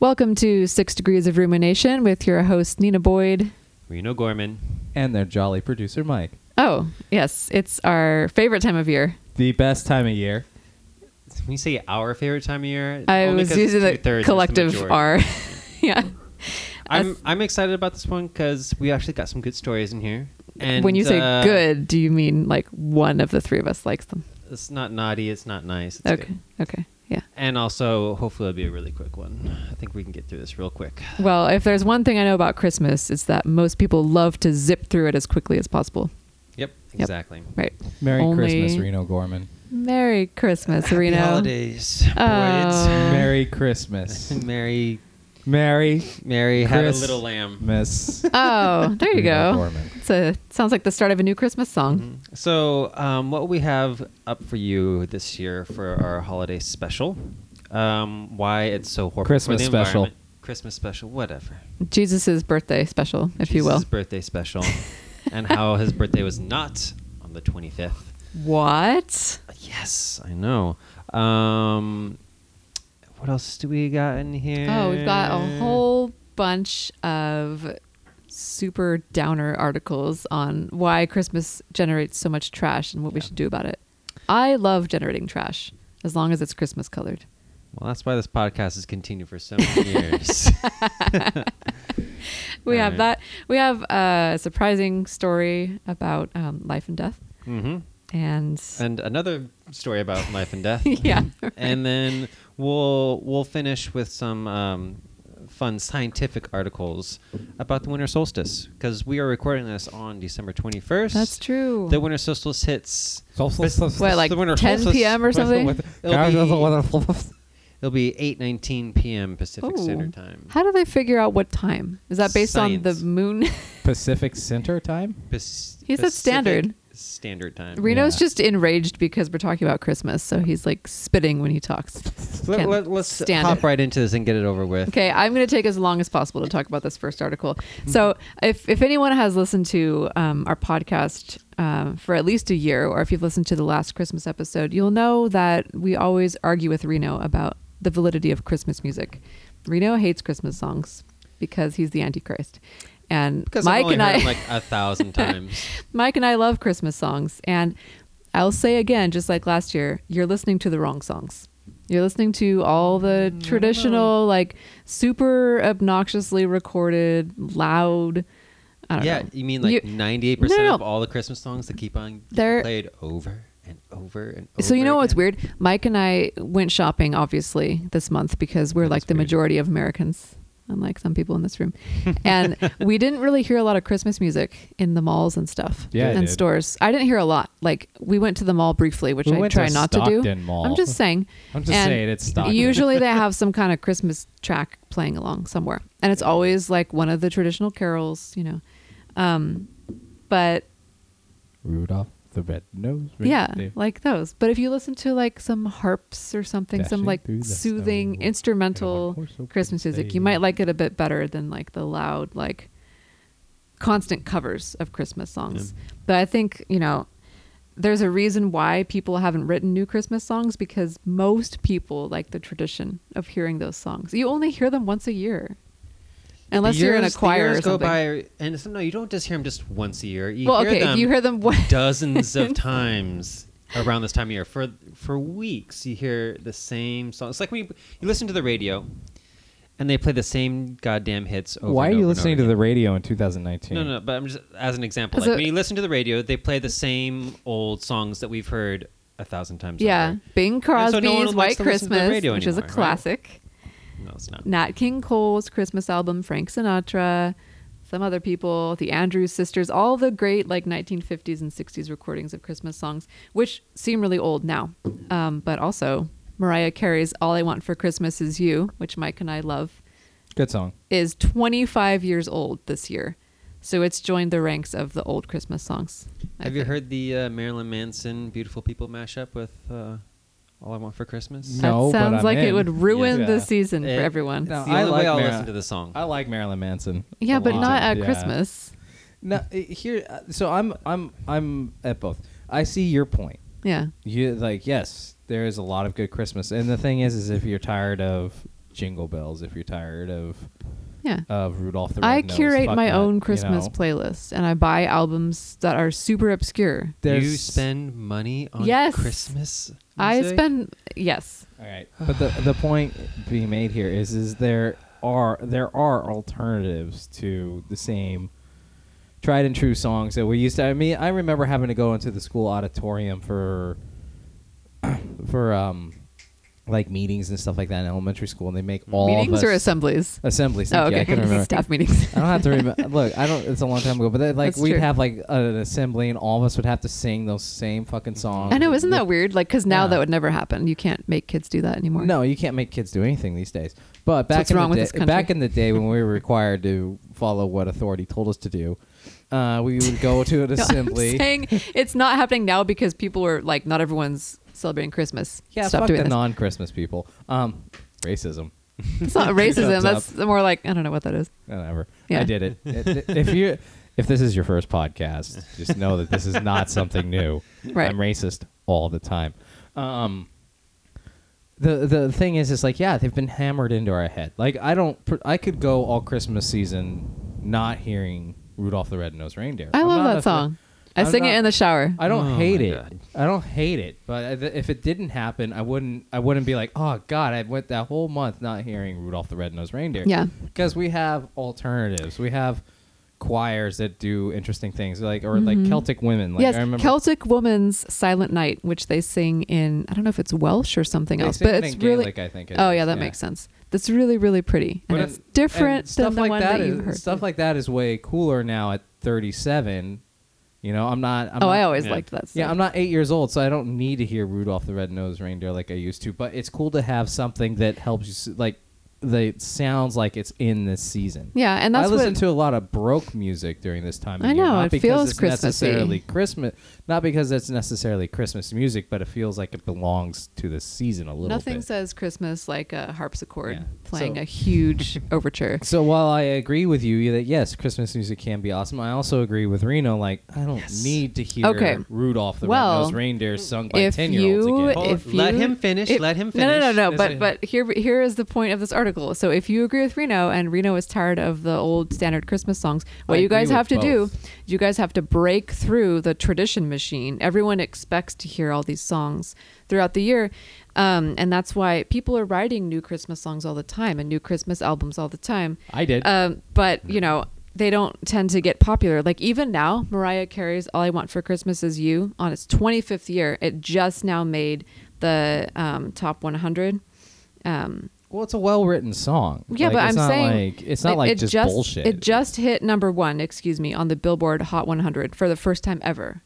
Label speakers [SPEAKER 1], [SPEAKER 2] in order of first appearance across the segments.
[SPEAKER 1] Welcome to Six Degrees of Rumination with your host, Nina Boyd.
[SPEAKER 2] Reno Gorman.
[SPEAKER 3] and their jolly producer Mike.
[SPEAKER 1] Oh, yes, it's our favorite time of year.
[SPEAKER 3] The best time of year.
[SPEAKER 2] When you say our favorite time of year,
[SPEAKER 1] I
[SPEAKER 2] only
[SPEAKER 1] was
[SPEAKER 2] 'cause
[SPEAKER 1] using
[SPEAKER 2] two-thirds
[SPEAKER 1] the
[SPEAKER 2] is
[SPEAKER 1] collective
[SPEAKER 2] majority.
[SPEAKER 1] R. yeah.
[SPEAKER 2] I'm I'm excited about this one because we actually got some good stories in here. And
[SPEAKER 1] when you say
[SPEAKER 2] uh,
[SPEAKER 1] good, do you mean like one of the three of us likes them?
[SPEAKER 2] it's not naughty. It's not nice. It's
[SPEAKER 1] Okay.
[SPEAKER 2] good.
[SPEAKER 1] Okay. Yeah.
[SPEAKER 2] And also, hopefully, it'll be a really quick one. I think we can get through this real quick.
[SPEAKER 1] Well, if there's one thing I know about Christmas, it's that most people love to zip through it as quickly as possible.
[SPEAKER 2] Yep. Exactly.
[SPEAKER 1] Right.
[SPEAKER 3] Merry
[SPEAKER 1] Only-
[SPEAKER 3] Christmas, Reno Gorman.
[SPEAKER 1] Merry Christmas,
[SPEAKER 2] Happy
[SPEAKER 1] Reno.
[SPEAKER 2] holidays.
[SPEAKER 1] Oh.
[SPEAKER 3] Merry Christmas.
[SPEAKER 1] Um,
[SPEAKER 2] Boys. Merry,
[SPEAKER 3] Merry
[SPEAKER 2] Merry had a
[SPEAKER 3] Chris-
[SPEAKER 2] little lamb.
[SPEAKER 3] Miss.
[SPEAKER 1] Oh, there you
[SPEAKER 3] Reno
[SPEAKER 1] go.
[SPEAKER 3] Gorman.
[SPEAKER 1] It's a sounds like the start of a new Christmas song.
[SPEAKER 2] Mm-hmm. So, um, what we have up for you this year for our holiday special? Um, why it's so horrible
[SPEAKER 3] Christmas
[SPEAKER 2] for the
[SPEAKER 3] special.
[SPEAKER 2] environment. Christmas special, whatever.
[SPEAKER 1] Jesus' birthday special, if you will.
[SPEAKER 2] Jesus' birthday special, and how his birthday was not on the twenty fifth.
[SPEAKER 1] What?
[SPEAKER 2] Yes, I know. Um, what else do we got in here?
[SPEAKER 1] Oh, we've got
[SPEAKER 2] Eh.
[SPEAKER 1] a whole bunch of super downer articles on why Christmas generates so much trash and what we should do about it. I love generating trash as long as it's Christmas colored.
[SPEAKER 2] Well, that's why this podcast has continued for so many years.
[SPEAKER 1] We have
[SPEAKER 2] Right.
[SPEAKER 1] that. We have a surprising story about um, life and death,
[SPEAKER 2] hmm
[SPEAKER 1] and,
[SPEAKER 2] And another story about life and death.
[SPEAKER 1] yeah,
[SPEAKER 2] and then we'll we'll finish with some um, fun scientific articles about the winter solstice because we are recording this on December twenty first.
[SPEAKER 1] that's true.
[SPEAKER 2] The winter solstice hits.
[SPEAKER 3] Solstice-
[SPEAKER 2] This-
[SPEAKER 1] What, like
[SPEAKER 2] the winter
[SPEAKER 1] 10
[SPEAKER 2] solstice-
[SPEAKER 1] p.m. or
[SPEAKER 2] What's the
[SPEAKER 1] something?
[SPEAKER 2] weather- It'll be, it'll be eight nineteen p.m. Pacific
[SPEAKER 1] Oh.
[SPEAKER 2] Standard Time.
[SPEAKER 1] How do they figure out what time? Is that based on
[SPEAKER 2] Science.
[SPEAKER 1] the moon?
[SPEAKER 3] Pacific Center time?
[SPEAKER 2] Pac-
[SPEAKER 1] He said
[SPEAKER 2] Pacific
[SPEAKER 1] standard.
[SPEAKER 2] Standard Time.
[SPEAKER 1] Reno's
[SPEAKER 3] Yeah.
[SPEAKER 1] just enraged because we're talking about Christmas, so he's like spitting when he talks.
[SPEAKER 2] Let,
[SPEAKER 1] Ken,
[SPEAKER 2] us
[SPEAKER 1] standard.
[SPEAKER 2] hop right into this and get it over with.
[SPEAKER 1] Okay, I'm going to take as long as possible to talk about this first article. So, if, if anyone has listened to um, our podcast um, for at least a year, or if you've listened to the last Christmas episode, you'll know that we always argue with Reno about the validity of Christmas music. Reno hates Christmas songs because he's the Antichrist. And
[SPEAKER 2] Because I've
[SPEAKER 1] Mike
[SPEAKER 2] only
[SPEAKER 1] and
[SPEAKER 2] heard
[SPEAKER 1] I.
[SPEAKER 2] it like a thousand times.
[SPEAKER 1] Mike and I love Christmas songs. And I'll say again, just like last year, you're listening to the wrong songs. You're listening to all the traditional, like super obnoxiously recorded, loud. I don't
[SPEAKER 2] yeah,
[SPEAKER 1] know.
[SPEAKER 2] you mean like
[SPEAKER 1] You-
[SPEAKER 2] ninety-eight percent
[SPEAKER 1] No, no,
[SPEAKER 2] of
[SPEAKER 1] no.
[SPEAKER 2] all the Christmas songs that keep on
[SPEAKER 1] They're-
[SPEAKER 2] getting played over and over and over.
[SPEAKER 1] so you know what's
[SPEAKER 2] again?
[SPEAKER 1] weird? Mike and I went shopping obviously this month because we're
[SPEAKER 2] That
[SPEAKER 1] like
[SPEAKER 2] is
[SPEAKER 1] the
[SPEAKER 2] weird.
[SPEAKER 1] majority of Americans, unlike some people in this room. and we didn't really hear a lot of Christmas music in the malls and stuff.
[SPEAKER 3] Yeah, I
[SPEAKER 1] and
[SPEAKER 3] did.
[SPEAKER 1] stores. I didn't hear a lot. Like we went to the mall briefly, which
[SPEAKER 3] We
[SPEAKER 1] I
[SPEAKER 3] went to
[SPEAKER 1] try not to do.
[SPEAKER 3] Stockton Mall.
[SPEAKER 1] I'm just saying.
[SPEAKER 3] I'm just
[SPEAKER 1] And
[SPEAKER 3] saying it's Stockton.
[SPEAKER 1] Usually they have some kind of Christmas track playing along somewhere, and it's always like one of the traditional carols, you know. Um, but
[SPEAKER 3] Rudolph the red nose.
[SPEAKER 1] yeah, like those. But if you listen to like some harps or something, some
[SPEAKER 3] Dashing
[SPEAKER 1] like
[SPEAKER 3] through the
[SPEAKER 1] soothing
[SPEAKER 2] Oh,
[SPEAKER 3] snow, and a
[SPEAKER 1] instrumental
[SPEAKER 3] horse open
[SPEAKER 1] Christmas music, you
[SPEAKER 3] stage.
[SPEAKER 1] might like it a bit better than like the loud, like constant covers of Christmas songs. But I think, you know, there's a reason why people haven't written new Christmas songs because most people like the tradition of hearing those songs. You only hear them once a year. Unless you're in a
[SPEAKER 2] Years- the
[SPEAKER 1] choir
[SPEAKER 2] years
[SPEAKER 1] or something.
[SPEAKER 2] Go by, and so, no, you don't just hear them just once a year. You
[SPEAKER 1] well,
[SPEAKER 2] hear
[SPEAKER 1] okay,
[SPEAKER 2] them
[SPEAKER 1] if you hear them one
[SPEAKER 2] dozens of times around this time of year for for weeks. You hear the same song. It's like when you, you listen to the radio, and they play the same goddamn hits. Over
[SPEAKER 3] Why are
[SPEAKER 2] and
[SPEAKER 3] you
[SPEAKER 2] over and
[SPEAKER 3] listening
[SPEAKER 2] over
[SPEAKER 3] to
[SPEAKER 2] again.
[SPEAKER 3] the radio in 2019?
[SPEAKER 2] No, no, no, but I'm just as an example.
[SPEAKER 1] As
[SPEAKER 2] Like
[SPEAKER 1] a-
[SPEAKER 2] when you listen to the radio, they play the same old songs that we've heard a thousand times.
[SPEAKER 1] Yeah,
[SPEAKER 2] over.
[SPEAKER 1] Bing
[SPEAKER 2] And so
[SPEAKER 1] Crosby's
[SPEAKER 2] no one
[SPEAKER 1] White
[SPEAKER 2] likes to listen to the
[SPEAKER 1] Christmas,
[SPEAKER 2] radio
[SPEAKER 1] which is a
[SPEAKER 2] anymore, right?
[SPEAKER 1] classic.
[SPEAKER 2] No, it's not.
[SPEAKER 1] Nat King Cole's Christmas album, Frank Sinatra, some other people, the Andrews sisters, all the great like 1950s and 60s recordings of Christmas songs, which seem really old now. Um, but also Mariah Carey's All I Want for Christmas Is You, which Mike and I love,
[SPEAKER 3] Good song.
[SPEAKER 1] is 25 years old this year. So it's joined the ranks of the old Christmas songs. I
[SPEAKER 2] Have you
[SPEAKER 1] think.
[SPEAKER 2] heard the uh, Marilyn Manson "Beautiful People" mashup with uh, "All I Want for Christmas"?
[SPEAKER 1] That
[SPEAKER 3] No, but
[SPEAKER 1] sounds
[SPEAKER 3] I'm
[SPEAKER 1] like it
[SPEAKER 3] in.
[SPEAKER 1] would ruin
[SPEAKER 3] Yeah.
[SPEAKER 1] the season
[SPEAKER 2] It-
[SPEAKER 1] for everyone.
[SPEAKER 3] No,
[SPEAKER 2] It's the
[SPEAKER 3] I
[SPEAKER 2] only way
[SPEAKER 3] like
[SPEAKER 2] I'll
[SPEAKER 3] Mar-
[SPEAKER 2] listen to the song.
[SPEAKER 3] I like Marilyn Manson.
[SPEAKER 1] yeah,
[SPEAKER 3] a
[SPEAKER 1] but
[SPEAKER 3] lot.
[SPEAKER 1] not at
[SPEAKER 3] Yeah.
[SPEAKER 1] Christmas.
[SPEAKER 3] No, uh, here. uh, So I'm I'm I'm at both. I see your point.
[SPEAKER 1] Yeah.
[SPEAKER 3] you like yes there is a lot of good christmas and the thing is is if you're tired of Jingle Bells if you're tired of
[SPEAKER 1] Yeah.
[SPEAKER 3] of Rudolph the Red
[SPEAKER 1] I curate my own Christmas playlist and I buy albums that are super obscure.
[SPEAKER 2] you spend money on
[SPEAKER 1] Yes.
[SPEAKER 2] Christmas. Music?
[SPEAKER 1] I spend yes.
[SPEAKER 3] All right, but the the point being made here is is there are there are alternatives to the same tried and true songs that we used to. I mean, I remember having to go into the school auditorium for for um like meetings and stuff like that in elementary school, and they make all of
[SPEAKER 1] meetings or
[SPEAKER 3] us-
[SPEAKER 1] assemblies.
[SPEAKER 3] assemblies.
[SPEAKER 1] Oh,
[SPEAKER 3] thank you, I
[SPEAKER 1] okay.
[SPEAKER 3] couldn't remember.
[SPEAKER 1] Staff meetings.
[SPEAKER 3] I don't have to remember. Look, I don't. It's a long time ago, but they, like
[SPEAKER 1] That's
[SPEAKER 3] we'd
[SPEAKER 1] true.
[SPEAKER 3] have like an assembly, and all of us would have to sing those same fucking songs.
[SPEAKER 1] I know, isn't that weird? Like, because now
[SPEAKER 3] Yeah.
[SPEAKER 1] that would never happen. You can't make kids do that anymore.
[SPEAKER 3] No, you can't make kids do anything these days. But back
[SPEAKER 1] what's
[SPEAKER 3] in
[SPEAKER 1] wrong
[SPEAKER 3] the
[SPEAKER 1] with
[SPEAKER 3] day,
[SPEAKER 1] this country.
[SPEAKER 3] back in the day when we were required to follow what authority told us to do, uh, we would go to an
[SPEAKER 1] No,
[SPEAKER 3] assembly.
[SPEAKER 1] I'm saying it's not happening now because people are like, not everyone's celebrating Christmas.
[SPEAKER 3] yeah,
[SPEAKER 1] Stop
[SPEAKER 3] fuck
[SPEAKER 1] doing
[SPEAKER 3] the
[SPEAKER 1] this.
[SPEAKER 3] non-Christmas people. Um, racism.
[SPEAKER 1] it's not
[SPEAKER 3] Thumbs
[SPEAKER 1] racism.
[SPEAKER 3] up.
[SPEAKER 1] That's more like I don't know what that is.
[SPEAKER 3] Whatever. I
[SPEAKER 1] Yeah.
[SPEAKER 3] did it. It- if you if this is your first podcast, just know that this is not something new.
[SPEAKER 1] Right.
[SPEAKER 3] I'm racist all the time. Um, the the thing is, is like yeah, they've been hammered into our head. Like I don't, pr- I could go all Christmas season not hearing Rudolph the Red-Nosed Reindeer.
[SPEAKER 1] I
[SPEAKER 3] I'm
[SPEAKER 1] love
[SPEAKER 3] not
[SPEAKER 1] that
[SPEAKER 3] a-
[SPEAKER 1] song. I
[SPEAKER 3] I'm
[SPEAKER 1] sing
[SPEAKER 3] not-
[SPEAKER 1] it in the shower.
[SPEAKER 3] I don't
[SPEAKER 2] Oh
[SPEAKER 3] hate
[SPEAKER 2] my
[SPEAKER 3] it.
[SPEAKER 2] God.
[SPEAKER 3] I don't hate it. But I- th- if it didn't happen, I wouldn't. I wouldn't be like, oh God, I went that whole month not hearing Rudolph the Red-Nosed Reindeer.
[SPEAKER 1] Yeah.
[SPEAKER 3] because we have alternatives. We have choirs that do interesting things, like or like Celtic women. Like
[SPEAKER 1] Mm-hmm. yes,
[SPEAKER 3] I remember
[SPEAKER 1] Celtic Woman's Silent Night, which they sing in I don't know if it's Welsh or something
[SPEAKER 3] They
[SPEAKER 1] else,
[SPEAKER 3] sing
[SPEAKER 1] but
[SPEAKER 3] it
[SPEAKER 1] it's
[SPEAKER 3] in
[SPEAKER 1] really
[SPEAKER 3] Gaelic, I think it
[SPEAKER 1] oh
[SPEAKER 3] is,
[SPEAKER 1] yeah, that
[SPEAKER 3] yeah.
[SPEAKER 1] makes sense. That's really really pretty and
[SPEAKER 3] But
[SPEAKER 1] it's
[SPEAKER 3] it-
[SPEAKER 1] different
[SPEAKER 3] and stuff
[SPEAKER 1] than the
[SPEAKER 3] like
[SPEAKER 1] one
[SPEAKER 3] that
[SPEAKER 1] that, you
[SPEAKER 3] is-
[SPEAKER 1] heard.
[SPEAKER 3] Stuff like that is way cooler now at 37. You know, I'm not. I'm
[SPEAKER 1] oh, I
[SPEAKER 3] not-
[SPEAKER 1] always
[SPEAKER 2] Yeah.
[SPEAKER 1] liked that.
[SPEAKER 3] Yeah,
[SPEAKER 1] song.
[SPEAKER 3] I'm not eight years old, so I don't need to hear Rudolph the Red-Nosed Reindeer like I used to. But it's cool to have something that helps you, s- like, that sounds like it's in this season.
[SPEAKER 1] Yeah, and that's
[SPEAKER 3] I listen
[SPEAKER 1] what-
[SPEAKER 3] to a lot of Baroque music during this time. Of
[SPEAKER 1] I
[SPEAKER 3] year,
[SPEAKER 1] know,
[SPEAKER 3] not
[SPEAKER 1] it
[SPEAKER 3] because
[SPEAKER 1] feels
[SPEAKER 3] it's
[SPEAKER 1] Christmassy.
[SPEAKER 3] necessarily Christmas, not because it's necessarily Christmas music, but it feels like it belongs to the season a little
[SPEAKER 1] Nothing
[SPEAKER 3] bit.
[SPEAKER 1] says Christmas like a harpsichord
[SPEAKER 3] Yeah.
[SPEAKER 1] playing
[SPEAKER 3] So-
[SPEAKER 1] a huge overture.
[SPEAKER 3] So while I agree with you that yes, Christmas music can be awesome, I also agree with Reno. Like I don't need to hear
[SPEAKER 1] Okay.
[SPEAKER 3] Rudolph the
[SPEAKER 1] Well,
[SPEAKER 3] Red-Nosed Reindeer sung by
[SPEAKER 1] if
[SPEAKER 3] ten-year-olds
[SPEAKER 1] you,
[SPEAKER 3] again.
[SPEAKER 2] Hold-
[SPEAKER 1] if you
[SPEAKER 2] let him finish, let him
[SPEAKER 1] No, no,
[SPEAKER 2] finish.
[SPEAKER 1] no, no.
[SPEAKER 2] Is
[SPEAKER 1] But
[SPEAKER 2] it-
[SPEAKER 1] but here here is the point of this article. So if you agree with Reno and Reno is tired of the old standard Christmas songs, what
[SPEAKER 3] I
[SPEAKER 1] you guys
[SPEAKER 3] agree with
[SPEAKER 1] have to
[SPEAKER 3] both.
[SPEAKER 1] do, you guys have to break through the tradition machine. Everyone expects to hear all these songs throughout the year. Um, and that's why people are writing new Christmas songs all the time and new Christmas albums all the time.
[SPEAKER 3] I did.
[SPEAKER 1] Um, but you know, they don't tend to get popular. Like even now, Mariah Carey's "All I Want for Christmas Is You" on its 25th year, it just now made the um, top 100. Um,
[SPEAKER 3] Well, it's a well-written song.
[SPEAKER 1] yeah,
[SPEAKER 3] Like,
[SPEAKER 1] but
[SPEAKER 3] it's
[SPEAKER 1] I'm
[SPEAKER 3] not
[SPEAKER 1] saying
[SPEAKER 3] like, it's not
[SPEAKER 1] it-
[SPEAKER 3] like
[SPEAKER 1] it
[SPEAKER 3] just, bullshit.
[SPEAKER 1] It just hit number one, excuse me, on the Billboard Hot 100 for the first time ever.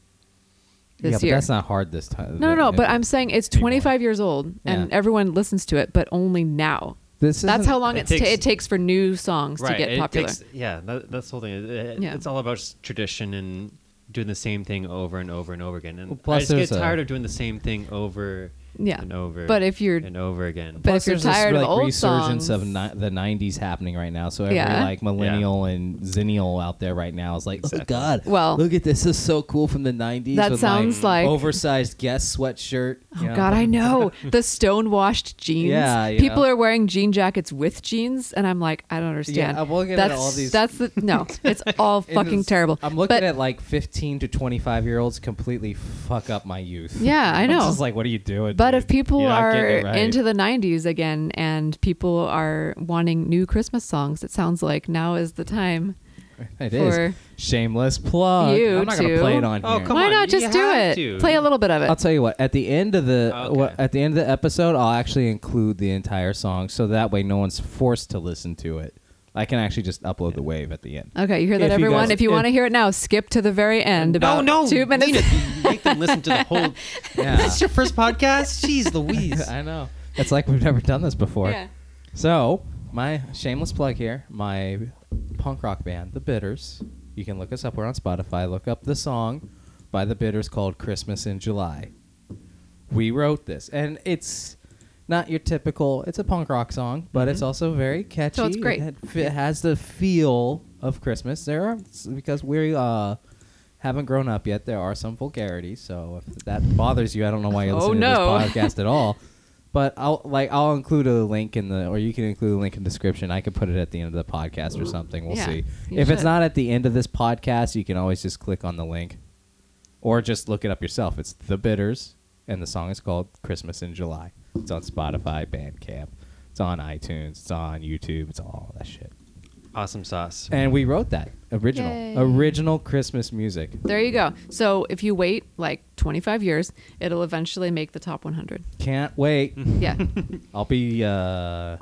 [SPEAKER 1] This
[SPEAKER 3] yeah, but
[SPEAKER 1] year.
[SPEAKER 3] that's not hard this time.
[SPEAKER 1] no, no, no.
[SPEAKER 3] It-
[SPEAKER 1] But I'm saying it's
[SPEAKER 3] anymore.
[SPEAKER 1] 25 years old, and
[SPEAKER 3] Yeah.
[SPEAKER 1] everyone listens to it, but only now.
[SPEAKER 3] This
[SPEAKER 1] That's
[SPEAKER 3] isn't-
[SPEAKER 1] how long
[SPEAKER 2] It
[SPEAKER 1] it's ta-
[SPEAKER 2] takes-
[SPEAKER 1] it takes for new songs to get
[SPEAKER 2] it
[SPEAKER 1] popular.
[SPEAKER 2] takes- yeah, that, that's the whole thing. It- it-
[SPEAKER 1] Yeah.
[SPEAKER 2] It's all about s- tradition and doing the same thing over and over and over again. And
[SPEAKER 3] Well, plus
[SPEAKER 2] I
[SPEAKER 3] there's
[SPEAKER 2] just get
[SPEAKER 3] a-
[SPEAKER 2] tired of doing the same thing over
[SPEAKER 1] Yeah.
[SPEAKER 2] and over.
[SPEAKER 1] But if you're-
[SPEAKER 2] and over again,
[SPEAKER 1] but
[SPEAKER 3] Plus,
[SPEAKER 1] if you're
[SPEAKER 3] there's this,
[SPEAKER 1] tired of
[SPEAKER 3] like,
[SPEAKER 1] old
[SPEAKER 3] resurgence of
[SPEAKER 1] songs-
[SPEAKER 3] ni- the '90s happening right now, so every
[SPEAKER 1] Yeah.
[SPEAKER 3] like millennial and zennial out there right now is like,
[SPEAKER 2] Exactly.
[SPEAKER 3] oh god,
[SPEAKER 1] Well-
[SPEAKER 3] look at this, this is so cool from the '90s.
[SPEAKER 1] That
[SPEAKER 3] with
[SPEAKER 1] sounds
[SPEAKER 3] my
[SPEAKER 1] like-
[SPEAKER 3] oversized guest sweatshirt.
[SPEAKER 1] Oh God, I know the stonewashed jeans.
[SPEAKER 3] Yeah, you
[SPEAKER 1] people
[SPEAKER 3] know.
[SPEAKER 1] are wearing jean jackets with jeans, and I'm like, I don't understand.
[SPEAKER 3] I'm looking at
[SPEAKER 1] that's,
[SPEAKER 3] all these-
[SPEAKER 1] That's the no. It's all fucking terrible.
[SPEAKER 3] I'm looking
[SPEAKER 1] But-
[SPEAKER 3] at like 15 to 25 year olds completely fuck up my youth.
[SPEAKER 1] Yeah, I
[SPEAKER 3] I'm
[SPEAKER 1] know.
[SPEAKER 3] just like, what are you doing?
[SPEAKER 1] But
[SPEAKER 3] dude?
[SPEAKER 1] if people
[SPEAKER 3] You're not
[SPEAKER 1] are
[SPEAKER 3] getting it right.
[SPEAKER 1] into the '90s again, and people are wanting new Christmas songs, it sounds like now is the time.
[SPEAKER 3] It is.
[SPEAKER 1] for
[SPEAKER 3] shameless plug.
[SPEAKER 1] you
[SPEAKER 3] I'm not gonna
[SPEAKER 1] to-
[SPEAKER 3] play it on
[SPEAKER 2] Oh,
[SPEAKER 3] here.
[SPEAKER 2] Come
[SPEAKER 1] Why
[SPEAKER 2] on,
[SPEAKER 1] not
[SPEAKER 2] you
[SPEAKER 1] just do
[SPEAKER 2] have
[SPEAKER 1] it?
[SPEAKER 2] to.
[SPEAKER 1] Play a little bit of it.
[SPEAKER 3] I'll tell you what. At the end of the uh,
[SPEAKER 2] Okay.
[SPEAKER 3] what- at the end of the episode, I'll actually include the entire song, so that way no one's forced to listen to it. I can actually just upload the wave at the end.
[SPEAKER 1] okay, you hear that,
[SPEAKER 3] If you
[SPEAKER 1] everyone?
[SPEAKER 3] guys-
[SPEAKER 1] if you
[SPEAKER 3] if-
[SPEAKER 1] want to hear it now, skip to the very end.
[SPEAKER 2] no,
[SPEAKER 1] About
[SPEAKER 2] no,
[SPEAKER 1] two minutes.
[SPEAKER 2] Nina, you make them listen to the whole.
[SPEAKER 3] Yeah,
[SPEAKER 2] That's your first podcast. Jeez, Louise.
[SPEAKER 3] I know. It's like we've never done this before.
[SPEAKER 1] Yeah.
[SPEAKER 3] So my shameless plug here, my punk rock band, The Bitters. You can look us up. We're on Spotify. Look up the song by The Bitters called "Christmas in July." We wrote this, and it's not your typical. It's a punk rock song, but it's also very catchy.
[SPEAKER 1] Mm-hmm. So it's great.
[SPEAKER 3] It, had- it has the feel of Christmas. There are because we uh, haven't grown up yet. There are some vulgarities, so if that bothers you, I don't know why you're
[SPEAKER 1] Oh,
[SPEAKER 3] listening
[SPEAKER 1] no.
[SPEAKER 3] to this podcast at all. But I'll like I'll include a link in the or you can include a link in the description. I could put it at the end of the podcast or something. We'll
[SPEAKER 1] Yeah,
[SPEAKER 3] see.
[SPEAKER 1] you
[SPEAKER 3] If it's
[SPEAKER 1] should.
[SPEAKER 3] not at the end of this podcast, you can always just click on the link. Or just look it up yourself. It's The Bitters and the song is called Christmas in July. It's on Spotify, Bandcamp, it's on iTunes, it's on YouTube, it's all that shit.
[SPEAKER 2] Awesome sauce.
[SPEAKER 3] And we wrote that. Original.
[SPEAKER 1] Yay.
[SPEAKER 3] Original Christmas music.
[SPEAKER 1] There you go. So if you wait like 25 years, it'll eventually make the top 100.
[SPEAKER 3] Can't wait.
[SPEAKER 1] Yeah.
[SPEAKER 3] I'll be uh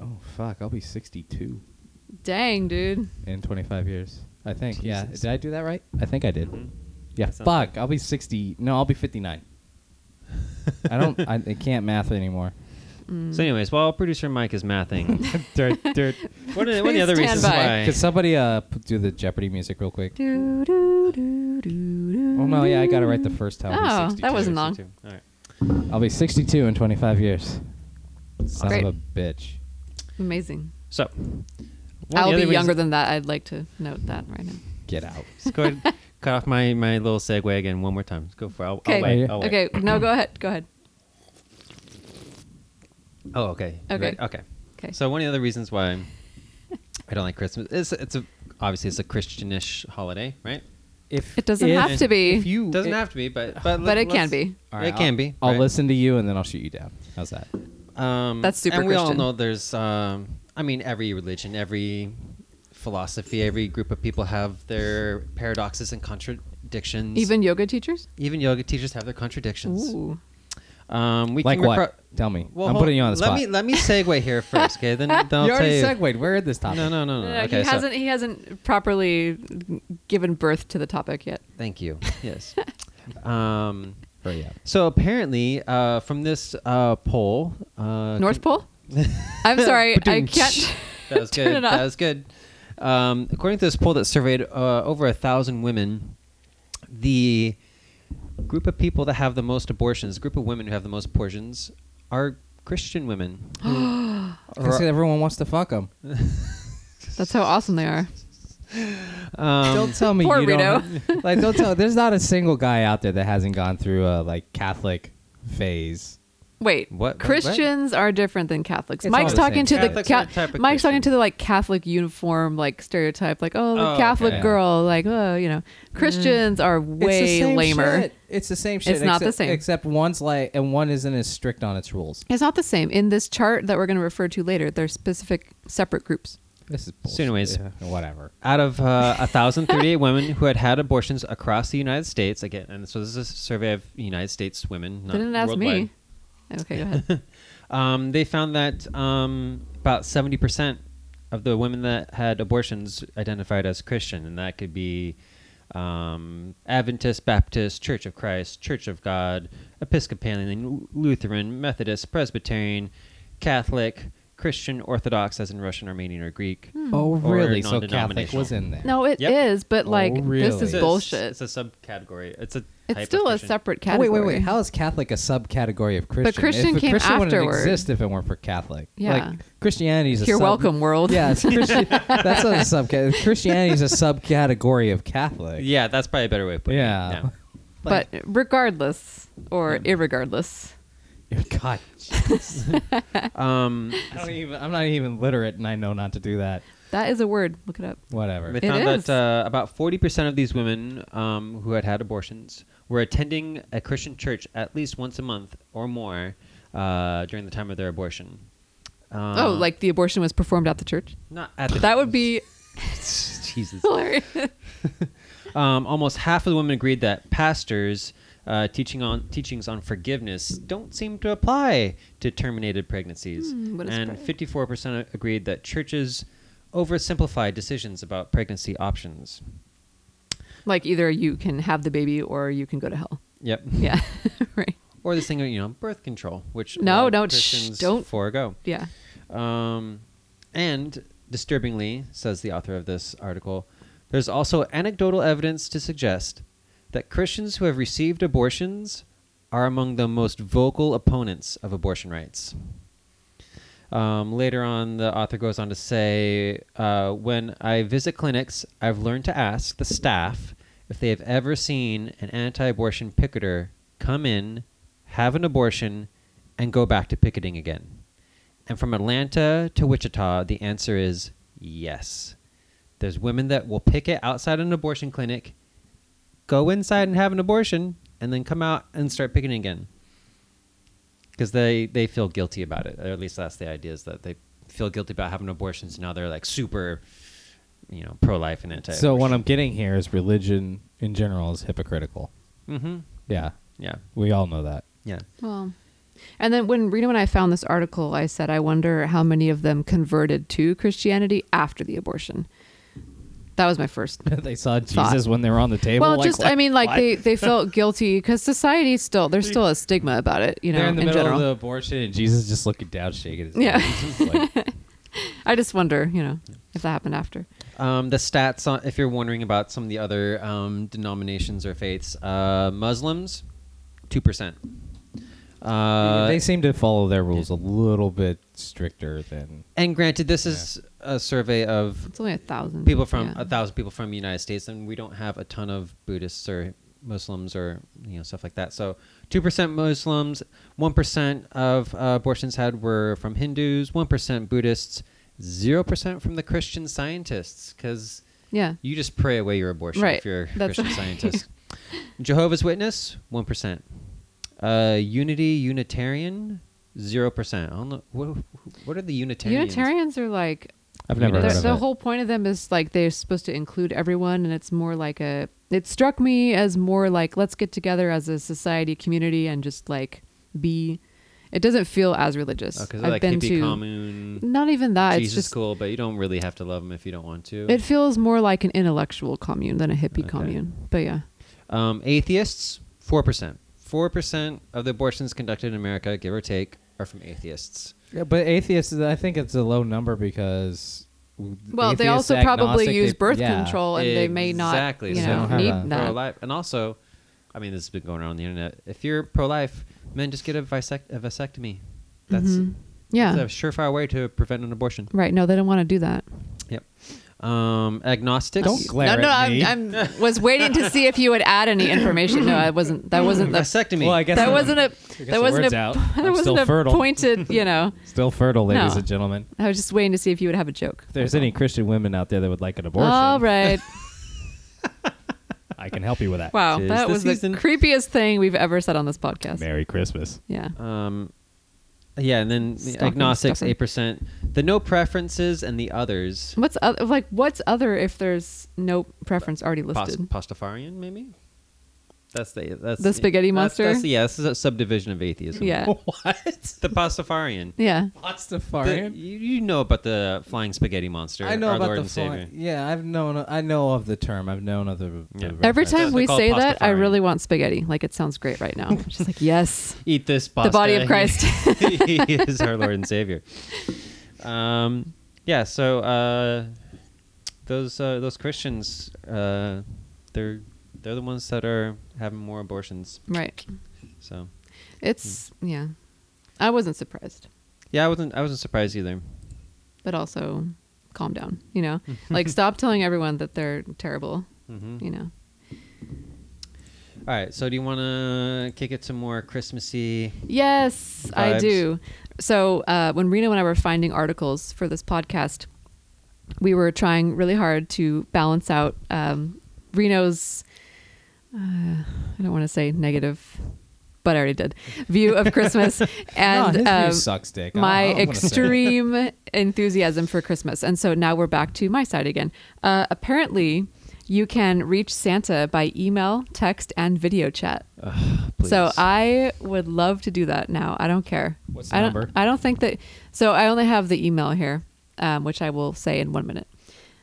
[SPEAKER 3] oh fuck, I'll be sixty two
[SPEAKER 1] Dang, dude.
[SPEAKER 3] in twenty five years. I think. Yeah.
[SPEAKER 2] Jesus.
[SPEAKER 3] Did I do that right? I think I did.
[SPEAKER 2] Mhm.
[SPEAKER 3] Yeah.
[SPEAKER 2] That sounds
[SPEAKER 3] Fuck. I'll be sixty no, I'll be fifty nine. I don't I, I can't math anymore.
[SPEAKER 2] So, anyways, while producer Mike is mathing,
[SPEAKER 3] dirt dirt.
[SPEAKER 2] one of the, one of
[SPEAKER 1] Please
[SPEAKER 2] the other
[SPEAKER 1] stand
[SPEAKER 2] reasons
[SPEAKER 1] by.
[SPEAKER 2] why
[SPEAKER 3] Could somebody uh p- do the Jeopardy music real quick?
[SPEAKER 2] Oh,
[SPEAKER 1] Do, do, do, do, do,
[SPEAKER 3] Oh no, yeah, I got
[SPEAKER 1] do.
[SPEAKER 3] it right the first time. I'll
[SPEAKER 1] Oh,
[SPEAKER 3] be 62.
[SPEAKER 1] that wasn't long.
[SPEAKER 2] 62. All right.
[SPEAKER 3] I'll be sixty two in twenty five years. Son
[SPEAKER 1] Great.
[SPEAKER 3] of a bitch.
[SPEAKER 1] Amazing.
[SPEAKER 2] So, one of the
[SPEAKER 1] I'll
[SPEAKER 2] other
[SPEAKER 1] be younger
[SPEAKER 2] reasons-
[SPEAKER 1] than that. I'd like to note that right now.
[SPEAKER 3] Get out.
[SPEAKER 2] Just go ahead, cut off my, my little segue again one more time. Let's go for it. I'll, I'll
[SPEAKER 1] Okay.
[SPEAKER 2] wait.
[SPEAKER 3] Oh,
[SPEAKER 2] I'll wait.
[SPEAKER 1] okay. No, go ahead. Go ahead.
[SPEAKER 2] Oh, okay. You
[SPEAKER 1] Okay.
[SPEAKER 2] ready? Okay.
[SPEAKER 1] Okay.
[SPEAKER 2] So one of the other reasons why I don't like Christmas is it's a obviously it's a Christianish holiday, right?
[SPEAKER 3] If
[SPEAKER 1] It doesn't
[SPEAKER 3] if-
[SPEAKER 1] have to be.
[SPEAKER 3] If you
[SPEAKER 2] It doesn't
[SPEAKER 3] it-
[SPEAKER 2] have to be, but but,
[SPEAKER 1] But it can
[SPEAKER 2] let's-
[SPEAKER 1] be.
[SPEAKER 3] All right,
[SPEAKER 2] it can
[SPEAKER 3] I'll-
[SPEAKER 2] be.
[SPEAKER 3] I'll
[SPEAKER 2] right?
[SPEAKER 3] listen to you and then I'll shoot you down. How's that?
[SPEAKER 2] Um,
[SPEAKER 1] That's super
[SPEAKER 2] And we all
[SPEAKER 1] Christian.
[SPEAKER 2] know there's, um, I mean, every religion, every philosophy, every group of people have their paradoxes and contradictions.
[SPEAKER 1] Even yoga teachers?
[SPEAKER 2] even yoga teachers have their contradictions.
[SPEAKER 1] Ooh.
[SPEAKER 2] Um, we
[SPEAKER 3] like
[SPEAKER 2] came
[SPEAKER 3] what?
[SPEAKER 2] acro-
[SPEAKER 3] Tell me.
[SPEAKER 2] Well,
[SPEAKER 3] I'm
[SPEAKER 2] hold-
[SPEAKER 3] putting you on the
[SPEAKER 2] let
[SPEAKER 3] spot.
[SPEAKER 2] Me, let me segue here first, okay? Then, then I'll
[SPEAKER 3] you already
[SPEAKER 2] tell
[SPEAKER 3] segued. We're in this topic.
[SPEAKER 2] No, no, no, no.
[SPEAKER 1] No,
[SPEAKER 2] Uh, okay,
[SPEAKER 1] he
[SPEAKER 2] so-
[SPEAKER 1] hasn't he hasn't properly given birth to the topic yet.
[SPEAKER 2] Thank you. Yes. um,
[SPEAKER 3] Hurry up.
[SPEAKER 2] so apparently, uh, from this uh, poll, uh,
[SPEAKER 1] North Pole? I'm sorry, I can't.
[SPEAKER 2] That was
[SPEAKER 1] Turn it
[SPEAKER 2] good.
[SPEAKER 1] off.
[SPEAKER 2] That was good. Um, according to this poll that surveyed uh, over a thousand women, the group of people that have the most abortions, the group of women who have the most abortions, are Christian women. who
[SPEAKER 3] Because
[SPEAKER 2] are-
[SPEAKER 3] everyone wants to fuck them.
[SPEAKER 1] That's how awesome they are.
[SPEAKER 2] um,
[SPEAKER 3] don't tell me
[SPEAKER 1] Poor
[SPEAKER 3] you don't.
[SPEAKER 1] Rito.
[SPEAKER 3] have- like, don't tell. There's not a single guy out there that hasn't gone through a like Catholic phase.
[SPEAKER 1] Wait,
[SPEAKER 2] What- what-
[SPEAKER 1] Christians are different than Catholics.
[SPEAKER 3] It's
[SPEAKER 1] Mike's
[SPEAKER 3] all the
[SPEAKER 1] talking to
[SPEAKER 3] same
[SPEAKER 1] the
[SPEAKER 2] shit.
[SPEAKER 1] ca-
[SPEAKER 2] Catholics are a type of
[SPEAKER 1] Mike's talking
[SPEAKER 2] Christian.
[SPEAKER 1] to the like Catholic uniform like stereotype, like oh the
[SPEAKER 2] Oh,
[SPEAKER 1] Catholic
[SPEAKER 3] okay. Mm.
[SPEAKER 1] girl, like oh you know Christians are way
[SPEAKER 3] it's the same
[SPEAKER 1] lamer.
[SPEAKER 3] Shit. It's the same shit.
[SPEAKER 1] It's not the
[SPEAKER 3] except-
[SPEAKER 1] same.
[SPEAKER 3] Except one's like, and one isn't as strict on its rules.
[SPEAKER 1] It's not the same. In this chart that we're going to refer to later, they're specific separate groups.
[SPEAKER 3] This is bullshit.
[SPEAKER 2] So anyways-
[SPEAKER 3] Yeah, whatever.
[SPEAKER 2] out of uh, 1,038 women who had had abortions across the United States, again, and so this is a survey of United States women, not
[SPEAKER 1] they didn't ask
[SPEAKER 2] worldwide.
[SPEAKER 1] me. Okay, go ahead.
[SPEAKER 2] Um, they found that um, about 70% of the women that had abortions identified as Christian, and that could be um, Adventist, Baptist, Church of Christ, Church of God, Episcopalian, Lutheran, Methodist, Presbyterian, Catholic, Christian, Orthodox, as in Russian, Armenian, or Greek.
[SPEAKER 1] Hmm.
[SPEAKER 3] Oh
[SPEAKER 2] Or
[SPEAKER 3] really? So Catholic
[SPEAKER 2] non-denominational.
[SPEAKER 3] was in there.
[SPEAKER 1] No, it is,
[SPEAKER 2] Yep.
[SPEAKER 1] but
[SPEAKER 3] Oh,
[SPEAKER 1] like this
[SPEAKER 3] really?
[SPEAKER 1] is
[SPEAKER 2] a-
[SPEAKER 1] bullshit. It's,
[SPEAKER 2] It's a subcategory. It's a. type of
[SPEAKER 1] still a
[SPEAKER 2] Christian.
[SPEAKER 1] separate
[SPEAKER 3] Oh,
[SPEAKER 1] category.
[SPEAKER 3] Wait, wait, wait. How is Catholic a subcategory of Christian?
[SPEAKER 1] Christian
[SPEAKER 3] if,
[SPEAKER 1] came
[SPEAKER 3] Christian
[SPEAKER 1] afterward.
[SPEAKER 3] wouldn't exist if it weren't for Catholic.
[SPEAKER 1] Yeah.
[SPEAKER 3] Like, Christianity is a
[SPEAKER 1] You're
[SPEAKER 3] sub-
[SPEAKER 1] welcome, world.
[SPEAKER 3] Yeah, it's Christi- that's not a subcategory. Christianity is a subcategory of Catholic.
[SPEAKER 2] Yeah, that's probably a better way of putting
[SPEAKER 3] Yeah.
[SPEAKER 2] it. Yeah.
[SPEAKER 3] Like-
[SPEAKER 1] but regardless or irregardless,
[SPEAKER 3] God.
[SPEAKER 2] Um,
[SPEAKER 3] I don't even, I'm not even literate and I know not to do that.
[SPEAKER 1] that is a word. Look it up.
[SPEAKER 3] Whatever.
[SPEAKER 2] They
[SPEAKER 1] It
[SPEAKER 2] found
[SPEAKER 1] is.
[SPEAKER 2] that uh, about 40% of these women um, who had had abortions were attending a Christian church at least once a month or more uh, during the time of their abortion. Uh,
[SPEAKER 1] oh, like the abortion was performed at the church.
[SPEAKER 2] not at the
[SPEAKER 1] That would be
[SPEAKER 2] Jesus.
[SPEAKER 1] hilarious.
[SPEAKER 2] Um, almost half of the women agreed that pastors. Uh, teaching on teachings on forgiveness don't seem to apply to terminated pregnancies,
[SPEAKER 1] Hmm, what is
[SPEAKER 2] and
[SPEAKER 1] preg-
[SPEAKER 2] 54% agreed that churches oversimplify decisions about pregnancy options.
[SPEAKER 1] like either you can have the baby or you can go to hell.
[SPEAKER 2] Yep.
[SPEAKER 1] Yeah, right.
[SPEAKER 2] or this thing, you know, birth control, which a
[SPEAKER 1] No,
[SPEAKER 2] lot of
[SPEAKER 1] don't- shh,
[SPEAKER 2] Christians
[SPEAKER 1] don't.
[SPEAKER 2] forego.
[SPEAKER 1] Yeah.
[SPEAKER 2] Um, and disturbingly, says the author of this article, there's also anecdotal evidence to suggest that Christians who have received abortions are among the most vocal opponents of abortion rights. Um, later on, the author goes on to say, uh, when I visit clinics, I've learned to ask the staff if they have ever seen an anti abortion picketer come in, have an abortion, and go back to picketing again. And from Atlanta to Wichita, the answer is yes. There's women that will picket outside an abortion clinic, go inside and have an abortion, and then come out and start picketing again. Because they, they feel guilty about it. Or at least that's the idea is that they feel guilty about having abortions. and Now they're like super, you know, pro life and anti
[SPEAKER 3] So what I'm getting here is religion in general is hypocritical.
[SPEAKER 2] hmm
[SPEAKER 3] Yeah,
[SPEAKER 2] Yeah.
[SPEAKER 3] we all know that.
[SPEAKER 2] Yeah.
[SPEAKER 1] Well, and then when Reno and I found this article, I said, I wonder how many of them converted to Christianity after the abortion. That was my first.
[SPEAKER 3] they saw Jesus
[SPEAKER 1] Thought.
[SPEAKER 3] when they were on the table.
[SPEAKER 1] well,
[SPEAKER 3] like,
[SPEAKER 1] just I mean, like they, they felt guilty because society still there's still a stigma about it, you know,
[SPEAKER 3] they're in
[SPEAKER 1] in,
[SPEAKER 3] the middle
[SPEAKER 1] general.
[SPEAKER 3] of the abortion, and Jesus just looking down, shaking his
[SPEAKER 1] Yeah.
[SPEAKER 3] head. He's just like,
[SPEAKER 1] I just wonder, you know, if that happened after.
[SPEAKER 2] Um, the stats on if you're wondering about some of the other um, denominations or faiths, uh, Muslims, two percent. Uh,
[SPEAKER 3] they seem to follow their rules a little bit stricter than
[SPEAKER 2] and granted, this is a survey of
[SPEAKER 1] It's only a thousand
[SPEAKER 2] people from
[SPEAKER 1] yeah.
[SPEAKER 2] a thousand people from the United States, and we don't have a ton of Buddhists or Muslims or you know stuff like that. So two percent Muslims, one percent of uh, abortions had were from Hindus, one percent Buddhists, zero percent from the Christian Scientists, because
[SPEAKER 1] Yeah.
[SPEAKER 2] You just pray away your abortion if
[SPEAKER 1] Right.
[SPEAKER 2] you're a
[SPEAKER 1] That's
[SPEAKER 2] Christian
[SPEAKER 1] right.
[SPEAKER 2] scientist. Jehovah's Witness, 1%. Uh, Unity Unitarian, 0%. I don't know. What, what are the Unitarians?
[SPEAKER 1] Unitarians are like
[SPEAKER 3] I've
[SPEAKER 2] never
[SPEAKER 3] never
[SPEAKER 2] heard
[SPEAKER 1] They're-
[SPEAKER 3] heard
[SPEAKER 2] of
[SPEAKER 3] of
[SPEAKER 1] the
[SPEAKER 3] it.
[SPEAKER 1] whole point of them is like they're supposed to include everyone and it's more like a it struck me as more like let's get together as a society community and just like be it doesn't feel as religious
[SPEAKER 2] Oh, 'cause they're
[SPEAKER 1] i've
[SPEAKER 2] like
[SPEAKER 1] been
[SPEAKER 2] hippie
[SPEAKER 1] to
[SPEAKER 2] commune.
[SPEAKER 1] not even that
[SPEAKER 2] Jesus
[SPEAKER 1] it's just
[SPEAKER 2] cool, but you don't really have to love them if you don't want to.
[SPEAKER 1] it feels more like an intellectual commune than a hippie
[SPEAKER 2] Okay.
[SPEAKER 1] commune but yeah
[SPEAKER 2] um, atheists, 4%. 4% of the abortions conducted in America, give or take, are from atheists.
[SPEAKER 3] Yeah, but atheists, I think it's a low number because.
[SPEAKER 1] well they
[SPEAKER 3] atheists,
[SPEAKER 1] also probably
[SPEAKER 3] agnostic,
[SPEAKER 1] use
[SPEAKER 3] they-
[SPEAKER 1] birth
[SPEAKER 3] yeah.
[SPEAKER 1] control and they may not
[SPEAKER 2] Exactly,
[SPEAKER 1] you
[SPEAKER 3] so
[SPEAKER 1] know
[SPEAKER 3] they don't have
[SPEAKER 1] need
[SPEAKER 3] a-
[SPEAKER 1] that
[SPEAKER 2] pro-life, and also, I mean, this has been going around on the internet. If you're pro-life, men just get a, visect- a vasectomy. That's
[SPEAKER 1] Mhm. yeah
[SPEAKER 2] that's a surefire way to prevent an abortion.
[SPEAKER 1] right no they don't want to do that
[SPEAKER 2] Yep. Um, agnostics.
[SPEAKER 3] Don't glare
[SPEAKER 1] no, no,
[SPEAKER 3] at
[SPEAKER 1] I'm,
[SPEAKER 3] me.
[SPEAKER 1] I'm was waiting to see if you would add any information. No, I wasn't. That wasn't the
[SPEAKER 2] vasectomy.
[SPEAKER 3] Well, I Hmm. guess
[SPEAKER 1] that
[SPEAKER 3] I'm-
[SPEAKER 1] wasn't a
[SPEAKER 3] I guess
[SPEAKER 1] that
[SPEAKER 3] the
[SPEAKER 1] wasn't
[SPEAKER 3] word's
[SPEAKER 1] a
[SPEAKER 3] out.
[SPEAKER 1] that
[SPEAKER 3] I'm still
[SPEAKER 1] wasn't a
[SPEAKER 3] fertile.
[SPEAKER 1] pointed. You know,
[SPEAKER 3] Still fertile, ladies
[SPEAKER 1] No.
[SPEAKER 3] and gentlemen.
[SPEAKER 1] I was just waiting to see if you would have a joke.
[SPEAKER 3] If there's any Christian women out there that would like an abortion,
[SPEAKER 1] All right.
[SPEAKER 3] I can help you with that.
[SPEAKER 1] Wow,
[SPEAKER 2] Tis
[SPEAKER 1] that
[SPEAKER 2] the
[SPEAKER 1] was
[SPEAKER 2] season.
[SPEAKER 1] the creepiest thing we've ever said on this podcast.
[SPEAKER 3] Merry Christmas.
[SPEAKER 1] Yeah.
[SPEAKER 2] um, yeah, and then the
[SPEAKER 1] Stocking
[SPEAKER 2] agnostics,
[SPEAKER 1] stuffer.
[SPEAKER 2] eight percent. The no preferences and the others.
[SPEAKER 1] What's other, like what's other if there's no preference already
[SPEAKER 2] Pos-
[SPEAKER 1] listed?
[SPEAKER 2] pastafarian, maybe. That's the that's
[SPEAKER 1] The spaghetti
[SPEAKER 2] that's-
[SPEAKER 1] monster?
[SPEAKER 2] That's, yeah, this is a subdivision of atheism.
[SPEAKER 1] Yeah.
[SPEAKER 3] What?
[SPEAKER 2] the pastafarian.
[SPEAKER 1] Yeah.
[SPEAKER 2] The- you, you know about the flying spaghetti monster.
[SPEAKER 3] I know
[SPEAKER 2] our
[SPEAKER 3] about
[SPEAKER 2] Lord
[SPEAKER 3] the
[SPEAKER 2] and
[SPEAKER 3] fly-
[SPEAKER 2] Savior.
[SPEAKER 3] Yeah, I've known. I know of the term. I've known of the.
[SPEAKER 2] Yeah.
[SPEAKER 3] the
[SPEAKER 1] Every
[SPEAKER 3] reference.
[SPEAKER 1] time
[SPEAKER 2] They're
[SPEAKER 1] we
[SPEAKER 2] called
[SPEAKER 1] say that, I
[SPEAKER 2] pastafarian.
[SPEAKER 1] really want spaghetti. Like it sounds great right now. Just like yes,
[SPEAKER 2] Eat this pasta.
[SPEAKER 1] the body of Christ.
[SPEAKER 2] he is our Lord and Savior. Um, yeah. So uh, those uh, those Christians, uh, they're they're the ones that are having more abortions.
[SPEAKER 1] right.
[SPEAKER 2] So
[SPEAKER 1] It's yeah. I wasn't surprised,
[SPEAKER 2] yeah, I wasn't I wasn't surprised either.
[SPEAKER 1] but also calm down. You know, like stop telling everyone that they're terrible.
[SPEAKER 2] Mhm.
[SPEAKER 1] You know.
[SPEAKER 2] All right. So do you want to kick it to more Christmassy?
[SPEAKER 1] Yes, I
[SPEAKER 2] Vibes.
[SPEAKER 1] do. So uh, when Reno and I were finding articles for this podcast, we were trying really hard to balance out um, Reno's. Uh, I don't want to say negative, but I already did. View of Christmas
[SPEAKER 3] No,
[SPEAKER 1] and
[SPEAKER 3] his
[SPEAKER 1] um,
[SPEAKER 3] view sucks dick. I-
[SPEAKER 1] my
[SPEAKER 3] I don't wanna say it.
[SPEAKER 1] extreme enthusiasm for Christmas. And so now we're back to my side again. Uh, apparently, you can reach Santa by email, text, and video chat. So
[SPEAKER 2] please.
[SPEAKER 1] I would love to do that now. I don't care.
[SPEAKER 3] What's the
[SPEAKER 1] I don't,
[SPEAKER 3] number?
[SPEAKER 1] I don't think that. So I only have the email here, um, which I will say in one minute.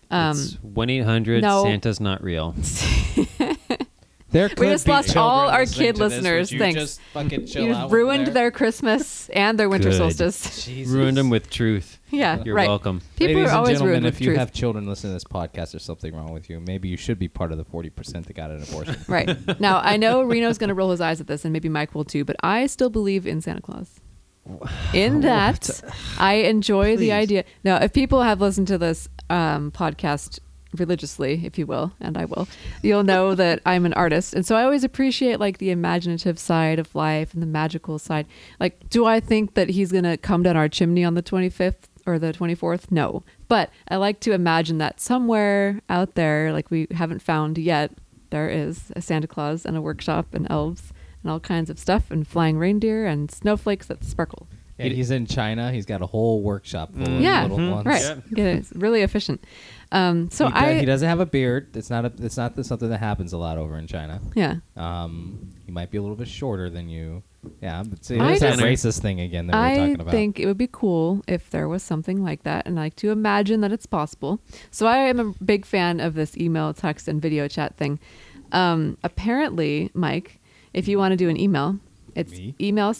[SPEAKER 1] Um,
[SPEAKER 2] it's one eight hundred.
[SPEAKER 1] no.
[SPEAKER 2] Santa's not real.
[SPEAKER 3] There could
[SPEAKER 1] just
[SPEAKER 3] be
[SPEAKER 1] lost
[SPEAKER 3] children
[SPEAKER 1] all our
[SPEAKER 3] listening
[SPEAKER 1] kid
[SPEAKER 3] to this. Would
[SPEAKER 1] listeners.
[SPEAKER 3] you
[SPEAKER 1] Thanks.
[SPEAKER 3] just fucking chill
[SPEAKER 1] you
[SPEAKER 3] out over
[SPEAKER 1] ruined
[SPEAKER 3] there?
[SPEAKER 1] their Christmas and their winter
[SPEAKER 2] Good.
[SPEAKER 1] solstice.
[SPEAKER 3] Jesus.
[SPEAKER 2] Ruined them with truth.
[SPEAKER 1] Yeah,
[SPEAKER 2] You're
[SPEAKER 1] right.
[SPEAKER 2] welcome.
[SPEAKER 1] People
[SPEAKER 3] Ladies
[SPEAKER 1] are always
[SPEAKER 3] and gentlemen,
[SPEAKER 1] ruined
[SPEAKER 3] if
[SPEAKER 1] with
[SPEAKER 3] you
[SPEAKER 1] truth.
[SPEAKER 3] have children listening to this podcast, there's something wrong with you. Maybe you should be part of the 40% that got an abortion.
[SPEAKER 1] Right. Now, I know Reno's going to roll his eyes at this, and maybe Mike will too, but I still believe in Santa Claus. In that, I enjoy
[SPEAKER 2] Please.
[SPEAKER 1] the idea. Now, if people have listened to this um, podcast religiously, if you will, and I will, you'll know that I'm an artist. And so I always appreciate like the imaginative side of life and the magical side. Like, do I think that he's going to come down our chimney on the 25th or the 24th? No. But I like to imagine that somewhere out there, like we haven't found yet, there is a Santa Claus and a workshop and elves and all kinds of stuff and flying reindeer and snowflakes that sparkle.
[SPEAKER 3] And he's in China. He's got a whole workshop full of
[SPEAKER 1] Yeah, Mm-hmm.
[SPEAKER 3] little ones.
[SPEAKER 1] right.
[SPEAKER 2] Yeah.
[SPEAKER 1] Yeah, it's really efficient. Um, so
[SPEAKER 3] he, do-
[SPEAKER 1] I
[SPEAKER 3] he doesn't have a beard. It's not a, it's not something that happens a lot over in China.
[SPEAKER 1] yeah.
[SPEAKER 3] Um, he might be a little bit shorter than you. Yeah, but see,
[SPEAKER 1] I
[SPEAKER 3] there's that
[SPEAKER 2] just-
[SPEAKER 3] racist thing again that we were
[SPEAKER 1] I
[SPEAKER 3] talking about.
[SPEAKER 1] think it would be cool if there was something like that, and I like to imagine that it's possible. So I am a big fan of this email, text, and video chat thing. Um, apparently, Mike, if you want to do an email, it's
[SPEAKER 3] Me?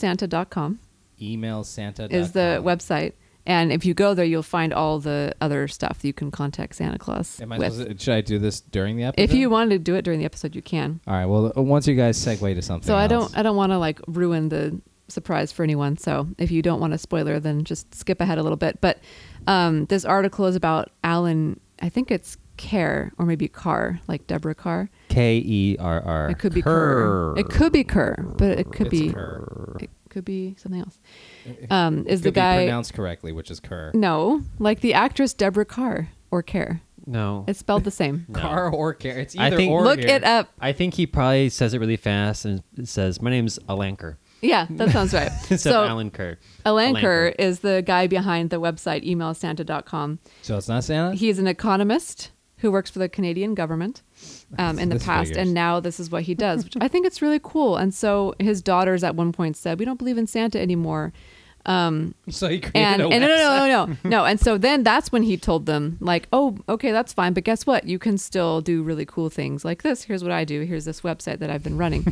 [SPEAKER 1] emailsanta.com
[SPEAKER 3] Email Santa
[SPEAKER 1] is the website, and if you go there, you'll find all the other stuff that you can contact Santa Claus
[SPEAKER 3] Am I
[SPEAKER 1] with.
[SPEAKER 3] supposed to, should I do this during the episode?
[SPEAKER 1] if you wanted to do it during the episode, you can.
[SPEAKER 3] All right. Well, uh, once you guys segue to something.
[SPEAKER 1] So I
[SPEAKER 3] else.
[SPEAKER 1] don't I don't want to like ruin the surprise for anyone. So if you don't want a spoiler, then just skip ahead a little bit. But um, this article is about Alan. I think it's Kerr or maybe Carr, like Deborah Carr.
[SPEAKER 3] K E R R.
[SPEAKER 1] It could be Kerr. It could be Kerr, but it could
[SPEAKER 3] It's
[SPEAKER 1] be
[SPEAKER 3] Kerr. Eh,
[SPEAKER 1] it could be something else. Um, is
[SPEAKER 3] Could
[SPEAKER 1] the
[SPEAKER 3] be
[SPEAKER 1] guy
[SPEAKER 3] pronounced correctly, which is Kerr.
[SPEAKER 1] no like the actress Deborah Carr or Kerr?
[SPEAKER 2] No.
[SPEAKER 1] It's spelled the same.
[SPEAKER 2] No.
[SPEAKER 3] Kerr or Kerr. It's
[SPEAKER 2] I
[SPEAKER 3] either
[SPEAKER 2] think-
[SPEAKER 3] or.
[SPEAKER 1] Look
[SPEAKER 3] here.
[SPEAKER 1] it up.
[SPEAKER 2] I think he probably says it really fast and it says, My name's Alanker.
[SPEAKER 1] Yeah, that sounds right.
[SPEAKER 2] Instead
[SPEAKER 1] so
[SPEAKER 2] of Alan Kerr.
[SPEAKER 1] Alan Kerr is the guy behind the website emailsanta.com.
[SPEAKER 3] So it's not Santa.
[SPEAKER 1] He's an economist who works for the Canadian government um, in the
[SPEAKER 3] This
[SPEAKER 1] past,
[SPEAKER 3] figures.
[SPEAKER 1] and now this is what he does, which I think it's really cool. And so his daughters at one point said, "We don't believe in Santa anymore."
[SPEAKER 3] so he created
[SPEAKER 1] And,
[SPEAKER 3] a
[SPEAKER 1] and no, no, no, no, no, no. And so then that's when he told them, like, "Oh, okay, that's fine, but guess what? You can still do really cool things like this. Here's what I do. Here's this website that I've been running."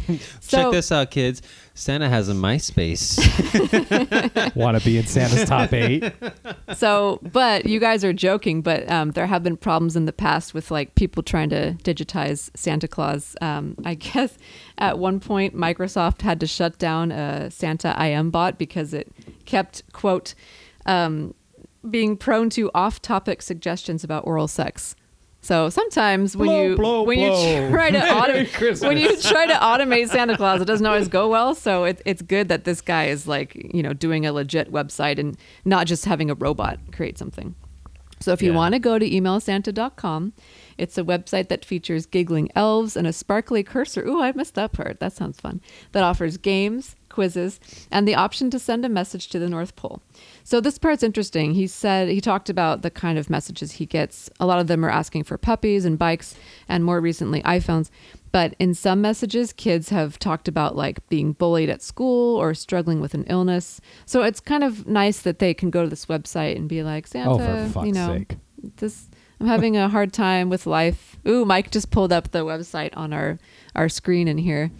[SPEAKER 2] Check this out, kids. Santa has a MySpace.
[SPEAKER 4] Want to be in Santa's top eight?
[SPEAKER 1] so but you guys are joking but um, there have been problems in the past with like people trying to digitize santa claus um, i guess at one point microsoft had to shut down a santa im bot because it kept quote um, being prone to off-topic suggestions about oral sex so sometimes when
[SPEAKER 4] Blow,
[SPEAKER 1] you
[SPEAKER 4] blow,
[SPEAKER 1] when
[SPEAKER 4] blow.
[SPEAKER 1] you try to auto- when you try to automate Santa Claus, it doesn't always go well. So it, it's good that this guy is like you know doing a legit website and not just having a robot create something. So if you
[SPEAKER 2] Yeah.
[SPEAKER 1] want to go to emailsanta.com, it's a website that features giggling elves and a sparkly cursor. Ooh, I missed that part. That sounds fun. That offers games, quizzes, and the option to send a message to the North Pole. So this part's interesting. He said he talked about the kind of messages he gets. A lot of them are asking for puppies and bikes and more recently iPhones. But in some messages, kids have talked about like being bullied at school or struggling with an illness. So it's kind of nice that they can go to this website and be like, Santa,
[SPEAKER 4] Oh, for fuck's
[SPEAKER 1] you know,
[SPEAKER 4] sake.
[SPEAKER 1] this I'm having a hard time with life. Ooh, Mike just pulled up the website on our our screen in here.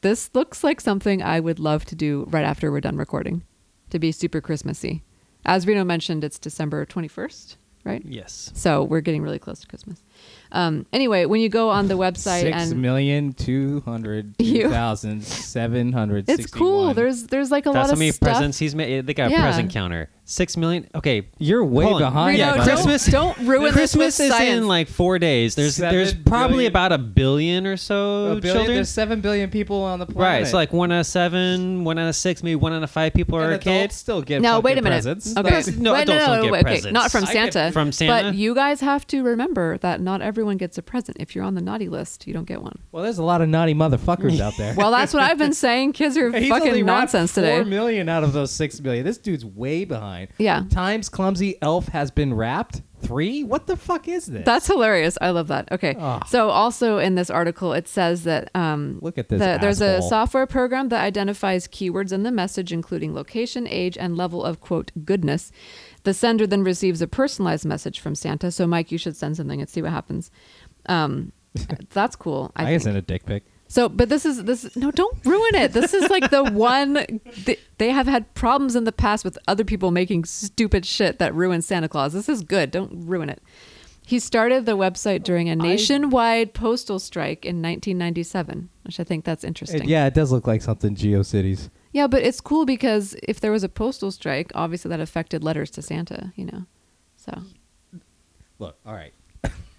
[SPEAKER 1] This looks like something I would love to do right after we're done recording, to be super Christmassy. As Reno mentioned, it's December 21st, right?
[SPEAKER 2] yes.
[SPEAKER 1] So we're getting really close to Christmas. Um, anyway, when you go on the website
[SPEAKER 3] Six
[SPEAKER 1] and
[SPEAKER 3] million two hundred
[SPEAKER 1] You-
[SPEAKER 3] two thousand seven hundred sixty-one.
[SPEAKER 1] it's cool. There's there's like a
[SPEAKER 2] That's
[SPEAKER 1] lot
[SPEAKER 2] how
[SPEAKER 1] of
[SPEAKER 2] many
[SPEAKER 1] stuff.
[SPEAKER 2] presents he's made. They got
[SPEAKER 1] Yeah.
[SPEAKER 2] a present counter. Six million. Okay.
[SPEAKER 3] You're way
[SPEAKER 2] Hold on.
[SPEAKER 3] behind.
[SPEAKER 1] Reno,
[SPEAKER 2] Yeah,
[SPEAKER 1] don't-
[SPEAKER 3] bud.
[SPEAKER 2] Christmas-
[SPEAKER 1] Don't, ruin
[SPEAKER 2] Christmas
[SPEAKER 1] this with
[SPEAKER 2] is
[SPEAKER 1] science.
[SPEAKER 2] in like four days. There's
[SPEAKER 3] Seven
[SPEAKER 2] there's probably
[SPEAKER 3] billion-
[SPEAKER 2] about a billion or
[SPEAKER 3] A
[SPEAKER 2] so
[SPEAKER 3] billion-
[SPEAKER 2] children.
[SPEAKER 3] There's seven billion people on the planet.
[SPEAKER 2] Right. So like one out of seven, one out of six, maybe one out of five people
[SPEAKER 3] and
[SPEAKER 2] are
[SPEAKER 3] adults
[SPEAKER 2] kids.
[SPEAKER 3] still get
[SPEAKER 1] No,
[SPEAKER 3] fucking
[SPEAKER 1] wait a minute.
[SPEAKER 3] presents.
[SPEAKER 1] Okay.
[SPEAKER 2] Pres- no,
[SPEAKER 1] Wait,
[SPEAKER 2] adults don't get
[SPEAKER 1] wait, Okay,
[SPEAKER 2] presents.
[SPEAKER 1] not from
[SPEAKER 3] I get-
[SPEAKER 1] Santa.
[SPEAKER 2] from Santa?
[SPEAKER 1] But you guys have to remember that not everyone gets a present. If you're on the naughty list, you don't get one.
[SPEAKER 3] Well, there's a lot of naughty motherfuckers out there.
[SPEAKER 1] Well, that's what I've been saying. Kids are
[SPEAKER 3] He's only
[SPEAKER 1] fucking
[SPEAKER 3] wrapped
[SPEAKER 1] nonsense today.
[SPEAKER 3] Four million out of those six million. This dude's way behind.
[SPEAKER 1] Yeah.
[SPEAKER 3] Times clumsy elf has been wrapped three. What the fuck is this?
[SPEAKER 1] That's hilarious. I love that. Okay.
[SPEAKER 3] Ah.
[SPEAKER 1] So also in this article, it says that um,
[SPEAKER 3] Look at this
[SPEAKER 1] the- there's a
[SPEAKER 3] asshole.
[SPEAKER 1] software program that identifies keywords in the message, including location, age, and level of quote goodness. The sender then receives a personalized message from Santa. So Mike, you should send something and see what happens. Um, that's cool. I,
[SPEAKER 3] I,
[SPEAKER 1] think.
[SPEAKER 3] sent a dick pic.
[SPEAKER 1] So, but this is this. No, don't ruin it. This is like the one th- they have had problems in the past with other people making stupid shit that ruins Santa Claus. This is good. Don't ruin it. He started the website during a nationwide postal strike in 1997, which I think that's interesting.
[SPEAKER 3] yeah, it does look like something GeoCities.
[SPEAKER 1] yeah, but it's cool because if there was a postal strike, obviously that affected letters to Santa. You know, so
[SPEAKER 3] Look, all right.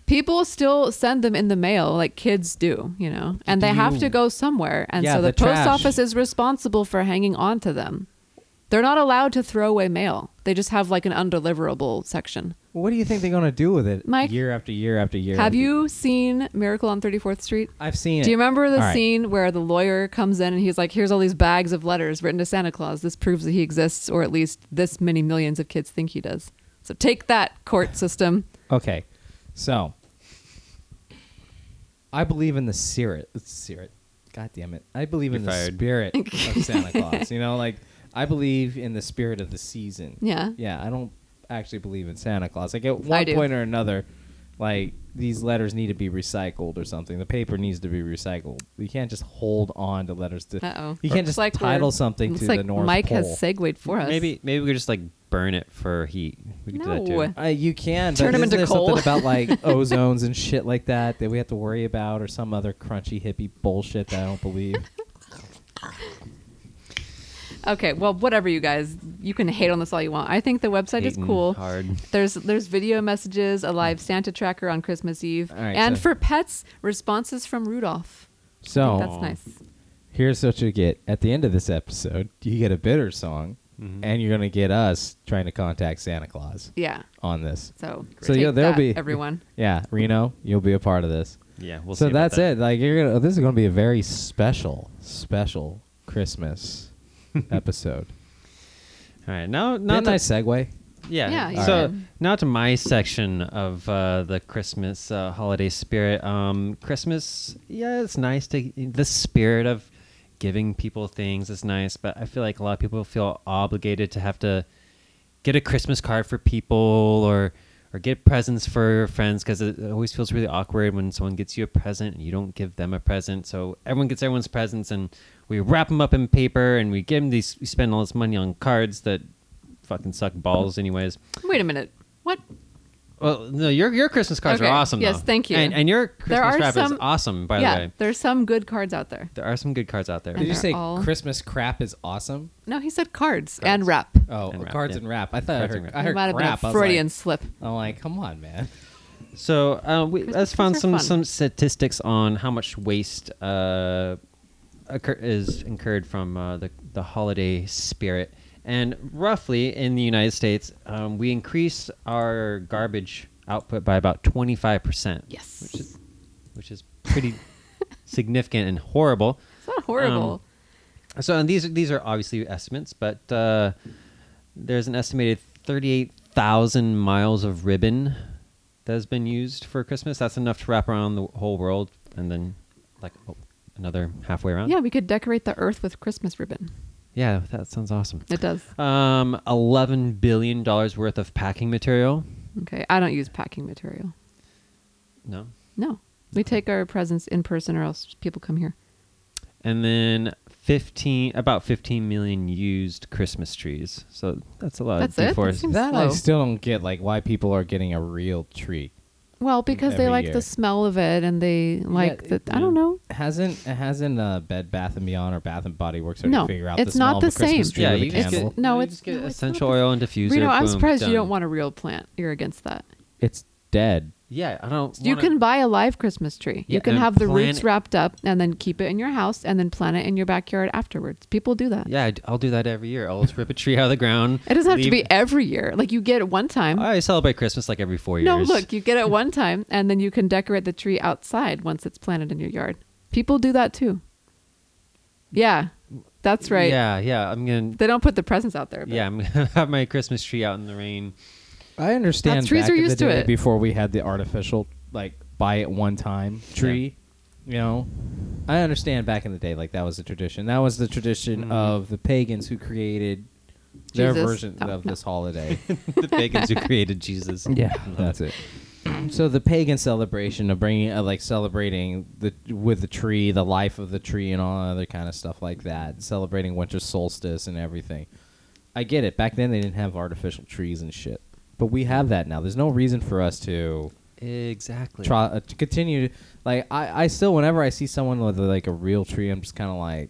[SPEAKER 1] people still send them in the mail like kids do you know and they have
[SPEAKER 3] you-
[SPEAKER 1] to go somewhere and
[SPEAKER 3] Yeah,
[SPEAKER 1] so the,
[SPEAKER 3] the
[SPEAKER 1] post
[SPEAKER 3] trash.
[SPEAKER 1] office is responsible for hanging on to them they're not allowed to throw away mail they just have like an undeliverable section
[SPEAKER 3] What do you think they're going to do with it?
[SPEAKER 1] Mike?
[SPEAKER 3] year after year after year.
[SPEAKER 1] have
[SPEAKER 3] after-
[SPEAKER 1] you seen miracle on 34th street
[SPEAKER 3] I've seen it.
[SPEAKER 1] do you remember the
[SPEAKER 3] All right.
[SPEAKER 1] scene where the lawyer comes in and he's like, "Here's all these bags of letters written to Santa Claus. This proves that he exists, or at least this many millions of kids think he does. So take that court system.
[SPEAKER 3] Okay, so I believe in the spirit. Spirit. God damn it! I believe in
[SPEAKER 2] You're
[SPEAKER 3] the
[SPEAKER 2] fired.
[SPEAKER 3] spirit of Santa Claus. You know, like I believe in the spirit of the season.
[SPEAKER 1] Yeah.
[SPEAKER 3] Yeah, I don't actually believe in Santa Claus. Like
[SPEAKER 1] I
[SPEAKER 3] at one
[SPEAKER 1] do.
[SPEAKER 3] point or another, like these letters need to be recycled or something. The paper needs to be recycled. You can't just hold on to letters. To
[SPEAKER 1] Uh-oh.
[SPEAKER 3] you can't
[SPEAKER 1] Looks
[SPEAKER 3] just
[SPEAKER 1] like we're-
[SPEAKER 3] title something
[SPEAKER 1] looks
[SPEAKER 3] to
[SPEAKER 1] like
[SPEAKER 3] the North
[SPEAKER 1] Mike
[SPEAKER 3] Pole.
[SPEAKER 1] has segued for us.
[SPEAKER 2] Maybe maybe we could just like burn it for heat. We could do
[SPEAKER 1] No.
[SPEAKER 2] that too.
[SPEAKER 3] Uh, you can
[SPEAKER 1] Turn
[SPEAKER 3] but
[SPEAKER 1] 'em
[SPEAKER 3] isn't
[SPEAKER 1] into
[SPEAKER 3] there
[SPEAKER 1] coal.
[SPEAKER 3] Something about like ozones and shit like that that we have to worry about, or some other crunchy hippie bullshit that I don't believe.
[SPEAKER 1] Okay, well, whatever you guys, you can hate on this all you want. I think the website
[SPEAKER 2] Hating
[SPEAKER 1] is cool.
[SPEAKER 2] Hard.
[SPEAKER 1] There's there's video messages, a live Santa tracker on Christmas Eve,
[SPEAKER 3] All right,
[SPEAKER 1] and
[SPEAKER 3] so- Oh.
[SPEAKER 1] for pets, responses from Rudolph.
[SPEAKER 3] So
[SPEAKER 1] That's nice.
[SPEAKER 3] here's what you get at the end of this episode: you get a bitter song,
[SPEAKER 2] Mm-hmm.
[SPEAKER 3] and you're gonna get us trying to contact Santa Claus
[SPEAKER 1] Yeah.
[SPEAKER 3] on this.
[SPEAKER 1] So
[SPEAKER 3] So yeah,
[SPEAKER 1] take
[SPEAKER 3] there'll
[SPEAKER 1] that,
[SPEAKER 3] be
[SPEAKER 1] everyone.
[SPEAKER 3] Yeah, Reno, you'll be a part of this.
[SPEAKER 2] Yeah, we'll
[SPEAKER 3] so
[SPEAKER 2] see about
[SPEAKER 3] that's
[SPEAKER 2] that.
[SPEAKER 3] it. Like you're gonna. This is gonna be a very special, special Christmas episode.
[SPEAKER 2] All right. Now now
[SPEAKER 3] Not
[SPEAKER 2] that,
[SPEAKER 3] nice segue.
[SPEAKER 2] Yeah.
[SPEAKER 1] Yeah, you
[SPEAKER 2] so
[SPEAKER 1] did.
[SPEAKER 2] now to my section of uh, the Christmas uh, holiday spirit. Um, Christmas, yeah, it's nice to the spirit of giving people things is nice, but I feel like a lot of people feel obligated to have to get a Christmas card for people or or get presents for friends because it always feels really awkward when someone gets you a present and you don't give them a present. So everyone gets everyone's presents and we wrap them up in paper and we give them these. We spend all this money on cards that fucking suck balls, anyways.
[SPEAKER 1] Wait a minute. What?
[SPEAKER 2] Well, no, your your Christmas cards
[SPEAKER 1] Okay.
[SPEAKER 2] are awesome.
[SPEAKER 1] Yes,
[SPEAKER 2] though.
[SPEAKER 1] thank you.
[SPEAKER 2] And, and your Christmas
[SPEAKER 1] are
[SPEAKER 2] wrap
[SPEAKER 1] some-
[SPEAKER 2] is awesome, by
[SPEAKER 1] yeah,
[SPEAKER 2] the way.
[SPEAKER 1] there's some good cards out there.
[SPEAKER 2] There are some good cards out there.
[SPEAKER 1] And
[SPEAKER 3] Did you
[SPEAKER 1] they're
[SPEAKER 3] say
[SPEAKER 1] all-
[SPEAKER 3] Christmas crap is awesome?
[SPEAKER 1] No, he said cards, and
[SPEAKER 2] Cards.
[SPEAKER 1] wrap.
[SPEAKER 3] Oh,
[SPEAKER 2] And rap,
[SPEAKER 3] cards
[SPEAKER 2] yeah.
[SPEAKER 3] and rap. I thought
[SPEAKER 2] Cards
[SPEAKER 3] I
[SPEAKER 2] and
[SPEAKER 3] heard.
[SPEAKER 2] rap.
[SPEAKER 3] I
[SPEAKER 1] It
[SPEAKER 3] heard
[SPEAKER 1] might have been a
[SPEAKER 3] rap. I was
[SPEAKER 1] Freudian
[SPEAKER 3] like-
[SPEAKER 1] slip.
[SPEAKER 3] I'm like, come on, man.
[SPEAKER 2] So uh, we
[SPEAKER 1] Christmas cards
[SPEAKER 2] let's found
[SPEAKER 1] are
[SPEAKER 2] some
[SPEAKER 1] fun.
[SPEAKER 2] some statistics on how much waste uh, occur- is incurred from uh, the the holiday spirit, and roughly in the United States, um, we increase our garbage output by about twenty five percent.
[SPEAKER 1] Yes.
[SPEAKER 2] which is which is pretty significant and horrible.
[SPEAKER 1] It's not horrible.
[SPEAKER 2] Um, So, and these these are obviously estimates, but uh, there's an estimated 38,000 miles of ribbon that has been used for Christmas. That's enough to wrap around the whole world, and then like oh, another halfway around.
[SPEAKER 1] yeah, we could decorate the earth with Christmas ribbon.
[SPEAKER 2] yeah, that sounds awesome.
[SPEAKER 1] It does.
[SPEAKER 3] Uh,
[SPEAKER 2] Um, 11 billion dollars worth of packing material.
[SPEAKER 1] Okay, I don't use packing material.
[SPEAKER 2] No,
[SPEAKER 1] No, we take our presents in person, or else people come here.
[SPEAKER 2] and then 15 about 15 million used Christmas trees. So that's a lot.
[SPEAKER 1] That's
[SPEAKER 2] of
[SPEAKER 1] it?
[SPEAKER 2] D4s.
[SPEAKER 1] That seems-
[SPEAKER 3] That I
[SPEAKER 1] Slow.
[SPEAKER 3] still don't get, like why people are getting a real treat.
[SPEAKER 1] Well, because they
[SPEAKER 3] Every
[SPEAKER 1] like
[SPEAKER 3] year.
[SPEAKER 1] the smell of it, and they like
[SPEAKER 3] it-
[SPEAKER 1] the. I don't
[SPEAKER 2] yeah.
[SPEAKER 1] know.
[SPEAKER 3] Hasn't hasn't uh, Bed Bath and Beyond or Bath and Body Works already
[SPEAKER 1] No,
[SPEAKER 3] figure out
[SPEAKER 1] it's
[SPEAKER 3] the smell
[SPEAKER 1] not
[SPEAKER 3] of a
[SPEAKER 1] the
[SPEAKER 3] Christmas
[SPEAKER 1] same.
[SPEAKER 3] tree
[SPEAKER 2] Yeah,
[SPEAKER 3] with a
[SPEAKER 2] you just get-
[SPEAKER 3] candle?
[SPEAKER 1] No,
[SPEAKER 2] you
[SPEAKER 1] it's-
[SPEAKER 2] just get
[SPEAKER 1] no, it's not
[SPEAKER 2] essential
[SPEAKER 1] the-
[SPEAKER 2] oil and diffuser.
[SPEAKER 1] Reno, I'm
[SPEAKER 2] boom,
[SPEAKER 1] surprised you
[SPEAKER 2] done.
[SPEAKER 1] don't want a real plant. You're against that.
[SPEAKER 3] It's dead.
[SPEAKER 2] Yeah, I don't.
[SPEAKER 1] You
[SPEAKER 2] wanna-
[SPEAKER 1] can buy a live Christmas tree.
[SPEAKER 2] Yeah,
[SPEAKER 1] you can
[SPEAKER 2] and
[SPEAKER 1] have the
[SPEAKER 2] plant
[SPEAKER 1] roots
[SPEAKER 2] it-
[SPEAKER 1] wrapped up and then keep it in your house and then plant it in your backyard afterwards. People do that.
[SPEAKER 2] Yeah, I d- I'll do that every year. I'll just rip a tree out of the ground.
[SPEAKER 1] It doesn't have to
[SPEAKER 2] leave-
[SPEAKER 1] be every year. Like you get it one time.
[SPEAKER 2] I celebrate Christmas like every four years.
[SPEAKER 1] No, look, you get it one time and then you can decorate the tree outside once it's planted in your yard. People do that too. Yeah. That's right.
[SPEAKER 2] Mm, Yeah, yeah. I'm gonna.
[SPEAKER 1] They don't put the presents out there. but-
[SPEAKER 2] yeah, I'm gonna have my Christmas tree out in the rain.
[SPEAKER 3] I understand.
[SPEAKER 1] That's- trees
[SPEAKER 3] back
[SPEAKER 1] are
[SPEAKER 3] in the
[SPEAKER 1] used to
[SPEAKER 3] day
[SPEAKER 1] it.
[SPEAKER 3] Before we had the artificial, like buy it one time tree, you know. I understand back in the day, like that was a tradition. That was the tradition
[SPEAKER 2] Mm-hmm.
[SPEAKER 3] of the pagans who created their
[SPEAKER 1] Jesus.
[SPEAKER 3] version
[SPEAKER 1] Oh,
[SPEAKER 3] of
[SPEAKER 1] no.
[SPEAKER 3] this holiday.
[SPEAKER 2] the pagans who created Jesus.
[SPEAKER 3] that's it. So the pagan celebration of bringing, uh, like celebrating the with the tree, the life of the tree, and all other kind of stuff like that, celebrating winter solstice and everything. I get it. Back then they didn't have artificial trees and shit, but we have that now. There's no reason for us to
[SPEAKER 2] exactly.
[SPEAKER 3] try uh, to continue. Like I, I still, whenever I see someone with like a real tree, I'm just kind of like,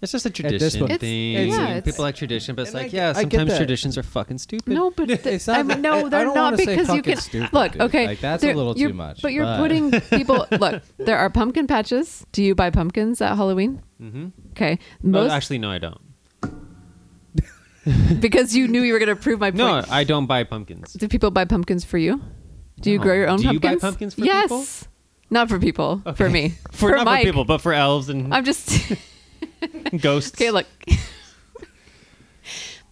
[SPEAKER 2] It's just a
[SPEAKER 3] this
[SPEAKER 2] tradition
[SPEAKER 3] point-
[SPEAKER 1] It's-
[SPEAKER 2] thing.
[SPEAKER 1] yeah, it's-
[SPEAKER 2] People like tradition, but it's
[SPEAKER 3] And I
[SPEAKER 2] like,
[SPEAKER 3] get- I
[SPEAKER 2] yeah,
[SPEAKER 3] get
[SPEAKER 2] sometimes
[SPEAKER 3] that.
[SPEAKER 2] traditions are fucking stupid.
[SPEAKER 1] No, but th-
[SPEAKER 3] It's not
[SPEAKER 1] I mean,
[SPEAKER 3] that-
[SPEAKER 1] no,
[SPEAKER 3] I-
[SPEAKER 1] they're
[SPEAKER 3] I don't
[SPEAKER 1] not
[SPEAKER 3] wanna say
[SPEAKER 1] because you
[SPEAKER 3] fucking
[SPEAKER 1] can
[SPEAKER 3] stupid,
[SPEAKER 1] look.
[SPEAKER 3] dude.
[SPEAKER 1] Okay,
[SPEAKER 3] Like, that's a
[SPEAKER 1] they're-
[SPEAKER 3] little too
[SPEAKER 1] you're-
[SPEAKER 3] much,
[SPEAKER 1] But you're
[SPEAKER 3] but-
[SPEAKER 1] putting people. Look, there are pumpkin patches. Do you buy pumpkins at Halloween?
[SPEAKER 2] Mm-hmm.
[SPEAKER 1] Okay,
[SPEAKER 2] No,
[SPEAKER 1] most
[SPEAKER 2] actually, no, I don't.
[SPEAKER 1] because you knew you were going to prove my point.
[SPEAKER 2] No, I don't buy pumpkins.
[SPEAKER 1] Do people buy pumpkins for you? Do you
[SPEAKER 2] No.
[SPEAKER 1] grow your own
[SPEAKER 2] Do you
[SPEAKER 1] pumpkins?
[SPEAKER 2] buy pumpkins for
[SPEAKER 1] yes.
[SPEAKER 2] people?
[SPEAKER 1] Not for people. For me.
[SPEAKER 2] For, not
[SPEAKER 1] Mike.
[SPEAKER 2] for people, but for elves and
[SPEAKER 1] I'm just
[SPEAKER 2] ghosts.
[SPEAKER 1] okay. Look,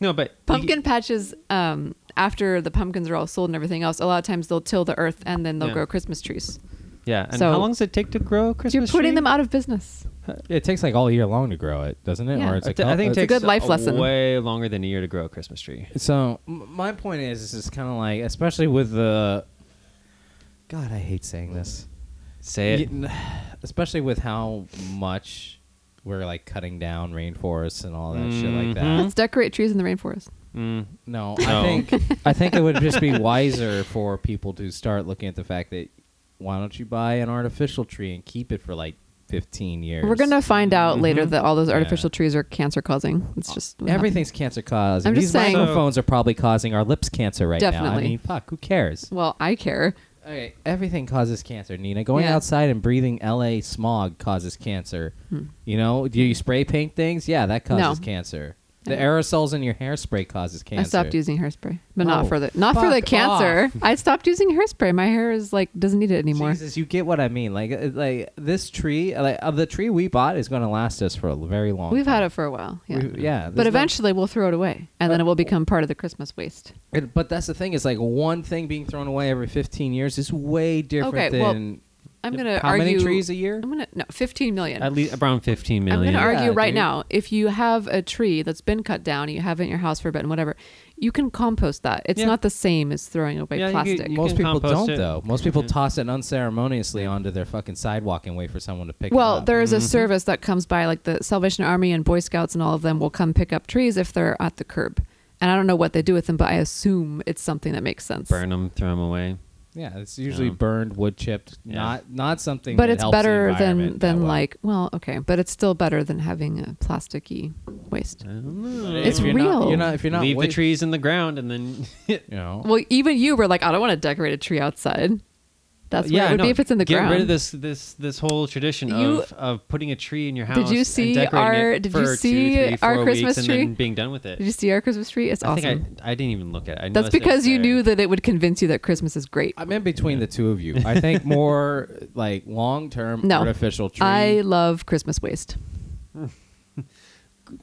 [SPEAKER 2] no, but
[SPEAKER 1] pumpkin patches. Um, after the pumpkins are all sold and everything else, a lot of times they'll till the earth and then they'll
[SPEAKER 2] Yeah.
[SPEAKER 1] grow Christmas trees.
[SPEAKER 2] Yeah, and
[SPEAKER 1] So-
[SPEAKER 2] how long does it take to grow a Christmas
[SPEAKER 1] You're putting
[SPEAKER 2] tree?
[SPEAKER 1] them out of business.
[SPEAKER 3] uh, It takes like all year long to grow it, doesn't it?
[SPEAKER 1] Yeah.
[SPEAKER 3] Or it's
[SPEAKER 2] I
[SPEAKER 3] uh, like
[SPEAKER 2] thi- I think it
[SPEAKER 1] a
[SPEAKER 2] takes
[SPEAKER 1] good life lesson.
[SPEAKER 2] way longer than a year to grow a Christmas tree.
[SPEAKER 3] So m- my point is, this is kind of like, especially with the. God, I hate saying this.
[SPEAKER 2] Say it.
[SPEAKER 3] Y- especially with how much we're like cutting down rainforests and all that shit like
[SPEAKER 1] Let's
[SPEAKER 3] that.
[SPEAKER 1] decorate trees in the rainforest.
[SPEAKER 2] Mm.
[SPEAKER 3] No,
[SPEAKER 2] Mm-hmm. No.
[SPEAKER 3] I think I think it would just be wiser for people to start looking at the fact that why don't you buy an artificial tree and keep it for like 15 years?
[SPEAKER 1] We're gonna find out later that all those
[SPEAKER 3] Mm-hmm. Yeah. Oh,
[SPEAKER 1] artificial trees are cancer causing. It's just what
[SPEAKER 3] Everything's cancer causing.
[SPEAKER 1] I'm just
[SPEAKER 3] These
[SPEAKER 1] saying-
[SPEAKER 3] microphones are probably causing our lips cancer right now. I
[SPEAKER 1] Definitely.
[SPEAKER 3] mean, fuck, who cares?
[SPEAKER 1] happens. Well, I care.
[SPEAKER 3] Okay, everything causes cancer, Nina. Going
[SPEAKER 1] Yeah.
[SPEAKER 3] outside and breathing LA smog causes cancer. You know, do you spray paint things? Yeah, that causes
[SPEAKER 1] Hmm. No.
[SPEAKER 3] cancer. The aerosols in your hairspray causes cancer.
[SPEAKER 1] I stopped using hairspray, but
[SPEAKER 3] Oh,
[SPEAKER 1] not for the not for the
[SPEAKER 3] fuck
[SPEAKER 1] cancer. I stopped using hairspray. My hair is like doesn't need it anymore.
[SPEAKER 3] Jesus, you get what I mean. Like, uh, like this tree, like uh, the tree we bought is going to last us for a very long.
[SPEAKER 1] We've had
[SPEAKER 3] time.
[SPEAKER 1] it for a while, yeah.
[SPEAKER 3] We- yeah, there's
[SPEAKER 1] but
[SPEAKER 3] no-
[SPEAKER 1] eventually we'll throw it away, and then it will become part of the Christmas waste.
[SPEAKER 3] It- but that's the thing. Is like one thing being thrown away every 15 years is way different
[SPEAKER 1] Okay, well, uh,
[SPEAKER 3] than
[SPEAKER 1] I'm gonna
[SPEAKER 3] how many
[SPEAKER 1] argue-
[SPEAKER 3] trees a year?
[SPEAKER 1] I'm gonna no fifteen million.
[SPEAKER 2] At least around 15
[SPEAKER 1] I'm
[SPEAKER 2] million.
[SPEAKER 1] gonna argue
[SPEAKER 3] Yeah,
[SPEAKER 1] right
[SPEAKER 3] dude.
[SPEAKER 1] now. If you have a tree that's been cut down, you have it in your house for a bit and whatever, you can compost that. It's
[SPEAKER 2] Yeah.
[SPEAKER 1] not the same as throwing away
[SPEAKER 2] Yeah, you could-
[SPEAKER 1] plastic.
[SPEAKER 2] you
[SPEAKER 3] Most
[SPEAKER 2] can
[SPEAKER 3] people
[SPEAKER 2] compost
[SPEAKER 3] don't
[SPEAKER 2] it.
[SPEAKER 3] though. Most people toss it unceremoniously onto their fucking sidewalk and wait for someone to pick it
[SPEAKER 1] Well,
[SPEAKER 3] up.
[SPEAKER 1] there is a service that comes by, like the Salvation Army and Boy Scouts and all of them will come pick up trees if they're at the curb. And I don't know what they do with them, but I assume it's something that makes sense.
[SPEAKER 2] Burn them, throw them away.
[SPEAKER 3] Yeah, it's usually
[SPEAKER 2] Um,
[SPEAKER 3] burned, wood chipped,
[SPEAKER 2] yeah.
[SPEAKER 3] not not something.
[SPEAKER 1] But
[SPEAKER 3] that
[SPEAKER 1] it's
[SPEAKER 3] helps the
[SPEAKER 1] better than
[SPEAKER 3] environment that
[SPEAKER 1] than
[SPEAKER 3] well.
[SPEAKER 1] like well, okay, but it's still better than having a plasticky waste.
[SPEAKER 2] I don't know.
[SPEAKER 3] If
[SPEAKER 1] it's
[SPEAKER 3] you're not-
[SPEAKER 1] real.
[SPEAKER 3] you're not if you're not
[SPEAKER 2] Leave
[SPEAKER 3] wait-
[SPEAKER 2] the trees in the ground and then.
[SPEAKER 3] You know,
[SPEAKER 1] Well, even you were like, I don't want to decorate a tree outside. That's what it would
[SPEAKER 2] no,
[SPEAKER 1] be if it's in the
[SPEAKER 2] get
[SPEAKER 1] ground.
[SPEAKER 2] rid of this this this whole tradition
[SPEAKER 1] You-
[SPEAKER 2] of, of putting a tree in your house.
[SPEAKER 1] Did you
[SPEAKER 2] and
[SPEAKER 1] see
[SPEAKER 2] decorating
[SPEAKER 1] our-
[SPEAKER 2] it
[SPEAKER 1] did
[SPEAKER 2] for
[SPEAKER 1] you
[SPEAKER 2] two,
[SPEAKER 1] see
[SPEAKER 2] three,
[SPEAKER 1] our
[SPEAKER 2] four
[SPEAKER 1] Christmas
[SPEAKER 2] weeks
[SPEAKER 1] tree?
[SPEAKER 2] And then being done with it.
[SPEAKER 1] Did you see our Christmas tree? It's
[SPEAKER 2] I
[SPEAKER 1] awesome.
[SPEAKER 2] think I, I didn't even look at. it. I
[SPEAKER 1] That's
[SPEAKER 2] noticed it was
[SPEAKER 1] because you
[SPEAKER 2] there.
[SPEAKER 1] knew that it would convince you that Christmas is great.
[SPEAKER 3] I'm in between the two of you. I think more like long term
[SPEAKER 1] No.
[SPEAKER 3] artificial tree.
[SPEAKER 1] I love Christmas waste.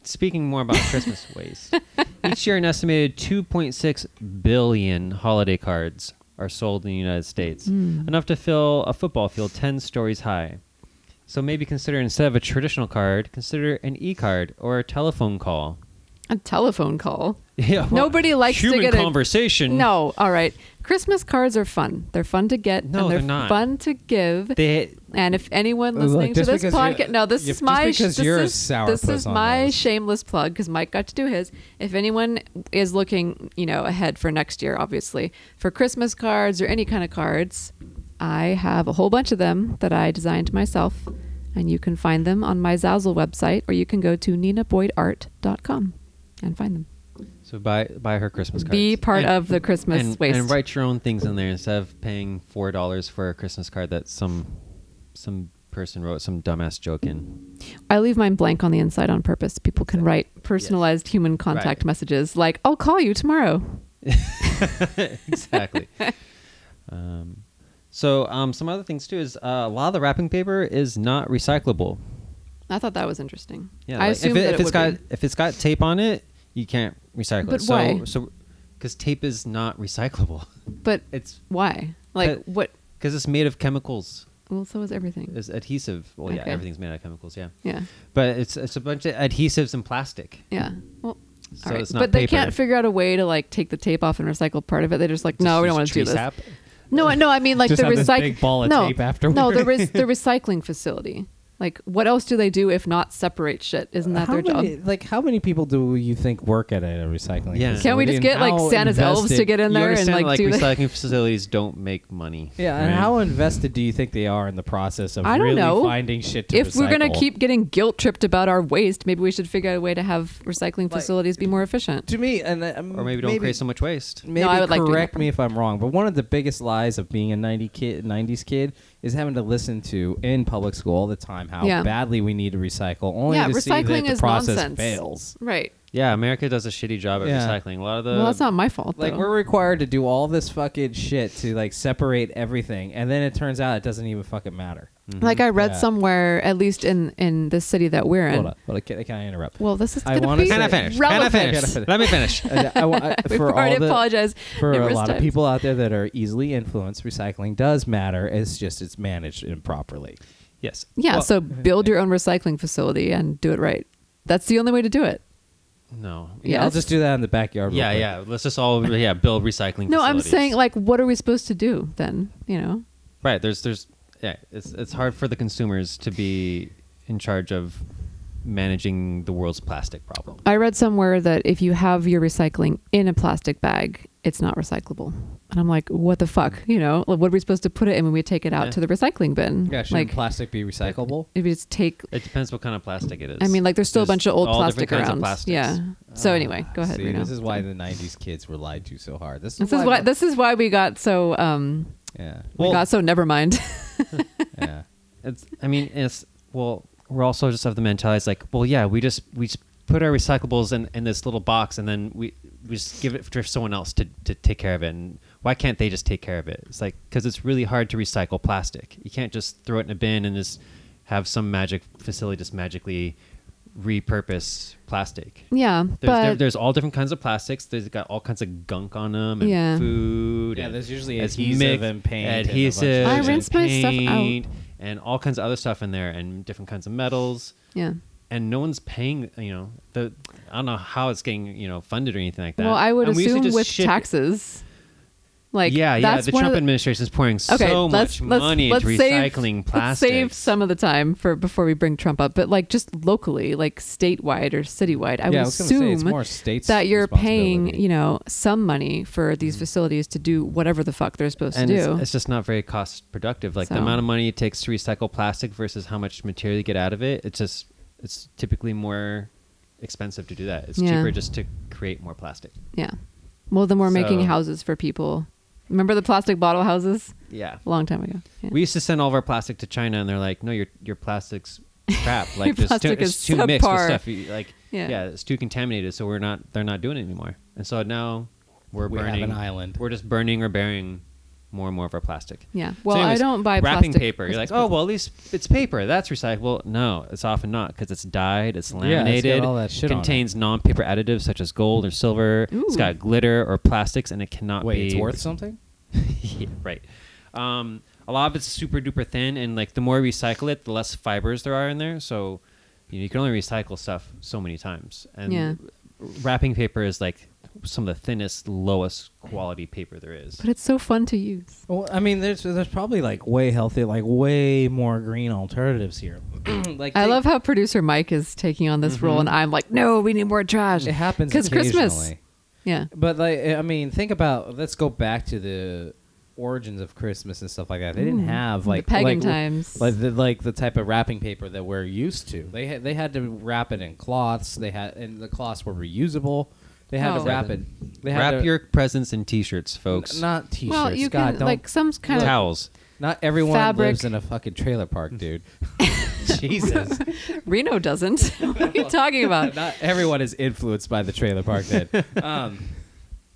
[SPEAKER 2] Speaking more about Christmas waste, each year an estimated 2.6 billion holiday cards are sold in the United States,
[SPEAKER 1] Hmm.
[SPEAKER 2] enough to fill a football field 10 stories high. So maybe consider instead of a traditional card, consider an e-card or a telephone call.
[SPEAKER 1] A telephone call.
[SPEAKER 2] Yeah, well,
[SPEAKER 1] Nobody likes to
[SPEAKER 2] human
[SPEAKER 1] get a-
[SPEAKER 2] conversation.
[SPEAKER 1] No, all right. Christmas cards are fun. They're fun to get.
[SPEAKER 2] No,
[SPEAKER 1] and they're,
[SPEAKER 2] they're not.
[SPEAKER 1] Fun to give.
[SPEAKER 2] They
[SPEAKER 1] and if anyone
[SPEAKER 3] Look,
[SPEAKER 1] listening to
[SPEAKER 3] Uh, just
[SPEAKER 1] this
[SPEAKER 3] because you're-
[SPEAKER 1] podcast, no, this
[SPEAKER 3] you-
[SPEAKER 1] is my
[SPEAKER 3] just because
[SPEAKER 1] this
[SPEAKER 3] you're a
[SPEAKER 1] is, this
[SPEAKER 3] sourpuss
[SPEAKER 1] is
[SPEAKER 3] on
[SPEAKER 1] my
[SPEAKER 3] this.
[SPEAKER 1] shameless plug because Mike got to do his. If anyone is looking, you know, ahead for next year, obviously for Christmas cards or any kind of cards, I have a whole bunch of them that I designed myself, and you can find them on my Zazzle website, or you can go to ninaboydart.com and find them.
[SPEAKER 2] so buy buy her Christmas cards.
[SPEAKER 1] Be part
[SPEAKER 2] And-
[SPEAKER 1] of the Christmas
[SPEAKER 2] and,
[SPEAKER 1] waste.
[SPEAKER 2] and write your own things in there instead of paying four dollars for a Christmas card that some some person wrote some dumbass joke in.
[SPEAKER 1] I leave mine blank on the inside on purpose. People can write personalized human contact
[SPEAKER 2] Right.
[SPEAKER 1] messages like, I'll call you tomorrow.
[SPEAKER 2] exactly. um, so um, some other things too is uh, a lot of the wrapping paper is not recyclable.
[SPEAKER 1] I thought that was interesting.
[SPEAKER 2] Yeah,
[SPEAKER 1] I
[SPEAKER 2] like,
[SPEAKER 1] assume
[SPEAKER 2] if, it,
[SPEAKER 1] that
[SPEAKER 2] if has
[SPEAKER 1] would
[SPEAKER 2] got
[SPEAKER 1] be.
[SPEAKER 2] if it's got tape on it, you can't recycle
[SPEAKER 1] But
[SPEAKER 2] it. So
[SPEAKER 1] why?
[SPEAKER 2] so because tape is not recyclable.
[SPEAKER 1] But
[SPEAKER 2] It's
[SPEAKER 1] why? Like,
[SPEAKER 2] But-
[SPEAKER 1] what?
[SPEAKER 2] because it's made of chemicals.
[SPEAKER 1] Well, so is everything.
[SPEAKER 2] It's adhesive. Well, yeah,
[SPEAKER 1] Okay.
[SPEAKER 2] everything's made out of chemicals. Yeah,
[SPEAKER 1] yeah.
[SPEAKER 2] but it's it's a bunch of adhesives and plastic.
[SPEAKER 1] Yeah. Well,
[SPEAKER 2] So
[SPEAKER 1] all right.
[SPEAKER 2] it's not
[SPEAKER 1] but they
[SPEAKER 2] paper.
[SPEAKER 1] can't figure out a way to like take the tape off and recycle part of it. They're just like, no,
[SPEAKER 2] Just
[SPEAKER 1] we don't
[SPEAKER 2] use
[SPEAKER 1] want to do
[SPEAKER 2] tree
[SPEAKER 1] this.
[SPEAKER 2] sap.
[SPEAKER 1] No, I- no, I mean like
[SPEAKER 4] Just
[SPEAKER 1] the
[SPEAKER 4] have this
[SPEAKER 1] recycling.
[SPEAKER 4] big ball of
[SPEAKER 1] no,
[SPEAKER 4] tape
[SPEAKER 1] no,
[SPEAKER 4] afterward.
[SPEAKER 1] the, re- the recycling facility. Like, what else do they do if not separate shit? Isn't that
[SPEAKER 3] how
[SPEAKER 1] their job?
[SPEAKER 3] many, Like, how many people do you think work at a recycling?
[SPEAKER 2] Yeah.
[SPEAKER 1] Can't we
[SPEAKER 3] facility
[SPEAKER 1] just
[SPEAKER 3] and
[SPEAKER 1] get like
[SPEAKER 3] how
[SPEAKER 1] Santa's elves to
[SPEAKER 3] invested-
[SPEAKER 1] get in
[SPEAKER 2] you
[SPEAKER 1] there and
[SPEAKER 2] understand,
[SPEAKER 1] like, do that?
[SPEAKER 2] recycling facilities don't make money.
[SPEAKER 3] Yeah, and
[SPEAKER 2] right?
[SPEAKER 3] how invested do you think they are in the process of
[SPEAKER 1] I don't
[SPEAKER 3] really
[SPEAKER 1] know.
[SPEAKER 3] finding shit to
[SPEAKER 1] If we're gonna
[SPEAKER 3] recycle?
[SPEAKER 1] keep getting guilt tripped about our waste, maybe we should figure out a way to have recycling facilities be more efficient.
[SPEAKER 3] to me, and uh,
[SPEAKER 2] or maybe don't create so much waste.
[SPEAKER 3] Maybe
[SPEAKER 1] I would like
[SPEAKER 3] correct
[SPEAKER 1] doing that.
[SPEAKER 3] me if I'm wrong, but one of the biggest lies of being a 90 kid, 90s kid is having to listen to in public school all the time how
[SPEAKER 1] Yeah.
[SPEAKER 3] badly we need to recycle, only
[SPEAKER 1] Yeah,
[SPEAKER 3] to see that
[SPEAKER 1] recycling
[SPEAKER 3] the
[SPEAKER 1] is
[SPEAKER 3] process
[SPEAKER 1] nonsense.
[SPEAKER 3] fails.
[SPEAKER 1] Right.
[SPEAKER 2] Yeah, America does a shitty job at
[SPEAKER 3] Yeah.
[SPEAKER 2] recycling. A lot of the
[SPEAKER 1] well, that's not my fault.
[SPEAKER 3] Like
[SPEAKER 1] though.
[SPEAKER 3] we're required to do all this fucking shit to like separate everything, and then it turns out it doesn't even fucking matter.
[SPEAKER 1] Like I read
[SPEAKER 3] Mm-hmm. Yeah.
[SPEAKER 1] somewhere, at least in in the city that we're in.
[SPEAKER 3] Hold up, hold up, can, can I interrupt? Uh,
[SPEAKER 1] Well, this is
[SPEAKER 3] I
[SPEAKER 1] going to
[SPEAKER 3] wanna
[SPEAKER 1] be
[SPEAKER 3] say-
[SPEAKER 2] Can I finish? Can I
[SPEAKER 1] relevant.
[SPEAKER 2] finish? Let me finish.
[SPEAKER 3] I, I, wa- I-
[SPEAKER 1] We've
[SPEAKER 3] for
[SPEAKER 1] already
[SPEAKER 3] all the,
[SPEAKER 1] apologized
[SPEAKER 3] for a
[SPEAKER 1] numerous
[SPEAKER 3] lot of
[SPEAKER 1] times.
[SPEAKER 3] people out there that are easily influenced, recycling does matter. It's just it's managed improperly.
[SPEAKER 2] yes.
[SPEAKER 1] Yeah.
[SPEAKER 2] Well,
[SPEAKER 1] so build your own recycling facility and do it right. That's the only way to do it.
[SPEAKER 2] no.
[SPEAKER 1] Yeah.
[SPEAKER 3] I'll
[SPEAKER 1] Yes.
[SPEAKER 3] just do that in the backyard. real
[SPEAKER 2] Yeah,
[SPEAKER 3] quick.
[SPEAKER 2] yeah. Let's just all yeah build recycling.
[SPEAKER 1] No, I'm
[SPEAKER 2] facilities.
[SPEAKER 1] saying like, what are we supposed to do then? You know.
[SPEAKER 2] right. There's there's yeah. It's it's hard for the consumers to be in charge of managing the world's plastic problem.
[SPEAKER 1] I read somewhere that if you have your recycling in a plastic bag, it's not recyclable. And I'm like, what the fuck? You know, like, what are we supposed to put it in when we take it out
[SPEAKER 2] Yeah.
[SPEAKER 1] to the recycling bin?
[SPEAKER 3] Yeah, should
[SPEAKER 1] like,
[SPEAKER 3] plastic be recyclable?
[SPEAKER 1] if you just take,
[SPEAKER 2] It depends what kind of plastic it is.
[SPEAKER 1] I mean, like, there's still a bunch of old
[SPEAKER 2] all
[SPEAKER 1] plastic
[SPEAKER 2] different
[SPEAKER 1] around.
[SPEAKER 2] Kinds of plastics. Oh,
[SPEAKER 1] yeah. So anyway, go ahead,
[SPEAKER 3] See,
[SPEAKER 1] Reno.
[SPEAKER 3] this is why the '90s kids were lied to so hard. This is
[SPEAKER 1] This is why. This is why we got so. Um,
[SPEAKER 3] yeah,
[SPEAKER 1] we
[SPEAKER 2] Well-
[SPEAKER 1] got so. Never mind.
[SPEAKER 3] yeah.
[SPEAKER 2] It's. I mean, it's. Well, we're also just of the mentality. It's like, well, yeah, we just we just put our recyclables in, in this little box, and then we we just give it to someone else to to take care of it. And why can't they just take care of it? It's like because it's really hard to recycle plastic. You can't just throw it in a bin and just have some magic facility just magically repurpose plastic.
[SPEAKER 1] yeah,
[SPEAKER 2] There's,
[SPEAKER 1] but
[SPEAKER 2] there- there's all different kinds of plastics. There's got all kinds of gunk on them and
[SPEAKER 1] Yeah.
[SPEAKER 2] food.
[SPEAKER 3] Yeah,
[SPEAKER 2] and
[SPEAKER 3] there's usually
[SPEAKER 2] it's
[SPEAKER 3] adhesive
[SPEAKER 2] mixed-
[SPEAKER 3] and paint and a bunch of
[SPEAKER 2] Adhesive.
[SPEAKER 1] I
[SPEAKER 2] and
[SPEAKER 1] rinse my stuff out.
[SPEAKER 2] paint And all kinds of other stuff in there and different kinds of metals.
[SPEAKER 1] yeah.
[SPEAKER 2] And no one's paying, you know, the I don't know how it's getting, you know, funded or anything like that.
[SPEAKER 1] Well, I would
[SPEAKER 2] And we usually
[SPEAKER 1] assume
[SPEAKER 2] just
[SPEAKER 1] with
[SPEAKER 2] ship-
[SPEAKER 1] taxes, like
[SPEAKER 2] yeah, yeah.
[SPEAKER 1] that's
[SPEAKER 2] The
[SPEAKER 1] one
[SPEAKER 2] Trump
[SPEAKER 1] of the,
[SPEAKER 2] administration is pouring
[SPEAKER 1] okay,
[SPEAKER 2] so
[SPEAKER 1] let's,
[SPEAKER 2] much money
[SPEAKER 1] let's,
[SPEAKER 2] into
[SPEAKER 1] let's save-
[SPEAKER 2] recycling
[SPEAKER 1] let's
[SPEAKER 2] plastic.
[SPEAKER 1] save some of the time for before we bring Trump up, but like just locally, like statewide or citywide, I
[SPEAKER 3] yeah, I
[SPEAKER 1] would
[SPEAKER 3] was gonna say,
[SPEAKER 1] assume
[SPEAKER 3] it's more states
[SPEAKER 1] that you're paying,
[SPEAKER 3] responsibility.
[SPEAKER 1] you know, some money for these facilities to do whatever the fuck they're supposed
[SPEAKER 2] Mm. and
[SPEAKER 1] to
[SPEAKER 2] it's,
[SPEAKER 1] do.
[SPEAKER 2] it's just not very cost productive. Like the
[SPEAKER 1] So-
[SPEAKER 2] amount of money it takes to recycle plastic versus how much material you get out of it, it's just it's typically more expensive to do that. It's
[SPEAKER 1] Yeah.
[SPEAKER 2] cheaper just to create more plastic.
[SPEAKER 1] yeah. Well, then we're making
[SPEAKER 2] So-
[SPEAKER 1] houses for people. Remember the plastic bottle houses?
[SPEAKER 2] Yeah.
[SPEAKER 1] A long time ago. Yeah.
[SPEAKER 2] We used to send all of our plastic to China, and they're like, "No, your your plastic's crap. Like
[SPEAKER 1] Your
[SPEAKER 2] it's
[SPEAKER 1] plastic
[SPEAKER 2] too,
[SPEAKER 1] is
[SPEAKER 2] it's too mixed with
[SPEAKER 1] subpar."
[SPEAKER 2] stuff. You- Like
[SPEAKER 1] Yeah.
[SPEAKER 2] yeah. it's too contaminated, so we're not they're not doing it anymore. And so now we're
[SPEAKER 3] We have
[SPEAKER 2] burning
[SPEAKER 3] an island.
[SPEAKER 2] We're just burning or burying more and more of our plastic.
[SPEAKER 1] Yeah.
[SPEAKER 2] So
[SPEAKER 1] Well, I
[SPEAKER 2] anyways,
[SPEAKER 1] don't buy
[SPEAKER 2] wrapping
[SPEAKER 1] plastic
[SPEAKER 2] paper. You're like,
[SPEAKER 1] Christmas
[SPEAKER 2] oh well, at least it's paper. That's recyclable. No, it's often not because it's dyed, it's
[SPEAKER 3] it's got
[SPEAKER 2] laminated,
[SPEAKER 3] all that shit on it.
[SPEAKER 2] contains non-paper additives such as gold or silver.
[SPEAKER 1] Ooh.
[SPEAKER 2] It's got glitter or plastics, and it cannot
[SPEAKER 3] Wait,
[SPEAKER 2] be
[SPEAKER 3] it's worth something?
[SPEAKER 2] yeah, right. Um, a lot of it's super duper thin, and like the more you recycle it, the less fibers there are in there. So you, know, you can only recycle stuff so many times. And
[SPEAKER 1] Yeah.
[SPEAKER 2] wrapping paper is like some of the thinnest, lowest quality paper there is.
[SPEAKER 1] But it's so fun to use.
[SPEAKER 3] Well, I mean, there's there's probably like way healthier, like way more green alternatives here. like
[SPEAKER 1] I
[SPEAKER 3] take-
[SPEAKER 1] love how producer Mike is taking on this role, and I'm like, no, we need more trash.
[SPEAKER 3] Mm-hmm. it happens
[SPEAKER 1] because Christmas.
[SPEAKER 3] occasionally.
[SPEAKER 1] Yeah,
[SPEAKER 3] But like, I mean, think about. Let's go back to the origins of Christmas and stuff like that. They didn't have
[SPEAKER 1] Mm. the
[SPEAKER 3] like
[SPEAKER 1] pagan
[SPEAKER 3] like,
[SPEAKER 1] times.
[SPEAKER 3] like the, like the type of wrapping paper that we're used to. They ha- they had to wrap it in cloths. They had and the cloths were reusable. They had
[SPEAKER 1] Oh.
[SPEAKER 3] to wrap it. They had
[SPEAKER 2] Wrap
[SPEAKER 3] to-
[SPEAKER 2] your presents in t-shirts, folks.
[SPEAKER 3] n- not t-shirts.
[SPEAKER 1] well, you
[SPEAKER 3] God,
[SPEAKER 1] can
[SPEAKER 3] don't,
[SPEAKER 1] like some kind
[SPEAKER 2] towels.
[SPEAKER 3] not everyone
[SPEAKER 1] fabric.
[SPEAKER 3] lives in a fucking trailer park, dude.
[SPEAKER 2] Jesus.
[SPEAKER 1] of Reno doesn't. what are you talking about?
[SPEAKER 3] not everyone is influenced by the trailer park then. um,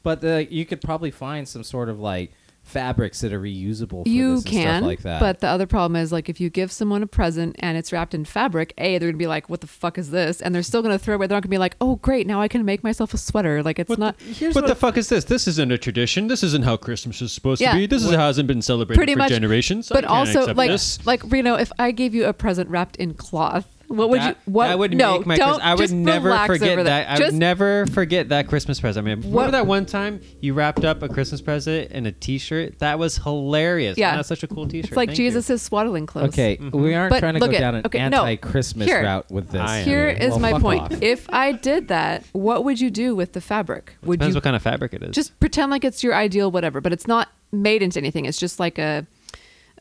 [SPEAKER 3] but the, you could probably find some sort of like fabrics that are reusable. For
[SPEAKER 1] You
[SPEAKER 3] this and
[SPEAKER 1] can,
[SPEAKER 3] stuff like that.
[SPEAKER 1] but the other problem is like if you give someone a present and it's wrapped in fabric, a they're gonna be like, "What the fuck is this?" And they're still gonna throw it. away. They're not gonna be like, "Oh, great, now I can make myself a sweater." Like it's not
[SPEAKER 3] here's
[SPEAKER 2] what the fuck is this? This isn't a tradition. This isn't how Christmas is supposed
[SPEAKER 1] Yeah.
[SPEAKER 2] to be. This is, hasn't been celebrated
[SPEAKER 1] pretty
[SPEAKER 2] for
[SPEAKER 1] much
[SPEAKER 2] generations. I
[SPEAKER 1] But
[SPEAKER 2] can't
[SPEAKER 1] also,
[SPEAKER 2] accept
[SPEAKER 1] like
[SPEAKER 2] this.
[SPEAKER 1] like Reno, if I gave you a present wrapped in cloth, What would
[SPEAKER 2] that,
[SPEAKER 1] you? What
[SPEAKER 2] that would
[SPEAKER 1] no,
[SPEAKER 2] make my
[SPEAKER 1] don't,
[SPEAKER 2] Christ- I would
[SPEAKER 1] just
[SPEAKER 2] never
[SPEAKER 1] relax
[SPEAKER 2] forget
[SPEAKER 1] over
[SPEAKER 2] that.
[SPEAKER 1] that.
[SPEAKER 2] I
[SPEAKER 1] just,
[SPEAKER 2] would never forget that Christmas present. I mean, remember
[SPEAKER 1] What-
[SPEAKER 2] that one time you wrapped up a Christmas present in a T-shirt? That was hilarious.
[SPEAKER 1] Yeah.
[SPEAKER 2] that's such a cool T-shirt.
[SPEAKER 1] It's like
[SPEAKER 2] Thank you.
[SPEAKER 1] Jesus' swaddling clothes.
[SPEAKER 3] Okay, we aren't
[SPEAKER 1] But
[SPEAKER 3] trying to go
[SPEAKER 1] look at-
[SPEAKER 3] down an
[SPEAKER 1] okay, no.
[SPEAKER 3] anti-Christmas
[SPEAKER 1] Here.
[SPEAKER 3] route with this.
[SPEAKER 2] I am.
[SPEAKER 1] Here
[SPEAKER 2] Yeah.
[SPEAKER 1] is
[SPEAKER 3] Well,
[SPEAKER 1] my
[SPEAKER 3] fuck
[SPEAKER 1] point.
[SPEAKER 3] off.
[SPEAKER 1] If I did that, what would you do with the fabric? Would
[SPEAKER 2] Depends
[SPEAKER 1] you
[SPEAKER 2] what kind of fabric it is.
[SPEAKER 1] just pretend like it's your ideal whatever, but it's not made into anything. It's just like a,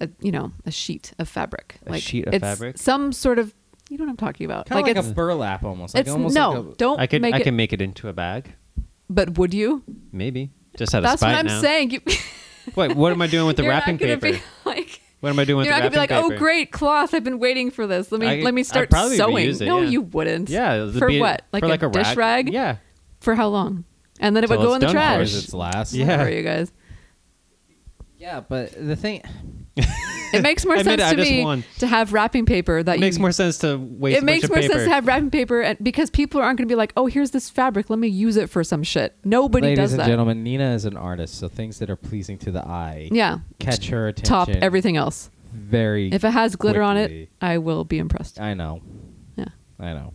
[SPEAKER 1] a you know, a sheet of fabric.
[SPEAKER 2] A
[SPEAKER 1] like
[SPEAKER 2] sheet of
[SPEAKER 1] it's
[SPEAKER 2] fabric?
[SPEAKER 1] Some sort of you know what I'm talking about.
[SPEAKER 3] Kinda like,
[SPEAKER 1] it's
[SPEAKER 3] a burlap almost. Like
[SPEAKER 1] it's
[SPEAKER 3] almost
[SPEAKER 1] no,
[SPEAKER 3] like a,
[SPEAKER 1] don't
[SPEAKER 2] I could
[SPEAKER 1] make
[SPEAKER 2] I
[SPEAKER 1] it.
[SPEAKER 2] can make it into a bag,
[SPEAKER 1] but would you?
[SPEAKER 2] maybe. Just out of
[SPEAKER 1] That's
[SPEAKER 2] spite
[SPEAKER 1] what I'm
[SPEAKER 2] now.
[SPEAKER 1] saying. You,
[SPEAKER 2] Wait, what am I doing with the
[SPEAKER 1] you're
[SPEAKER 2] wrapping
[SPEAKER 1] not gonna
[SPEAKER 2] paper?
[SPEAKER 1] Be like,
[SPEAKER 2] What am I doing with
[SPEAKER 1] you're not
[SPEAKER 2] the
[SPEAKER 1] gonna
[SPEAKER 2] wrapping
[SPEAKER 1] be like,
[SPEAKER 2] paper?
[SPEAKER 1] oh great cloth! I've been waiting for this. Let me
[SPEAKER 2] I-
[SPEAKER 1] let me
[SPEAKER 2] I'd
[SPEAKER 1] start
[SPEAKER 2] probably
[SPEAKER 1] sewing.
[SPEAKER 2] reuse it,
[SPEAKER 1] no,
[SPEAKER 2] yeah.
[SPEAKER 1] you wouldn't.
[SPEAKER 2] Yeah, it'd
[SPEAKER 1] for
[SPEAKER 2] be-
[SPEAKER 1] what? Like
[SPEAKER 2] for
[SPEAKER 1] a,
[SPEAKER 2] like a
[SPEAKER 1] dish
[SPEAKER 2] rag?
[SPEAKER 1] rag?
[SPEAKER 2] Yeah.
[SPEAKER 1] For how long? And then it would
[SPEAKER 2] Till
[SPEAKER 1] go
[SPEAKER 2] it's
[SPEAKER 1] in the
[SPEAKER 2] done for
[SPEAKER 1] trash.
[SPEAKER 2] us,
[SPEAKER 3] its last.
[SPEAKER 2] Yeah.
[SPEAKER 1] Whatever, you guys.
[SPEAKER 3] Yeah, but the thing
[SPEAKER 1] It makes more
[SPEAKER 2] Admit
[SPEAKER 1] sense
[SPEAKER 2] it,
[SPEAKER 1] to
[SPEAKER 2] I just
[SPEAKER 1] me
[SPEAKER 2] won.
[SPEAKER 1] to have wrapping paper that
[SPEAKER 2] It makes
[SPEAKER 1] you
[SPEAKER 2] more sense to waste. a
[SPEAKER 1] it
[SPEAKER 2] bunch
[SPEAKER 1] makes
[SPEAKER 2] of
[SPEAKER 1] more
[SPEAKER 2] paper.
[SPEAKER 1] sense to have wrapping paper and, because people aren't going to be like, oh, here's this fabric. Let me use it for some shit. Nobody
[SPEAKER 3] Ladies
[SPEAKER 1] does
[SPEAKER 3] and
[SPEAKER 1] that.
[SPEAKER 3] gentlemen, Nina is an artist, so things that are pleasing to the eye
[SPEAKER 1] yeah.
[SPEAKER 3] catch her attention.
[SPEAKER 1] Top everything else.
[SPEAKER 3] Very.
[SPEAKER 1] If it has glitter on it,
[SPEAKER 3] quickly.
[SPEAKER 1] I will be impressed.
[SPEAKER 3] I know,
[SPEAKER 1] Yeah.
[SPEAKER 3] I know.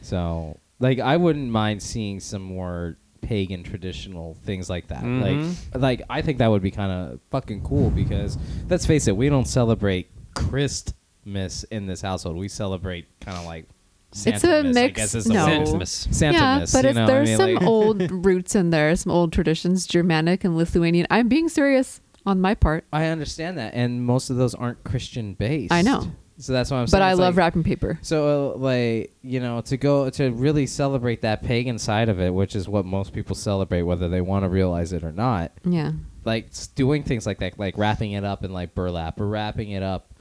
[SPEAKER 3] So, like, I wouldn't mind seeing some more pagan traditional things like that.
[SPEAKER 2] Mhm.
[SPEAKER 3] Like, like I think that would be kind of fucking cool because let's face it, we don't celebrate Christmas in this household. We celebrate kind of like.
[SPEAKER 1] It's a
[SPEAKER 3] Santamas, I
[SPEAKER 1] mix-
[SPEAKER 3] guess is the
[SPEAKER 1] no.
[SPEAKER 3] word.
[SPEAKER 2] Santamas.
[SPEAKER 1] yeah,
[SPEAKER 3] Santamas,
[SPEAKER 1] but
[SPEAKER 3] you
[SPEAKER 1] it's,
[SPEAKER 3] know what I
[SPEAKER 1] there's
[SPEAKER 3] mean?
[SPEAKER 1] some
[SPEAKER 3] Like-
[SPEAKER 1] old roots in there, some old traditions, Germanic and Lithuanian. I'm being serious on my part.
[SPEAKER 3] I understand that, and most of those aren't Christian based.
[SPEAKER 1] I know.
[SPEAKER 3] So that's why I'm. saying
[SPEAKER 1] but I
[SPEAKER 3] it's
[SPEAKER 1] love
[SPEAKER 3] like,
[SPEAKER 1] wrapping paper.
[SPEAKER 3] So, uh, like, you know, to go to really celebrate that pagan side of it, which is what most people celebrate, whether they want to realize it or not.
[SPEAKER 1] Yeah.
[SPEAKER 3] Like s- doing things like that, like wrapping it up in like burlap, or wrapping it up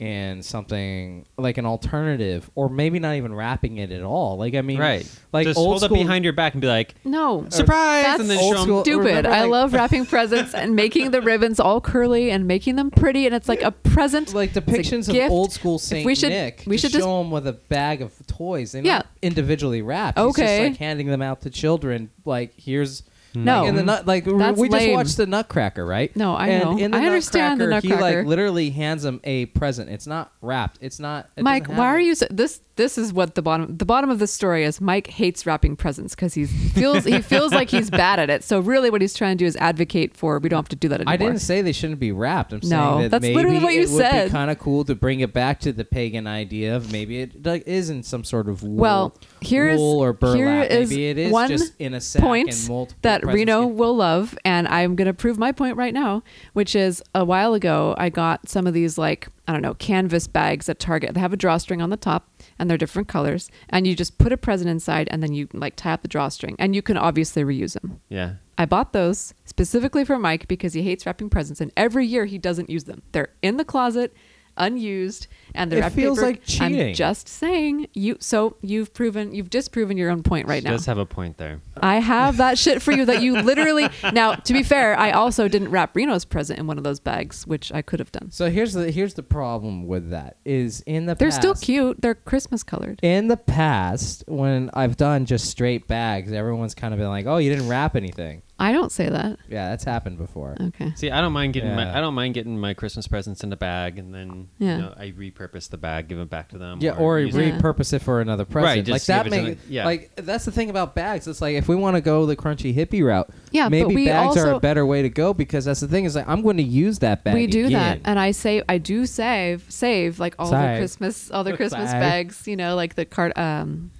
[SPEAKER 3] in something like an alternative, or maybe not even wrapping it at all. Like, I mean,
[SPEAKER 2] Right.
[SPEAKER 3] Like
[SPEAKER 2] just
[SPEAKER 3] old
[SPEAKER 2] hold
[SPEAKER 3] school
[SPEAKER 2] up behind your back and be like,
[SPEAKER 1] No.
[SPEAKER 3] Uh,
[SPEAKER 2] surprise,
[SPEAKER 1] That's
[SPEAKER 2] and then
[SPEAKER 3] old
[SPEAKER 2] show 'em-
[SPEAKER 3] school-
[SPEAKER 1] stupid.
[SPEAKER 3] Remember,
[SPEAKER 1] I
[SPEAKER 3] like-
[SPEAKER 1] love wrapping presents and making the ribbons all curly and making them pretty, and it's like a present.
[SPEAKER 3] like
[SPEAKER 1] It's a
[SPEAKER 3] depictions of
[SPEAKER 1] gift.
[SPEAKER 3] old school
[SPEAKER 1] If
[SPEAKER 3] Saint
[SPEAKER 1] we should,
[SPEAKER 3] Nick.
[SPEAKER 1] We should just
[SPEAKER 3] show them with a bag of toys. They're
[SPEAKER 1] Yeah.
[SPEAKER 3] not individually wrapped. He's
[SPEAKER 1] Okay.
[SPEAKER 3] just like handing them out to children. Like here's
[SPEAKER 1] No.
[SPEAKER 3] like, in the nut like we-
[SPEAKER 1] That's
[SPEAKER 3] we just
[SPEAKER 1] lame.
[SPEAKER 3] watched the Nutcracker, right?
[SPEAKER 1] No, I
[SPEAKER 3] and
[SPEAKER 1] know.
[SPEAKER 3] In the
[SPEAKER 1] I understand the
[SPEAKER 3] He like
[SPEAKER 1] Nutcracker.
[SPEAKER 3] literally hands him a present. It's not wrapped. It's not. it
[SPEAKER 1] Mike,
[SPEAKER 3] doesn't
[SPEAKER 1] why
[SPEAKER 3] have
[SPEAKER 1] are
[SPEAKER 3] it.
[SPEAKER 1] you so, this? This is what the bottom the bottom of this story is. Mike hates wrapping presents because he feels he feels like he's bad at it. So really, what he's trying to do is advocate for we don't have to do that anymore.
[SPEAKER 3] I didn't say they shouldn't be wrapped. I'm
[SPEAKER 1] No,
[SPEAKER 3] saying that
[SPEAKER 1] that's
[SPEAKER 3] maybe
[SPEAKER 1] literally what you
[SPEAKER 3] it would
[SPEAKER 1] said.
[SPEAKER 3] be kind of cool to bring it back to the pagan idea of maybe it like, is in some sort of wool,
[SPEAKER 1] Well, here is
[SPEAKER 3] wool or
[SPEAKER 1] here
[SPEAKER 3] burlap.
[SPEAKER 1] is
[SPEAKER 3] maybe it is
[SPEAKER 1] one
[SPEAKER 3] just in a sack
[SPEAKER 1] point
[SPEAKER 3] and multiple
[SPEAKER 1] that
[SPEAKER 3] presents
[SPEAKER 1] Reno
[SPEAKER 3] can-
[SPEAKER 1] will love, and I'm going to prove my point right now, which is a while ago I got some of these like I don't know canvas bags at Target. They have a drawstring on the top, and they're different colors, and you just put a present inside, and then you like tie up the drawstring, and you can obviously reuse them.
[SPEAKER 2] yeah.
[SPEAKER 1] I bought those specifically for Mike because he hates wrapping presents, and every year he doesn't use them. They're in the closet, unused, and they're
[SPEAKER 3] It
[SPEAKER 1] wrapped
[SPEAKER 3] feels
[SPEAKER 1] paper.
[SPEAKER 3] like cheating.
[SPEAKER 1] I'm just saying you. So you've proven you've disproven your own point right
[SPEAKER 2] she
[SPEAKER 1] now.
[SPEAKER 2] does have a point there.
[SPEAKER 1] I have that shit for you that you literally. Now, to be fair, I also didn't wrap Reno's present in one of those bags, which I could have done.
[SPEAKER 3] So here's the here's the problem with that is in the
[SPEAKER 1] They're
[SPEAKER 3] past,
[SPEAKER 1] still cute. They're Christmas colored.
[SPEAKER 3] In the past, when I've done just straight bags, everyone's kind of been like, "Oh, you didn't wrap anything."
[SPEAKER 1] I don't say that.
[SPEAKER 3] Yeah, that's happened before.
[SPEAKER 1] Okay.
[SPEAKER 2] See, I don't mind getting
[SPEAKER 3] Yeah.
[SPEAKER 2] my I don't mind getting my Christmas presents in a bag, and then
[SPEAKER 1] Yeah.
[SPEAKER 2] you know, I repurpose the bag, give it back to them.
[SPEAKER 3] Yeah, or
[SPEAKER 2] use it.
[SPEAKER 1] Yeah.
[SPEAKER 3] repurpose it for another present.
[SPEAKER 2] just
[SPEAKER 3] like that
[SPEAKER 2] give it to
[SPEAKER 3] make
[SPEAKER 2] the- yeah.
[SPEAKER 3] like that's the thing about bags. It's like if we want to go the crunchy hippie route,
[SPEAKER 1] Yeah, but
[SPEAKER 3] maybe
[SPEAKER 1] we
[SPEAKER 3] bags are a
[SPEAKER 1] also-
[SPEAKER 3] better way to go because that's the thing is like I'm going to use that bag.
[SPEAKER 1] we do that
[SPEAKER 3] again.
[SPEAKER 1] and i save i do save save like all the
[SPEAKER 3] Save.
[SPEAKER 1] christmas all the christmas
[SPEAKER 3] Save.
[SPEAKER 1] bags you know like the cart um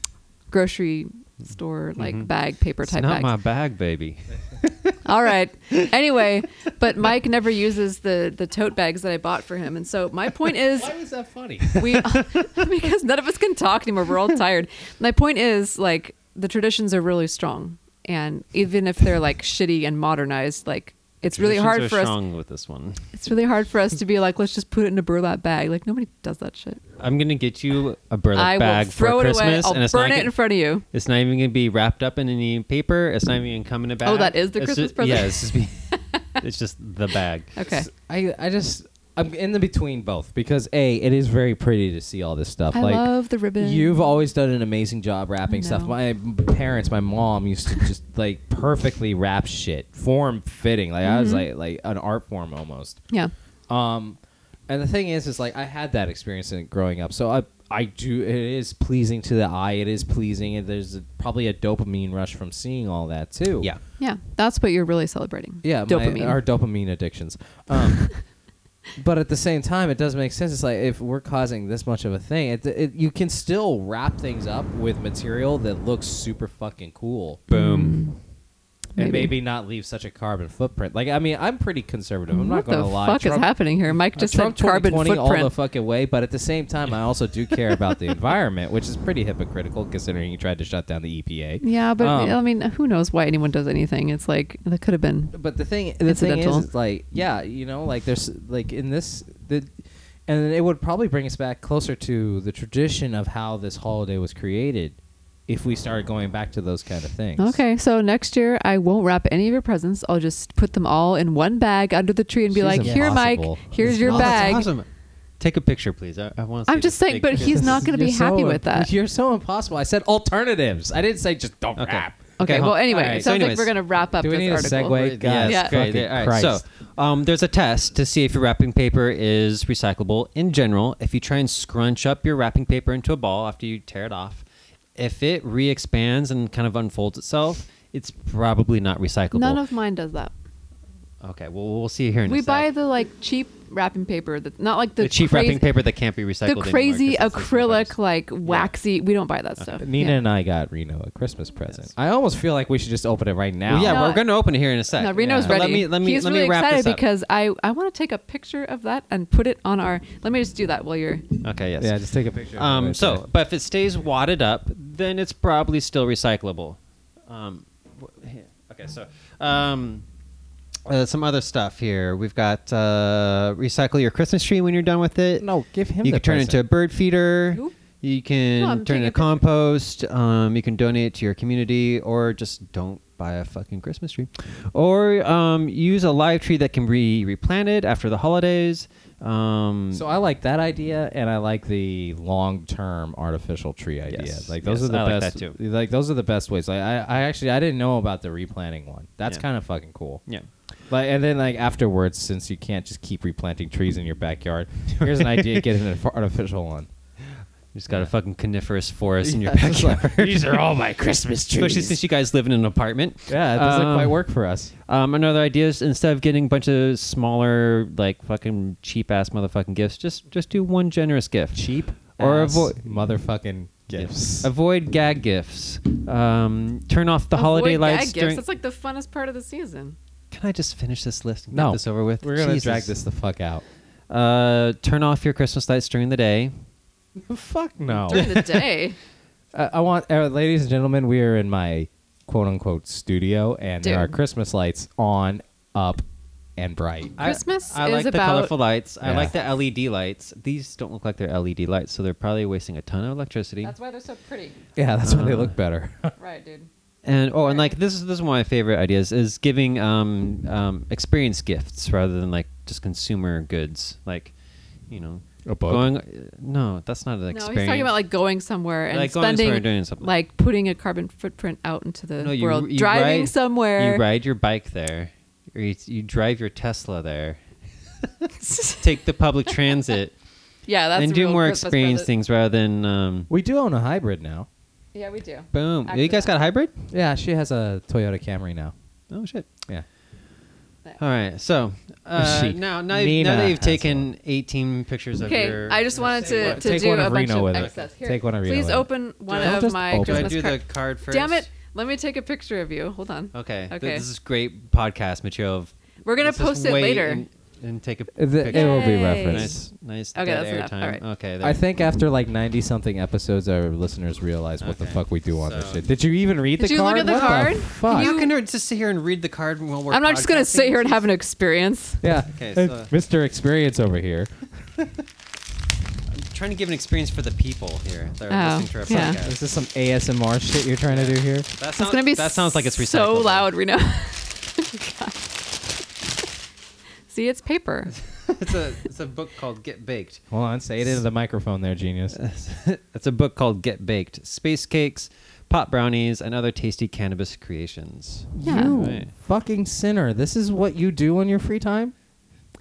[SPEAKER 1] grocery store like
[SPEAKER 3] Mm-hmm.
[SPEAKER 1] bag paper
[SPEAKER 2] It's
[SPEAKER 1] type bags
[SPEAKER 2] not my bag, baby.
[SPEAKER 1] all right anyway but mike never uses the the tote bags that i bought for him and so my point is
[SPEAKER 2] is that funny?
[SPEAKER 1] we because none of us can talk anymore. We're all tired. My point is like the traditions are really strong, and even if they're like shitty and modernized, like it's really hard for us.
[SPEAKER 2] strong with this one.
[SPEAKER 1] It's really hard for us to be like, let's just put it in a burlap bag. Like nobody does that shit.
[SPEAKER 2] I'm gonna get you a burlap
[SPEAKER 1] I
[SPEAKER 2] bag
[SPEAKER 1] will throw
[SPEAKER 2] for
[SPEAKER 1] it away.
[SPEAKER 2] Christmas,
[SPEAKER 1] I'll
[SPEAKER 2] and it's
[SPEAKER 1] burn it
[SPEAKER 2] not gonna-
[SPEAKER 1] in front of you.
[SPEAKER 2] It's not even gonna be wrapped up in any paper. It's not even gonna come in a bag.
[SPEAKER 1] Oh, that is the
[SPEAKER 2] It's
[SPEAKER 1] Christmas
[SPEAKER 2] ju-
[SPEAKER 1] present?
[SPEAKER 2] Yeah, it's just be, it's just the bag.
[SPEAKER 1] Okay.
[SPEAKER 3] I I just I'm in the between both because a it is very pretty to see all this stuff.
[SPEAKER 1] I
[SPEAKER 3] like
[SPEAKER 1] love the ribbon.
[SPEAKER 3] You've always done an amazing job wrapping
[SPEAKER 1] I
[SPEAKER 3] stuff.
[SPEAKER 1] know.
[SPEAKER 3] My parents, my mom used to just like perfectly wrap shit, form fitting. Like I was like
[SPEAKER 1] Mm-hmm.
[SPEAKER 3] like an art form almost.
[SPEAKER 1] yeah.
[SPEAKER 3] Um, and the thing is, is like I had that experience in growing up, so I I do. It is pleasing to the eye. It is pleasing. And there's a, probably a dopamine rush from seeing all that too.
[SPEAKER 2] Yeah.
[SPEAKER 1] Yeah, that's what you're really celebrating.
[SPEAKER 3] Yeah, my-
[SPEAKER 1] dopamine.
[SPEAKER 3] our dopamine addictions. Um, but at the same time, it does make sense. It's like if we're causing this much of a thing, it, it, you can still wrap things up with material that looks super fucking cool.
[SPEAKER 4] Boom.
[SPEAKER 3] And
[SPEAKER 1] Mm. Maybe.
[SPEAKER 3] maybe not leave such a carbon footprint. Like, I mean, I'm pretty conservative. I'm not
[SPEAKER 1] what
[SPEAKER 3] going
[SPEAKER 1] the
[SPEAKER 3] to lie.
[SPEAKER 1] fuck
[SPEAKER 3] Trump-
[SPEAKER 1] is happening here? Mike
[SPEAKER 3] uh,
[SPEAKER 1] just
[SPEAKER 3] Trump
[SPEAKER 1] said carbon
[SPEAKER 3] 2020
[SPEAKER 1] footprint.
[SPEAKER 3] all the fucking way, but at the same time, I also do care about the environment, which is pretty hypocritical considering you tried to shut down the E EPA.
[SPEAKER 1] yeah, but
[SPEAKER 3] Um,
[SPEAKER 1] I mean, who knows why anyone does anything? It's like that could have been.
[SPEAKER 3] but the thing the thing is,
[SPEAKER 1] Incidental.
[SPEAKER 3] it's like yeah you know like there's like in this the and it would probably bring us back closer to the tradition of how this holiday was created if we started going back to those kind of things
[SPEAKER 1] Okay, so next year I won't wrap any of your presents. I'll just put them all in one bag under the tree and be
[SPEAKER 3] She's
[SPEAKER 1] like, "Here,
[SPEAKER 3] impossible.
[SPEAKER 1] Mike. Here's your
[SPEAKER 2] Oh,
[SPEAKER 1] bag."
[SPEAKER 2] That's awesome. Take a picture, please. I, I want.
[SPEAKER 1] I'm just saying, but he's not going to be
[SPEAKER 3] You're so
[SPEAKER 1] happy
[SPEAKER 3] im-
[SPEAKER 1] with that.
[SPEAKER 3] you're so impossible i said alternatives i didn't say just don't
[SPEAKER 2] Okay.
[SPEAKER 3] rap
[SPEAKER 1] Okay, well, anyway,
[SPEAKER 2] All right,
[SPEAKER 1] it
[SPEAKER 2] so
[SPEAKER 1] sounds like
[SPEAKER 2] anyways,
[SPEAKER 1] we're going to wrap up
[SPEAKER 3] do we
[SPEAKER 1] this
[SPEAKER 3] need a
[SPEAKER 1] article.
[SPEAKER 3] segue? Wait, guys,
[SPEAKER 1] Yeah.
[SPEAKER 2] great.
[SPEAKER 3] fucking
[SPEAKER 2] All right, so
[SPEAKER 3] Christ.
[SPEAKER 2] um, there's a test to see if your wrapping paper is recyclable in general. If you try and scrunch up your wrapping paper into a ball after you tear it off, if it re-expands and kind of unfolds itself, it's probably not recyclable.
[SPEAKER 1] None of mine does that.
[SPEAKER 2] okay, well we'll see here in
[SPEAKER 1] We
[SPEAKER 2] a sec.
[SPEAKER 1] buy the like cheap wrapping paper that's not like the,
[SPEAKER 2] the, cheap
[SPEAKER 1] crazy,
[SPEAKER 2] wrapping paper that can't be recycled.
[SPEAKER 1] the
[SPEAKER 2] anymore
[SPEAKER 1] crazy
[SPEAKER 2] 'cause it's like Uh,
[SPEAKER 1] acrylic
[SPEAKER 2] sometimes-
[SPEAKER 1] like waxy. We don't buy that stuff.
[SPEAKER 3] nina
[SPEAKER 1] Yeah.
[SPEAKER 3] and i got reno a christmas present i almost feel like we should just open it right now
[SPEAKER 2] Well, yeah,
[SPEAKER 1] No,
[SPEAKER 2] we're going to open it here in a sec.
[SPEAKER 1] No, Reno's ready.
[SPEAKER 2] But Let me let me
[SPEAKER 1] He's
[SPEAKER 2] let
[SPEAKER 1] really
[SPEAKER 2] me wrap
[SPEAKER 1] excited
[SPEAKER 2] this up.
[SPEAKER 1] because I I want to take a picture of that and put it on our. Let me just do that while you're.
[SPEAKER 2] okay, yes.
[SPEAKER 3] yeah just take a picture of it
[SPEAKER 2] Um,
[SPEAKER 3] right
[SPEAKER 2] so,
[SPEAKER 3] there.
[SPEAKER 2] but if it stays wadded up, then it's probably still recyclable. Um, wh- here. okay, so um, uh, some other stuff here. We've got uh, recycle your Christmas tree when you're done with it.
[SPEAKER 3] no give him
[SPEAKER 2] you
[SPEAKER 3] the
[SPEAKER 2] can turn it into a
[SPEAKER 3] present.
[SPEAKER 2] bird feeder.
[SPEAKER 1] Nope.
[SPEAKER 2] You can
[SPEAKER 1] No, I'm
[SPEAKER 2] turn
[SPEAKER 1] taking
[SPEAKER 2] it
[SPEAKER 1] a
[SPEAKER 2] into
[SPEAKER 1] picture.
[SPEAKER 2] compost. Um, you can donate to your community, or just don't buy a fucking Christmas tree, or um, use a live tree that can be replanted after the holidays. Um,
[SPEAKER 3] So I like that idea, and I like the long-term artificial tree idea.
[SPEAKER 2] Yes,
[SPEAKER 3] Like those
[SPEAKER 2] yes,
[SPEAKER 3] are the
[SPEAKER 2] I like
[SPEAKER 3] best.
[SPEAKER 2] that too.
[SPEAKER 3] Like those are the best ways. Like I, I actually I didn't know about the replanting one. That's
[SPEAKER 2] Yeah.
[SPEAKER 3] kind of fucking cool.
[SPEAKER 2] yeah.
[SPEAKER 3] Like and then like afterwards, since you can't just keep replanting trees in your backyard, here's an idea: get an artificial one.
[SPEAKER 2] You just got a fucking coniferous forest in your
[SPEAKER 3] Yeah, it's
[SPEAKER 2] backyard.
[SPEAKER 3] like, These are all my Christmas trees.
[SPEAKER 2] Especially since you guys live in an apartment.
[SPEAKER 3] yeah, it doesn't
[SPEAKER 2] Um,
[SPEAKER 3] quite work for us.
[SPEAKER 2] Um, another idea is instead of getting a bunch of smaller, like fucking cheap ass motherfucking gifts, just just do one generous gift.
[SPEAKER 3] Cheap
[SPEAKER 2] or
[SPEAKER 3] ass
[SPEAKER 2] avoid
[SPEAKER 3] motherfucking gifts.
[SPEAKER 2] avoid gag gifts. Um, turn off the holiday
[SPEAKER 1] Avoid
[SPEAKER 2] lights
[SPEAKER 1] gag
[SPEAKER 2] during.
[SPEAKER 1] Gifts. That's like the funnest part of the season.
[SPEAKER 2] Can I just finish this list? And
[SPEAKER 3] no,
[SPEAKER 2] get this over with.
[SPEAKER 3] We're gonna
[SPEAKER 2] Jesus.
[SPEAKER 3] drag this the fuck out.
[SPEAKER 2] Uh, turn off your Christmas lights during the day.
[SPEAKER 3] fuck
[SPEAKER 2] Oh.
[SPEAKER 3] no.
[SPEAKER 1] During the day,
[SPEAKER 3] I I want, uh, ladies and gentlemen, we are in my quote unquote studio, and there are
[SPEAKER 1] Dude.
[SPEAKER 3] Christmas lights on, up, and bright.
[SPEAKER 2] I-
[SPEAKER 1] Christmas
[SPEAKER 2] I,
[SPEAKER 1] is
[SPEAKER 2] like the
[SPEAKER 1] about-
[SPEAKER 2] colorful lights. I
[SPEAKER 3] Yeah.
[SPEAKER 2] like the LED lights. These don't look like they're LED lights, so they're probably wasting a ton of electricity.
[SPEAKER 1] that's why they're so pretty,
[SPEAKER 3] Yeah, that's why they look better.
[SPEAKER 1] right, dude?
[SPEAKER 2] And oh, and like this is this is one of my favorite ideas is giving um, um, experience gifts rather than like just consumer goods. Like, you know,
[SPEAKER 3] A book?
[SPEAKER 2] going. No, that's not an
[SPEAKER 1] no,
[SPEAKER 2] experience.
[SPEAKER 1] he's talking about like going somewhere and
[SPEAKER 2] Like going
[SPEAKER 1] spending,
[SPEAKER 2] somewhere and doing something.
[SPEAKER 1] like putting a carbon footprint out into the
[SPEAKER 2] No, you-
[SPEAKER 1] world,
[SPEAKER 2] you
[SPEAKER 1] driving
[SPEAKER 2] ride-
[SPEAKER 1] somewhere.
[SPEAKER 2] you ride your bike there, or you, you drive your Tesla there. Take the public transit
[SPEAKER 1] Yeah, that's
[SPEAKER 2] and
[SPEAKER 1] a
[SPEAKER 2] do
[SPEAKER 1] real
[SPEAKER 2] more
[SPEAKER 1] Christmas
[SPEAKER 2] experience
[SPEAKER 1] present.
[SPEAKER 2] things rather than um,
[SPEAKER 3] we do own a hybrid now.
[SPEAKER 1] Yeah, we do.
[SPEAKER 2] boom.
[SPEAKER 1] Actually,
[SPEAKER 2] you guys got a hybrid?
[SPEAKER 3] Yeah, she has a Toyota Camry now.
[SPEAKER 2] Oh shit.
[SPEAKER 3] Yeah.
[SPEAKER 2] All right, so uh,
[SPEAKER 3] She-
[SPEAKER 2] now now, you've,
[SPEAKER 3] Nina
[SPEAKER 2] now that
[SPEAKER 3] has
[SPEAKER 2] you've taken 18 pictures of
[SPEAKER 1] Okay,
[SPEAKER 2] your.
[SPEAKER 1] I just wanted to, to
[SPEAKER 3] Take
[SPEAKER 1] do
[SPEAKER 3] one
[SPEAKER 1] a
[SPEAKER 3] of
[SPEAKER 1] bunch
[SPEAKER 3] Reno
[SPEAKER 1] of
[SPEAKER 3] with it.
[SPEAKER 1] excess. Here,
[SPEAKER 3] Take one of Reno
[SPEAKER 1] Please
[SPEAKER 3] with it.
[SPEAKER 1] open one
[SPEAKER 3] Don't
[SPEAKER 1] of
[SPEAKER 3] just
[SPEAKER 1] my
[SPEAKER 3] open it.
[SPEAKER 2] Do I
[SPEAKER 1] Christmas
[SPEAKER 2] do the
[SPEAKER 1] cards.
[SPEAKER 2] card first?
[SPEAKER 1] Damn it! Let me take a picture of you. Hold on.
[SPEAKER 2] Okay. th-
[SPEAKER 1] Okay.
[SPEAKER 2] this is great podcast material. Of,
[SPEAKER 1] We're gonna
[SPEAKER 2] let's just
[SPEAKER 1] post it
[SPEAKER 2] wait
[SPEAKER 1] later.
[SPEAKER 2] And, and take a
[SPEAKER 3] The-
[SPEAKER 2] picture.
[SPEAKER 3] it will be
[SPEAKER 1] Yay.
[SPEAKER 3] referenced.
[SPEAKER 2] Nice, nice.
[SPEAKER 1] Okay,
[SPEAKER 2] dead
[SPEAKER 1] that's
[SPEAKER 2] air
[SPEAKER 1] enough.
[SPEAKER 2] time.
[SPEAKER 1] All right.
[SPEAKER 2] Okay. There.
[SPEAKER 3] I think after like ninety something episodes, our listeners realize what the
[SPEAKER 2] Okay.
[SPEAKER 3] fuck we do on this
[SPEAKER 2] So-
[SPEAKER 3] shit. Did you even read
[SPEAKER 1] Did
[SPEAKER 3] the
[SPEAKER 1] you look
[SPEAKER 3] card?
[SPEAKER 1] at the
[SPEAKER 3] What
[SPEAKER 1] card?
[SPEAKER 3] fuck?
[SPEAKER 2] you can just sit here and read the card while we're.
[SPEAKER 1] I'm not just gonna
[SPEAKER 2] podcasting?
[SPEAKER 1] sit here and have an experience.
[SPEAKER 3] yeah,
[SPEAKER 2] Okay,
[SPEAKER 3] Uh,
[SPEAKER 2] so-
[SPEAKER 3] Mr. Experience over here.
[SPEAKER 2] I'm trying to give an experience for the people here that are
[SPEAKER 1] Oh,
[SPEAKER 2] listening to our
[SPEAKER 1] yeah.
[SPEAKER 2] podcast.
[SPEAKER 3] Is this some ASMR shit you're trying to do here?
[SPEAKER 2] That
[SPEAKER 1] It's
[SPEAKER 2] sounds,
[SPEAKER 1] gonna be
[SPEAKER 2] that sounds like it's recycled.
[SPEAKER 1] so loud, Reno. God. See, it's paper.
[SPEAKER 2] it's a it's a book called Get Baked.
[SPEAKER 3] Hold on, say it into the microphone there, genius.
[SPEAKER 2] It's a book called Get Baked: Space Cakes, Pot Brownies, and Other Tasty Cannabis Creations.
[SPEAKER 1] Yeah.
[SPEAKER 3] You
[SPEAKER 2] Right.
[SPEAKER 3] fucking sinner. This is what you do on your free time?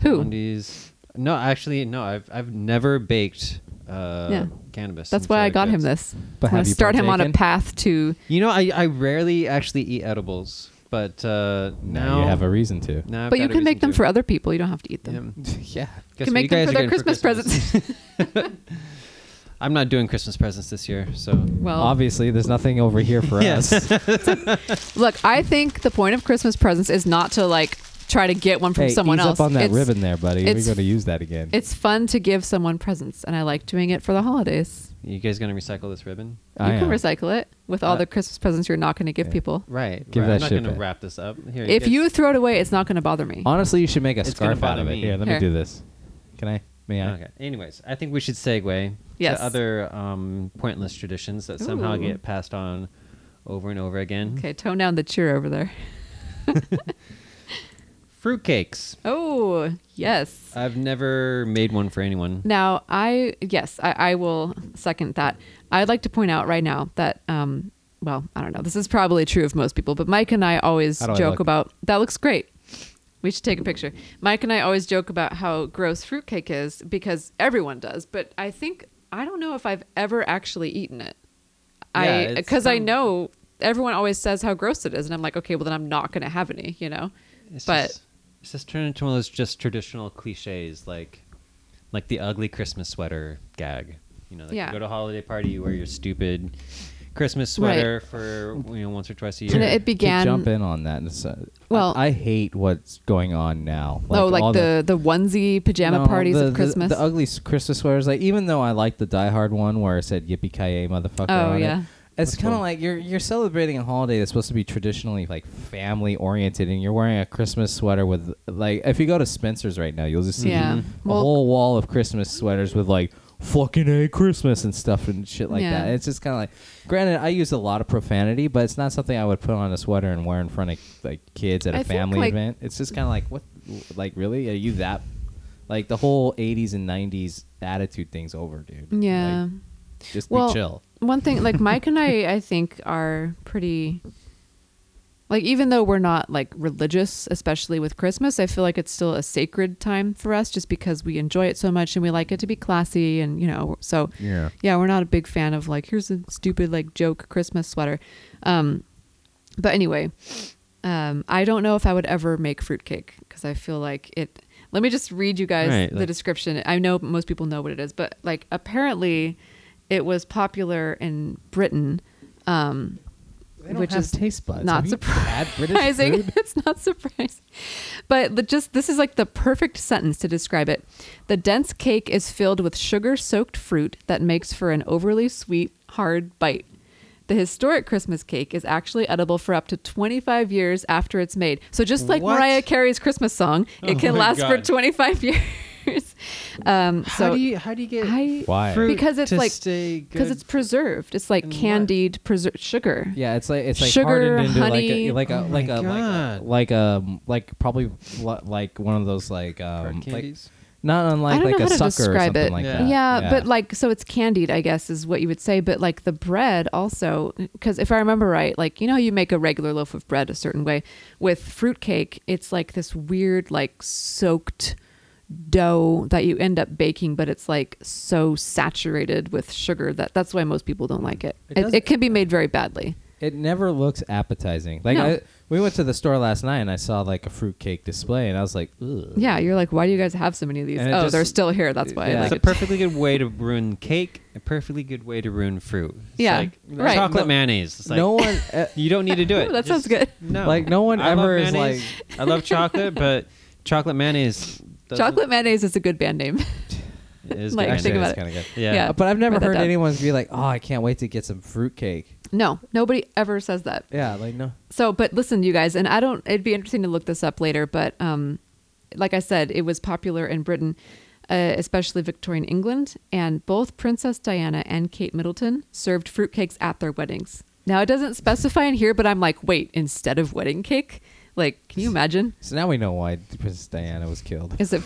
[SPEAKER 1] Who?
[SPEAKER 2] Undies. No, actually, no. I've I've never baked uh,
[SPEAKER 1] Yeah.
[SPEAKER 2] cannabis.
[SPEAKER 1] That's
[SPEAKER 2] and
[SPEAKER 1] why I
[SPEAKER 2] flavored
[SPEAKER 1] got him
[SPEAKER 2] goods.
[SPEAKER 1] this.
[SPEAKER 3] But
[SPEAKER 1] I'm gonna
[SPEAKER 3] have you
[SPEAKER 1] start him on a
[SPEAKER 3] partaken?
[SPEAKER 1] path to.
[SPEAKER 2] You know, I, I rarely actually eat edibles, but uh, now,
[SPEAKER 3] Now you have a reason to.
[SPEAKER 2] now I've
[SPEAKER 1] but
[SPEAKER 2] got
[SPEAKER 1] you
[SPEAKER 2] a
[SPEAKER 1] can make
[SPEAKER 2] reason
[SPEAKER 1] them
[SPEAKER 2] to.
[SPEAKER 1] for other people. You don't have to eat them.
[SPEAKER 2] Yeah.
[SPEAKER 1] You can
[SPEAKER 2] Guess
[SPEAKER 3] yeah.
[SPEAKER 2] what
[SPEAKER 1] make
[SPEAKER 2] you
[SPEAKER 1] them
[SPEAKER 2] guys
[SPEAKER 1] for their
[SPEAKER 2] are getting
[SPEAKER 1] Christmas, presents.
[SPEAKER 2] I'm not doing Christmas presents this year, so
[SPEAKER 1] well,
[SPEAKER 3] Obviously, there's nothing over here for us.
[SPEAKER 1] look, I think the point of Christmas presents is not to like try to get one from
[SPEAKER 3] hey,
[SPEAKER 1] someone
[SPEAKER 3] ease
[SPEAKER 1] else.
[SPEAKER 3] up on that
[SPEAKER 1] it's,
[SPEAKER 3] ribbon there, buddy. We're
[SPEAKER 1] it's-
[SPEAKER 3] going to use that again.
[SPEAKER 1] It's fun to give someone presents, and I like doing it for the holidays.
[SPEAKER 2] you guys gonna recycle this ribbon?
[SPEAKER 1] You
[SPEAKER 3] I
[SPEAKER 1] can
[SPEAKER 3] am.
[SPEAKER 1] recycle it with all
[SPEAKER 2] Uh,
[SPEAKER 1] the Christmas presents you're not going to give
[SPEAKER 3] yeah.
[SPEAKER 1] people.
[SPEAKER 2] Right.
[SPEAKER 3] Give
[SPEAKER 2] right.
[SPEAKER 3] that
[SPEAKER 2] I'm not
[SPEAKER 3] shit
[SPEAKER 2] gonna
[SPEAKER 3] back.
[SPEAKER 2] wrap this up. Here,
[SPEAKER 1] If
[SPEAKER 2] guys-
[SPEAKER 1] you throw it away, it's not going to bother me.
[SPEAKER 3] Honestly, you should make a
[SPEAKER 2] It's gonna
[SPEAKER 3] scarf out
[SPEAKER 2] bother
[SPEAKER 3] of it.
[SPEAKER 2] me.
[SPEAKER 3] Here, let
[SPEAKER 1] Here.
[SPEAKER 3] me do this. Can I? May I?
[SPEAKER 2] Okay. Anyways, I think we should segue
[SPEAKER 1] Yes.
[SPEAKER 2] to other um, pointless traditions that somehow
[SPEAKER 1] Ooh.
[SPEAKER 2] get passed on over and over again.
[SPEAKER 1] Okay, tone down the cheer over there.
[SPEAKER 2] Fruitcakes.
[SPEAKER 1] Oh yes.
[SPEAKER 2] I've never made one for anyone.
[SPEAKER 1] Now, I yes, I, I will second that. I'd like to point out right now that um, well, I don't know. This is probably true of most people, but Mike and I always
[SPEAKER 3] How do I
[SPEAKER 1] joke
[SPEAKER 3] look?
[SPEAKER 1] about that looks great. We should take a picture. Mike and I always joke about how gross fruitcake is because everyone does, but I think I don't know if I've ever actually eaten it.
[SPEAKER 2] Yeah,
[SPEAKER 1] I
[SPEAKER 2] it's,
[SPEAKER 1] because I
[SPEAKER 2] um,
[SPEAKER 1] know everyone always says how gross it is, and I'm like, okay, well then I'm not going to have any, you know.
[SPEAKER 2] It's
[SPEAKER 1] but
[SPEAKER 2] just, it's just turned into one of those just traditional cliches, like like the ugly Christmas sweater gag. You know, like
[SPEAKER 1] Yeah.
[SPEAKER 2] you go to a holiday party, you wear your stupid Christmas
[SPEAKER 1] Right.
[SPEAKER 2] sweater for you know once or twice a year.
[SPEAKER 1] And it
[SPEAKER 3] To
[SPEAKER 1] began.
[SPEAKER 3] jump in on that. It's, uh,
[SPEAKER 1] Well-
[SPEAKER 3] I, I hate what's going on now.
[SPEAKER 1] oh,
[SPEAKER 3] all
[SPEAKER 1] like the, the onesie pajama
[SPEAKER 3] No,
[SPEAKER 1] parties
[SPEAKER 3] the,
[SPEAKER 1] of
[SPEAKER 3] the-
[SPEAKER 1] Christmas.
[SPEAKER 3] The, ugly s- Christmas sweaters. Like even though I like the Die Hard one where it said "Yippee ki yay, motherfucker"
[SPEAKER 1] Oh,
[SPEAKER 3] on
[SPEAKER 1] yeah.
[SPEAKER 3] it, it's
[SPEAKER 2] That's
[SPEAKER 3] kind of
[SPEAKER 2] cool.
[SPEAKER 3] like you're you're celebrating a holiday that's supposed to be traditionally like family oriented, and you're wearing a Christmas sweater with like if you go to Spencer's right now, you'll just see
[SPEAKER 1] Yeah.
[SPEAKER 3] a
[SPEAKER 1] Well-
[SPEAKER 3] whole wall of Christmas sweaters with like fucking a Christmas and stuff and shit like
[SPEAKER 1] Yeah.
[SPEAKER 3] that. It's just kind of like, granted, I use a lot of profanity, but it's not something I would put on a sweater and wear in front of like kids at a
[SPEAKER 1] I think,
[SPEAKER 3] family
[SPEAKER 1] like-
[SPEAKER 3] event. It's just kind of like what, like really, are you that? Like the whole '80s and '90s attitude thing's over, dude.
[SPEAKER 1] Yeah.
[SPEAKER 3] Like, just
[SPEAKER 1] well,
[SPEAKER 3] be chill.
[SPEAKER 1] one thing like Mike and I, I think are pretty. Like even though we're not like religious, especially with Christmas, I feel like it's still a sacred time for us, just because we enjoy it so much and we like it to be classy and you know. So
[SPEAKER 3] Yeah.
[SPEAKER 1] yeah, we're not a big fan of like here's a stupid like joke Christmas sweater. Um, but anyway, um, I don't know if I would ever make fruitcake because I feel like it. Let me just read you guys
[SPEAKER 2] Right,
[SPEAKER 1] the
[SPEAKER 2] like-
[SPEAKER 1] description. I know most people know what it is, but like apparently, it was popular in Britain, um,
[SPEAKER 3] They don't
[SPEAKER 1] which
[SPEAKER 3] have
[SPEAKER 1] is
[SPEAKER 3] taste buds. Are
[SPEAKER 1] not
[SPEAKER 3] we bad British
[SPEAKER 1] surprising.
[SPEAKER 3] food?
[SPEAKER 1] it's not surprising, but the, just this is like the perfect sentence to describe it. The dense cake is filled with sugar-soaked fruit that makes for an overly sweet, hard bite. The historic Christmas cake is actually edible for up to 25 years after it's made. So just like
[SPEAKER 2] What?
[SPEAKER 1] Mariah Carey's Christmas song, it
[SPEAKER 2] Oh
[SPEAKER 1] can
[SPEAKER 2] my
[SPEAKER 1] last for
[SPEAKER 2] God.
[SPEAKER 1] 25 years. Um, so
[SPEAKER 2] how do you how do you get
[SPEAKER 1] I-
[SPEAKER 3] Why?
[SPEAKER 2] fruit
[SPEAKER 1] Because it's
[SPEAKER 2] to
[SPEAKER 1] like-
[SPEAKER 2] stay
[SPEAKER 1] because
[SPEAKER 2] good?
[SPEAKER 1] it's preserved. It's like
[SPEAKER 2] And what?
[SPEAKER 1] candied preser- sugar.
[SPEAKER 3] Yeah, it's like it's like
[SPEAKER 1] Sugar,
[SPEAKER 3] hardened into
[SPEAKER 1] honey.
[SPEAKER 3] like a
[SPEAKER 2] Oh
[SPEAKER 3] like a
[SPEAKER 2] my
[SPEAKER 3] like a
[SPEAKER 2] God.
[SPEAKER 3] like a like a like probably li- like one of those like
[SPEAKER 2] Card
[SPEAKER 3] um like
[SPEAKER 2] candies?
[SPEAKER 3] not
[SPEAKER 1] I
[SPEAKER 3] unlike
[SPEAKER 1] don't
[SPEAKER 3] like
[SPEAKER 1] know
[SPEAKER 3] a
[SPEAKER 1] how to
[SPEAKER 3] sucker or
[SPEAKER 1] describe
[SPEAKER 3] something
[SPEAKER 1] it.
[SPEAKER 3] like
[SPEAKER 2] Yeah.
[SPEAKER 1] Yeah.
[SPEAKER 3] that.
[SPEAKER 1] but like so it's candied, I guess is what you would say. But like the bread also, because if I remember right, like you know how you make a regular loaf of bread a certain way with fruitcake, it's like this weird like soaked dough that you end up baking, but it's like so saturated with sugar that that's why most people don't like it. It,
[SPEAKER 3] It
[SPEAKER 1] it,
[SPEAKER 3] doesn't-
[SPEAKER 1] can be made very badly.
[SPEAKER 3] It never looks appetizing. Like
[SPEAKER 1] No.
[SPEAKER 3] I, we went to the store last night and I saw like a fruitcake display and I was like, Ugh.
[SPEAKER 1] Yeah, you're like, why do you guys have so many of these?
[SPEAKER 3] And it
[SPEAKER 1] Oh,
[SPEAKER 3] just-
[SPEAKER 1] they're still here. That's why.
[SPEAKER 3] yeah.
[SPEAKER 1] I
[SPEAKER 2] It's
[SPEAKER 1] like
[SPEAKER 2] a
[SPEAKER 1] it.
[SPEAKER 2] perfectly good way to ruin cake. A perfectly good way to ruin fruit. It's
[SPEAKER 1] Yeah,
[SPEAKER 2] like
[SPEAKER 1] right.
[SPEAKER 2] Chocolate
[SPEAKER 1] No-
[SPEAKER 2] mayonnaise. It's like,
[SPEAKER 3] no one. Uh,
[SPEAKER 2] You don't need to do it.
[SPEAKER 1] Ooh, that sounds
[SPEAKER 2] Just-
[SPEAKER 1] good.
[SPEAKER 2] No,
[SPEAKER 3] Like, no one
[SPEAKER 2] I love
[SPEAKER 3] ever is
[SPEAKER 2] mayonnaise. I love chocolate, but chocolate mayonnaise. doesn't-
[SPEAKER 1] Chocolate mayonnaise is a good band name.
[SPEAKER 2] is
[SPEAKER 1] like,
[SPEAKER 2] good
[SPEAKER 1] think
[SPEAKER 2] mayonnaise.
[SPEAKER 1] about
[SPEAKER 3] kind of good.
[SPEAKER 2] Yeah.
[SPEAKER 1] yeah.
[SPEAKER 3] But I've never
[SPEAKER 1] Write that
[SPEAKER 3] heard
[SPEAKER 1] down.
[SPEAKER 3] anyone be like, "Oh, I can't wait to get some fruitcake."
[SPEAKER 1] no, nobody ever says that.
[SPEAKER 3] Yeah, like no.
[SPEAKER 1] So, but listen, you guys, and I don't. It'd be interesting to look this up later, but um, like I said, it was popular in Britain, uh, especially Victorian England, and both Princess Diana and Kate Middleton served fruitcakes at their weddings. Now, it doesn't specify in here, but I'm like, wait, instead of wedding cake, Like, can you imagine?
[SPEAKER 3] So now we know why Princess Diana was killed.
[SPEAKER 1] Is it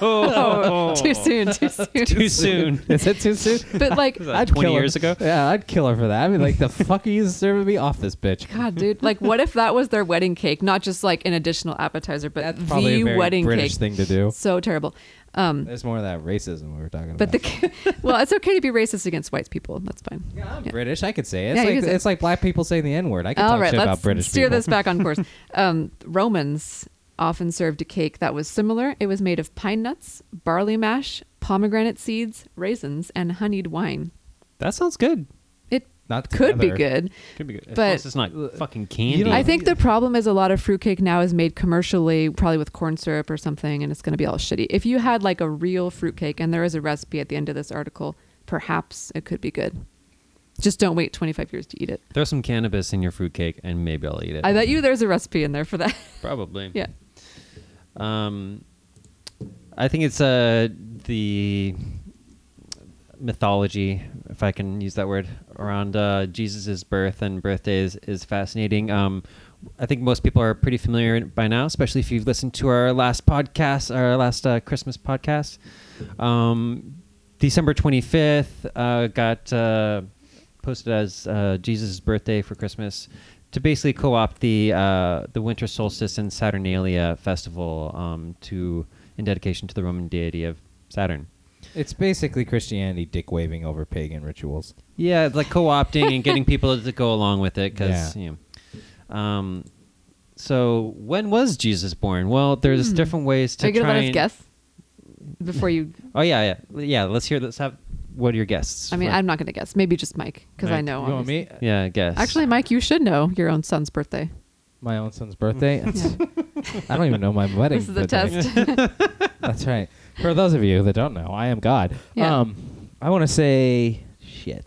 [SPEAKER 1] oh, too soon? Too soon.
[SPEAKER 2] Too soon.
[SPEAKER 3] Is that too soon?
[SPEAKER 1] But like,
[SPEAKER 2] That 20
[SPEAKER 3] kill her.
[SPEAKER 2] years ago?
[SPEAKER 3] Yeah, I'd kill her for that. I'd be like, the fuck are you serving me off this bitch?
[SPEAKER 1] God, dude, like, what if that was their wedding cake? Not just like an additional appetizer, but
[SPEAKER 3] That's probably
[SPEAKER 1] the
[SPEAKER 3] a very
[SPEAKER 1] wedding
[SPEAKER 3] British
[SPEAKER 1] cake.
[SPEAKER 3] thing to do.
[SPEAKER 1] So terrible. Um,
[SPEAKER 3] There's more of that racism we were talking
[SPEAKER 1] but
[SPEAKER 3] about.
[SPEAKER 1] the well, it's okay to be racist against white people. That's fine.
[SPEAKER 3] yeah, I'm British. I could say it. It's,
[SPEAKER 1] Yeah, you
[SPEAKER 3] like,
[SPEAKER 1] could say it.
[SPEAKER 3] it's like black people say the N word. I could
[SPEAKER 1] All
[SPEAKER 3] talk
[SPEAKER 1] right,
[SPEAKER 3] shit
[SPEAKER 1] let's
[SPEAKER 3] about British
[SPEAKER 1] steer
[SPEAKER 3] people.
[SPEAKER 1] this back on course. um, Romans often served a cake that was similar. It was made of pine nuts, barley mash, pomegranate seeds, raisins, and honeyed wine.
[SPEAKER 2] That sounds good.
[SPEAKER 1] It
[SPEAKER 3] Not
[SPEAKER 1] could be
[SPEAKER 3] together.
[SPEAKER 1] good.
[SPEAKER 2] Could be good. As
[SPEAKER 1] But-
[SPEAKER 2] long as it's not fucking candy.
[SPEAKER 3] don't-
[SPEAKER 1] I think the problem is a lot of fruitcake now is made commercially, probably with corn syrup or something, and it's going to be all shitty. If you had like a real fruitcake, and there is a recipe at the end of this article, perhaps it could be good. Just don't wait 25 years to eat it.
[SPEAKER 2] Throw some cannabis in your fruitcake and maybe I'll eat it.
[SPEAKER 1] I bet you there's a recipe in there for that.
[SPEAKER 2] Probably.
[SPEAKER 1] yeah.
[SPEAKER 2] Um, I think it's uh, the mythology, if I can use that word, around uh, Jesus' birth and birthdays is fascinating. Um, I think most people are pretty familiar by now, especially if you've listened to our last podcast, our last uh, Christmas podcast. Um, December 25th uh, got uh, posted as uh, Jesus' birthday for Christmas to basically co-opt the uh, the winter solstice and Saturnalia festival um, to in dedication to the Roman deity of Saturn.
[SPEAKER 3] It's basically Christianity dick waving over pagan rituals.
[SPEAKER 2] Yeah, it's like co-opting and getting people to go along with it because
[SPEAKER 3] Yeah.
[SPEAKER 2] you know. Um, so when was Jesus born? Well, there's different ways to
[SPEAKER 1] Hmm. Are you going to
[SPEAKER 2] try
[SPEAKER 1] let us
[SPEAKER 2] and-
[SPEAKER 1] guess before you?
[SPEAKER 2] Oh yeah, yeah, yeah. Let's hear. Let's have. What are your guesses?
[SPEAKER 1] I mean,
[SPEAKER 2] for-
[SPEAKER 1] I'm not going to guess. Maybe just Mike, because I
[SPEAKER 2] Mike,
[SPEAKER 1] know.
[SPEAKER 3] You want
[SPEAKER 1] obviously.
[SPEAKER 3] me?
[SPEAKER 2] Yeah, guess.
[SPEAKER 1] Actually, Mike, you should know your own son's birthday.
[SPEAKER 3] My own son's birthday.
[SPEAKER 1] Yeah.
[SPEAKER 3] I don't even know my wedding.
[SPEAKER 1] this is the
[SPEAKER 3] birthday.
[SPEAKER 1] test.
[SPEAKER 3] That's right. For those of you that don't know, I am God.
[SPEAKER 1] Yeah.
[SPEAKER 3] Um, I want to say shit.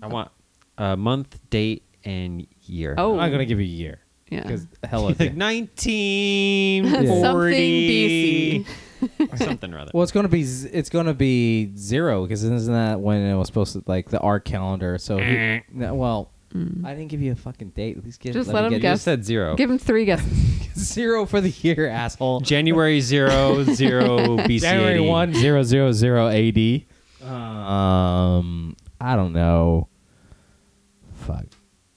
[SPEAKER 2] I want a month, date, and year.
[SPEAKER 1] Oh.
[SPEAKER 3] I'm gonna give you a year.
[SPEAKER 1] yeah.
[SPEAKER 3] Because hello.
[SPEAKER 2] like 1940
[SPEAKER 1] Something BC.
[SPEAKER 2] something rather.
[SPEAKER 3] well, it's gonna be z- it's gonna be zero because isn't that when it was supposed to like the our calendar? So he, no, well, I didn't give you a fucking date. At least give
[SPEAKER 1] Just
[SPEAKER 3] me
[SPEAKER 1] let him
[SPEAKER 3] get
[SPEAKER 2] you
[SPEAKER 1] guess.
[SPEAKER 2] just said zero.
[SPEAKER 1] Mm. Give him three guesses.
[SPEAKER 3] zero for the year, asshole.
[SPEAKER 2] January zero zero BC.
[SPEAKER 4] January 1, 000 AD.
[SPEAKER 3] Um, I don't know. Fuck.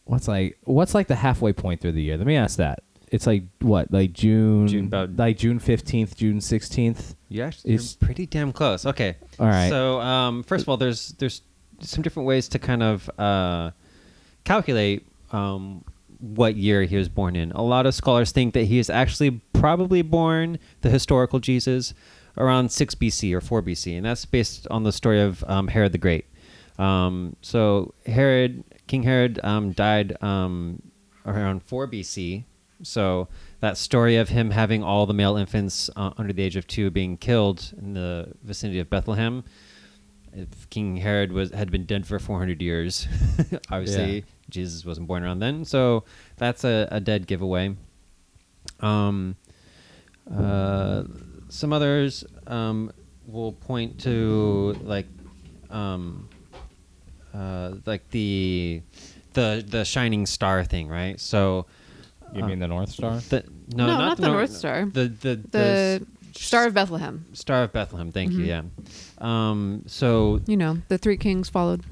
[SPEAKER 3] What's like what's like the halfway point through the year? Let me ask that. It's like what, like June,
[SPEAKER 2] June about-
[SPEAKER 3] like June fifteenth, June sixteenth.
[SPEAKER 2] You actually, you're
[SPEAKER 3] It's-
[SPEAKER 2] pretty damn close. Okay.
[SPEAKER 3] All right.
[SPEAKER 2] So um, first of all, there's there's some different ways to kind of uh, calculate um, what year he was born in. A lot of scholars think that he is actually probably born the historical Jesus around 6 BC or 4 BC, and that's based on the story of um, Herod the Great. Um, so Herod, King Herod, um, died um, around 4 BC. So that story of him having all the male infants uh, under the age of two being killed in the vicinity of Bethlehem, if King Herod was had been dead for 400 years, obviously
[SPEAKER 3] Yeah.
[SPEAKER 2] Jesus wasn't born around then. So that's a, a dead giveaway. Um, uh, some others um, will point to like um, uh, like the the the shining star thing, right? So
[SPEAKER 3] You mean the North Star?
[SPEAKER 2] Uh. the, no,
[SPEAKER 1] No,
[SPEAKER 2] not,
[SPEAKER 1] not the North Star.
[SPEAKER 2] The the,
[SPEAKER 1] The
[SPEAKER 2] the s-
[SPEAKER 1] Star of Bethlehem.
[SPEAKER 2] Star of Bethlehem. Thank you. Yeah.
[SPEAKER 1] Mm-hmm.
[SPEAKER 2] Um, so
[SPEAKER 1] You know, the three kings followed.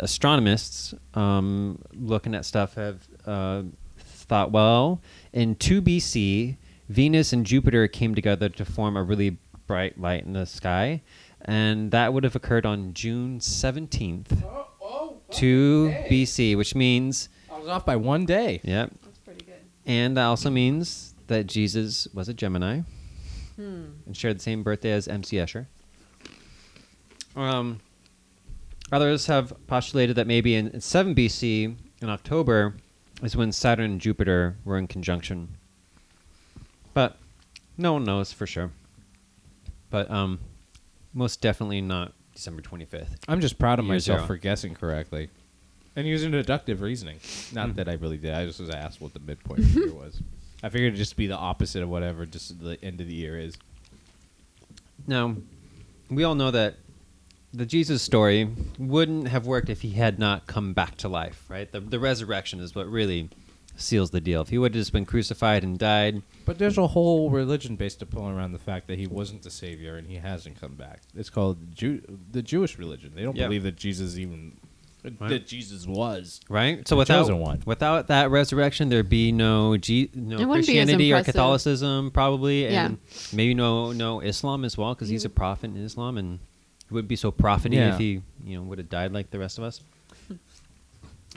[SPEAKER 2] astronomists um, looking at stuff have uh, thought, well, in 2 BC, Venus and Jupiter came together to form a really bright light in the sky, and that would have occurred on June 17th, 2 BC, which means,
[SPEAKER 3] I was off by one day.
[SPEAKER 2] yep,
[SPEAKER 1] That's pretty good.
[SPEAKER 2] and that also means that Jesus was a Gemini
[SPEAKER 1] Hmm.
[SPEAKER 2] and shared the same birthday as MC Escher. Um, others have postulated that maybe in, in 7 BC, in October, is when Saturn and Jupiter were in conjunction. But no one knows for sure. But um, most definitely not December 25th.
[SPEAKER 3] I'm just proud of
[SPEAKER 2] Year
[SPEAKER 3] myself
[SPEAKER 2] zero.
[SPEAKER 3] for guessing correctly. And using deductive reasoning. Not that I really did. I just was asked what the midpoint of the year was. I figured it'd just be the opposite of whatever just the end of the year is.
[SPEAKER 2] Now, we all know that the Jesus story wouldn't have worked if he had not come back to life, right? The, the resurrection is what really seals the deal. If he would have just been crucified and died,
[SPEAKER 3] But there's a whole religion based upon around the fact that he wasn't the savior and he hasn't come back. It's called Jew- the Jewish religion. They don't
[SPEAKER 2] Yeah.
[SPEAKER 3] believe that Jesus even that Jesus was.
[SPEAKER 2] right? So
[SPEAKER 3] The
[SPEAKER 2] without
[SPEAKER 3] chosen one.
[SPEAKER 2] without that resurrection, there'd be no G-
[SPEAKER 1] It
[SPEAKER 2] no
[SPEAKER 1] wouldn't be as
[SPEAKER 2] Christianity or
[SPEAKER 1] impressive.
[SPEAKER 2] Catholicism probably,
[SPEAKER 1] Yeah. Mm.
[SPEAKER 2] and maybe no no Islam as well because he's a prophet in Islam, and he wouldn't be so prophety
[SPEAKER 3] Yeah.
[SPEAKER 2] if he you know would have died like the rest of us.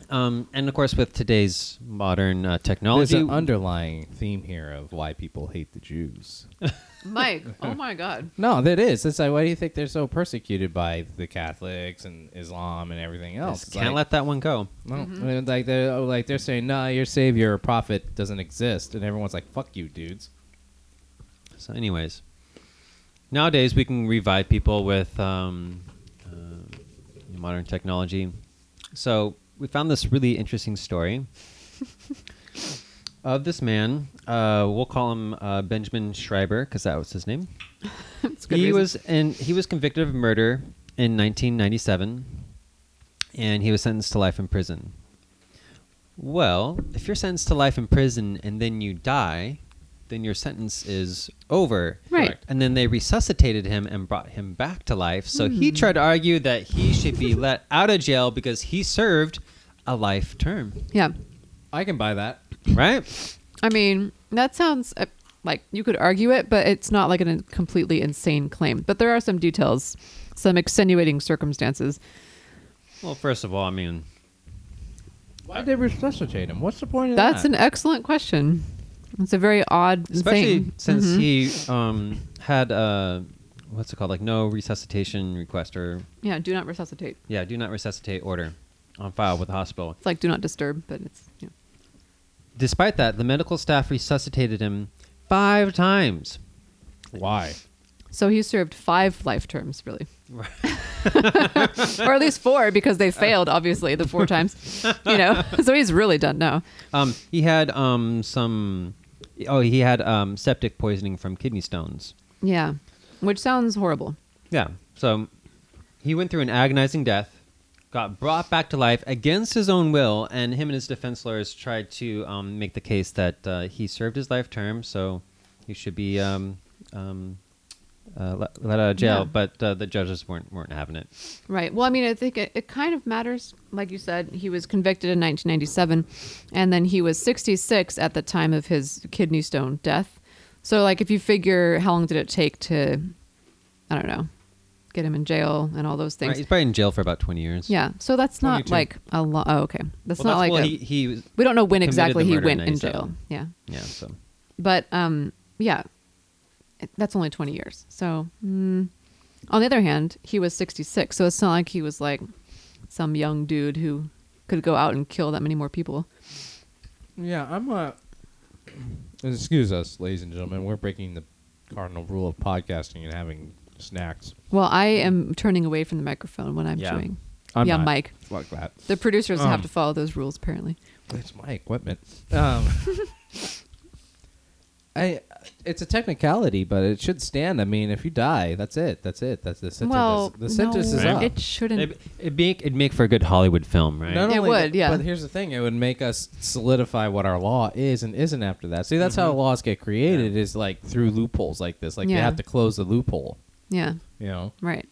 [SPEAKER 2] Um, and of course, with today's modern uh,
[SPEAKER 3] There's
[SPEAKER 2] technology,
[SPEAKER 3] an underlying theme here of why people hate the Jews.
[SPEAKER 1] Mike, oh my God.
[SPEAKER 3] no, that is. That's like, why do you think they're so persecuted by the Catholics and Islam and everything else?
[SPEAKER 2] just
[SPEAKER 3] It's
[SPEAKER 2] Oh, can't
[SPEAKER 3] like-
[SPEAKER 2] let that one go.
[SPEAKER 3] No, and like they're oh, like they're saying, "Nah, your savior or prophet doesn't exist," and everyone's like, "Fuck you, dudes."
[SPEAKER 2] So, anyways, nowadays we can revive people with um, uh, modern technology. So we found this really interesting story of this man. Uh, we'll call him uh, Benjamin Schreiber because that was his name.
[SPEAKER 1] It's a good
[SPEAKER 2] He
[SPEAKER 1] reason.
[SPEAKER 2] was and he was convicted of murder in 1997, and he was sentenced to life in prison. Well, if you're sentenced to life in prison and then you die, then your sentence is over.
[SPEAKER 1] Right. Correct.
[SPEAKER 2] And then they resuscitated him and brought him back to life. So he
[SPEAKER 1] Hmm.
[SPEAKER 2] tried to argue that he should be let out of jail because he served a life term.
[SPEAKER 1] Yeah.
[SPEAKER 3] I can buy that.
[SPEAKER 2] Right?
[SPEAKER 1] I mean, that sounds uh, like you could argue it, but it's not like an in- completely insane claim. But there are some details, some extenuating circumstances.
[SPEAKER 2] Well, first of all, I mean,
[SPEAKER 3] Why did they resuscitate him? What's the point of
[SPEAKER 1] That's
[SPEAKER 3] that?
[SPEAKER 1] an excellent question. It's a very odd Mm-hmm.
[SPEAKER 2] especially
[SPEAKER 1] thing.
[SPEAKER 2] since he um, had uh, what's it called like no resuscitation request or
[SPEAKER 1] Yeah, do not resuscitate.
[SPEAKER 2] yeah do not resuscitate order on file with the hospital
[SPEAKER 1] It's like do not disturb, but it's yeah.
[SPEAKER 2] despite that the medical staff resuscitated him five times
[SPEAKER 3] why.
[SPEAKER 1] So he served five life terms, really. or at least four because
[SPEAKER 2] Uh.
[SPEAKER 1] they failed, obviously, the four times. You know, so he's really done now.
[SPEAKER 2] um, he had um, some oh he had um, septic poisoning from kidney stones
[SPEAKER 1] Yeah, which sounds horrible.
[SPEAKER 2] Yeah. So he went through an agonizing death, got brought back to life against his own will, and him and his defense lawyers tried to um, make the case that uh, he served his life term, so he should be um, um, uh, let, let out of jail.
[SPEAKER 1] Yeah.
[SPEAKER 2] But uh, the judges weren't weren't having it.
[SPEAKER 1] Right. Well, I mean, I think it, it kind of matters. Like you said, he was convicted in 1997, and then he was 66 at the time of his kidney stone death. So, like, if you figure how long did it take to, I don't know, get him in jail and all those
[SPEAKER 2] Right,
[SPEAKER 1] things.
[SPEAKER 2] he's probably in jail for about twenty years.
[SPEAKER 1] Yeah. So that's not
[SPEAKER 3] 22.
[SPEAKER 1] like a lot. Oh, okay. That's
[SPEAKER 2] Well,
[SPEAKER 1] not like
[SPEAKER 2] that's- well,
[SPEAKER 1] a,
[SPEAKER 2] he, he was,
[SPEAKER 1] we don't know when
[SPEAKER 2] committed
[SPEAKER 1] exactly
[SPEAKER 2] the
[SPEAKER 1] he
[SPEAKER 2] murder in
[SPEAKER 1] went in jail.
[SPEAKER 2] 97.
[SPEAKER 1] Yeah.
[SPEAKER 2] yeah. So
[SPEAKER 1] But um, yeah, it- that's only 20 years. So, mm, on the other hand, he was 66. So it's not like he was like some young dude who could go out and kill that many more people.
[SPEAKER 3] Yeah, I'm uh, not. Excuse us, ladies and gentlemen. We're breaking the cardinal rule of podcasting and having snacks.
[SPEAKER 1] Well, I am turning away from the microphone when I'm
[SPEAKER 2] Yeah.
[SPEAKER 1] chewing.
[SPEAKER 3] I'm
[SPEAKER 1] yeah,
[SPEAKER 3] not.
[SPEAKER 1] Mike.
[SPEAKER 3] Fuck that.
[SPEAKER 1] The producers have
[SPEAKER 3] Um.
[SPEAKER 1] to follow those rules, apparently.
[SPEAKER 3] It's my equipment. Um, I. It's a technicality, but it should stand. I mean, if you die, that's it. That's it. That's the sentence.
[SPEAKER 1] well,
[SPEAKER 3] the sentence
[SPEAKER 1] no,
[SPEAKER 3] is
[SPEAKER 2] Right.
[SPEAKER 3] up.
[SPEAKER 1] It shouldn't.
[SPEAKER 2] it, it'd make it'd make for a good Hollywood film, right?
[SPEAKER 3] Not
[SPEAKER 1] It
[SPEAKER 3] only
[SPEAKER 1] would,
[SPEAKER 3] that-
[SPEAKER 1] yeah.
[SPEAKER 3] But here's the thing: it would make us solidify what our law is and isn't after that. See, that's how laws get created: is like through loopholes like this. Like they
[SPEAKER 1] Mm-hmm. Yeah.
[SPEAKER 3] have to close the loophole.
[SPEAKER 1] yeah.
[SPEAKER 3] You know.
[SPEAKER 1] Right.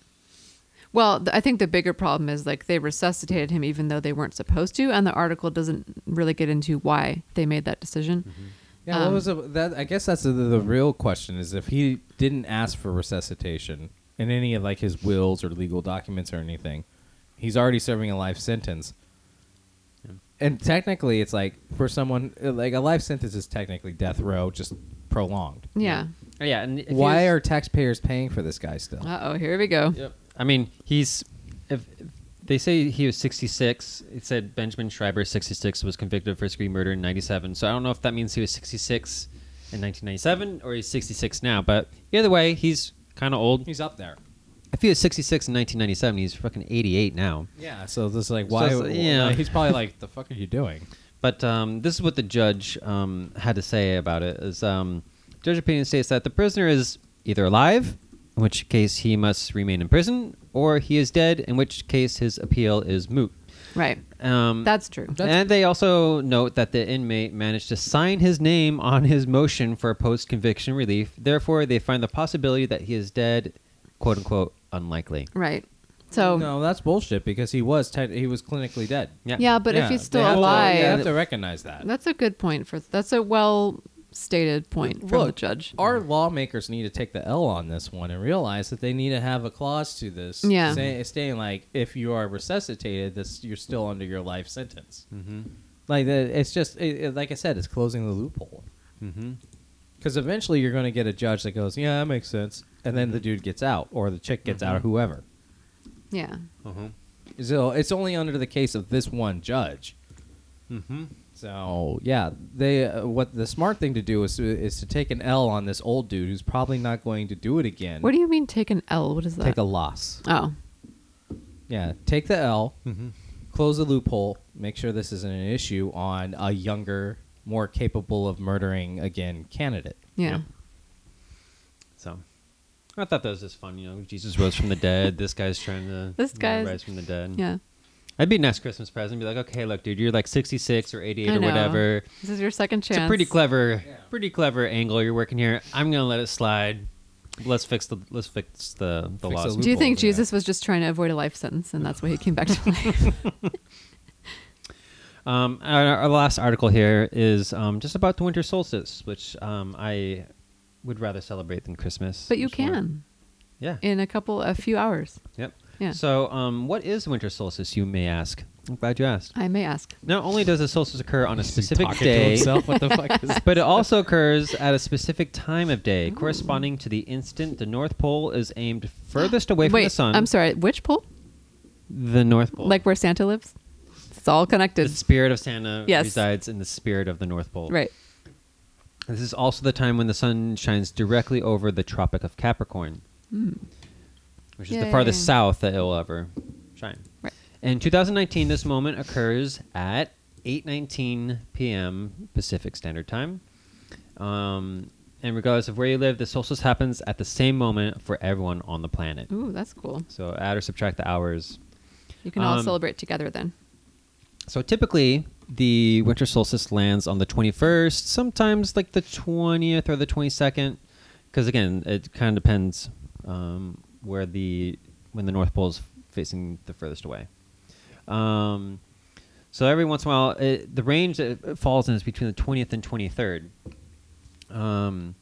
[SPEAKER 1] Well, th- I think the bigger problem is like they resuscitated him even though they weren't supposed to, and the article doesn't really get into why they made that decision.
[SPEAKER 3] Mm-hmm. Yeah. what
[SPEAKER 1] Um,
[SPEAKER 3] was the, that? I guess that's the, the real question: is if he didn't ask for resuscitation in any of like his wills or legal documents or anything, he's already serving a life sentence. And technically, it's like for someone uh, like a life sentence is technically death row, just prolonged.
[SPEAKER 1] Yeah.
[SPEAKER 2] Oh, yeah. And if he
[SPEAKER 3] Why
[SPEAKER 2] was-
[SPEAKER 3] are taxpayers paying for this guy still?
[SPEAKER 1] Uh oh, here we go.
[SPEAKER 2] Yep. I mean, he's if, if they say he was 66. It said Benjamin Schreiber 66 was convicted of first degree murder in 97. So I don't know if that means he was 66 in 1997 or he's 66 now. But either way, he's kind of old.
[SPEAKER 3] He's up there.
[SPEAKER 2] If he was 66 in 1997, he's fucking 88 now.
[SPEAKER 3] Yeah, so this like
[SPEAKER 2] So
[SPEAKER 3] why?
[SPEAKER 2] it's- yeah.
[SPEAKER 3] he's probably like, the fuck are you doing?
[SPEAKER 2] But um, this is what the judge um, had to say about it: is um, judge opinion states that the prisoner is either alive, in which case he must remain in prison, or he is dead, in which case his appeal is moot.
[SPEAKER 1] Right.
[SPEAKER 2] Um,
[SPEAKER 1] That's true.
[SPEAKER 2] and they also note that the inmate managed to sign his name on his motion for post conviction relief. Therefore, they find the possibility that he is dead, quote unquote, unlikely.
[SPEAKER 1] right. So
[SPEAKER 3] no, that's bullshit because he was te- he was clinically dead.
[SPEAKER 2] Yeah.
[SPEAKER 1] yeah, but
[SPEAKER 3] Yeah,
[SPEAKER 1] if he's
[SPEAKER 3] they
[SPEAKER 1] still
[SPEAKER 3] have to-
[SPEAKER 1] alive,
[SPEAKER 3] they have to recognize that.
[SPEAKER 1] that's a good point for that's a well stated point from the
[SPEAKER 3] Look,
[SPEAKER 1] judge.
[SPEAKER 3] Our lawmakers need to take the L on this one and realize that they need to have a clause to this,
[SPEAKER 1] Yeah.
[SPEAKER 3] say, stating like if you are resuscitated, this you're still under your life sentence. Mm-hmm. Like the, it's just it, it- like I said, it's closing the loophole
[SPEAKER 2] Mm-hmm.
[SPEAKER 3] because eventually you're going to get a judge that goes, yeah, that makes sense, and then the dude gets out or the chick gets out or whoever.
[SPEAKER 1] yeah.
[SPEAKER 2] Uh-huh.
[SPEAKER 3] So it's only under the case of this one judge.
[SPEAKER 2] Mm-hmm.
[SPEAKER 3] So yeah, they uh, what the smart thing to do is to, is to take an L on this old dude who's probably not going to do it again.
[SPEAKER 1] What do you mean take an L? What is that?
[SPEAKER 3] take a loss?
[SPEAKER 1] oh.
[SPEAKER 3] Yeah, take the L,
[SPEAKER 2] Mm-hmm.
[SPEAKER 3] close the loophole, make sure this isn't an issue on a younger, more capable of murdering again candidate.
[SPEAKER 1] Yeah.
[SPEAKER 2] Yep. So I thought that was just fun. You know, Jesus rose from the dead. This guy's trying to
[SPEAKER 1] This
[SPEAKER 2] you know,
[SPEAKER 1] guy's-
[SPEAKER 2] rise from the dead.
[SPEAKER 1] Yeah.
[SPEAKER 2] I'd be a nice Christmas present. Be like, okay, look, dude, you're like 66 or 88
[SPEAKER 1] I
[SPEAKER 2] or
[SPEAKER 1] know.
[SPEAKER 2] whatever.
[SPEAKER 1] This is your second chance.
[SPEAKER 2] It's a pretty clever, pretty clever angle you're working here. I'm gonna let it slide. Let's fix the let's fix the the
[SPEAKER 3] the
[SPEAKER 2] laws.
[SPEAKER 3] loop.
[SPEAKER 1] Do you think
[SPEAKER 3] loophole, yeah.
[SPEAKER 1] Jesus was just trying to avoid a life sentence and that's why he came back to life?
[SPEAKER 2] Um, our, our last article here is um, just about the winter solstice, which um, I would rather celebrate than Christmas.
[SPEAKER 1] but you
[SPEAKER 2] Much more.
[SPEAKER 1] can
[SPEAKER 2] Yeah.
[SPEAKER 1] in a couple a few hours.
[SPEAKER 2] yep.
[SPEAKER 1] Yeah.
[SPEAKER 2] So, um, what is winter solstice? You may ask. I'm glad you asked.
[SPEAKER 1] I may ask.
[SPEAKER 2] Not only does the solstice occur on a specific
[SPEAKER 3] Talking to
[SPEAKER 2] day,
[SPEAKER 3] himself, what the fuck is
[SPEAKER 2] but it also occurs at a specific time of day, corresponding to the instant the North Pole is aimed furthest away from
[SPEAKER 1] Wait,
[SPEAKER 2] the sun.
[SPEAKER 1] I'm sorry. Which pole?
[SPEAKER 2] The North Pole.
[SPEAKER 1] Like where Santa lives? It's all
[SPEAKER 2] the
[SPEAKER 1] connected.
[SPEAKER 2] spirit of Santa
[SPEAKER 1] Yes.
[SPEAKER 2] resides in the spirit of the North Pole.
[SPEAKER 1] Right.
[SPEAKER 2] This is also the time when the sun shines directly over the Tropic of Capricorn,
[SPEAKER 1] Hmm.
[SPEAKER 2] which is the
[SPEAKER 1] Yay.
[SPEAKER 2] farthest south that it will ever shine.
[SPEAKER 1] Right.
[SPEAKER 2] In 2019, this moment occurs at 8:19 p.m. Pacific Standard Time. Um, and regardless of where you live, the solstice happens at the same moment for everyone on the planet.
[SPEAKER 1] Ooh, that's cool.
[SPEAKER 2] So add or subtract the hours.
[SPEAKER 1] You can all
[SPEAKER 2] Um,
[SPEAKER 1] celebrate together then.
[SPEAKER 2] So typically, the winter solstice lands on the 21st, sometimes like the 20th or the 22nd, because again, it kind of depends um, where the when the North Pole is facing the furthest away. Um, so every once in a while, it, the range that it falls in is between the 20th and 23rd. Um,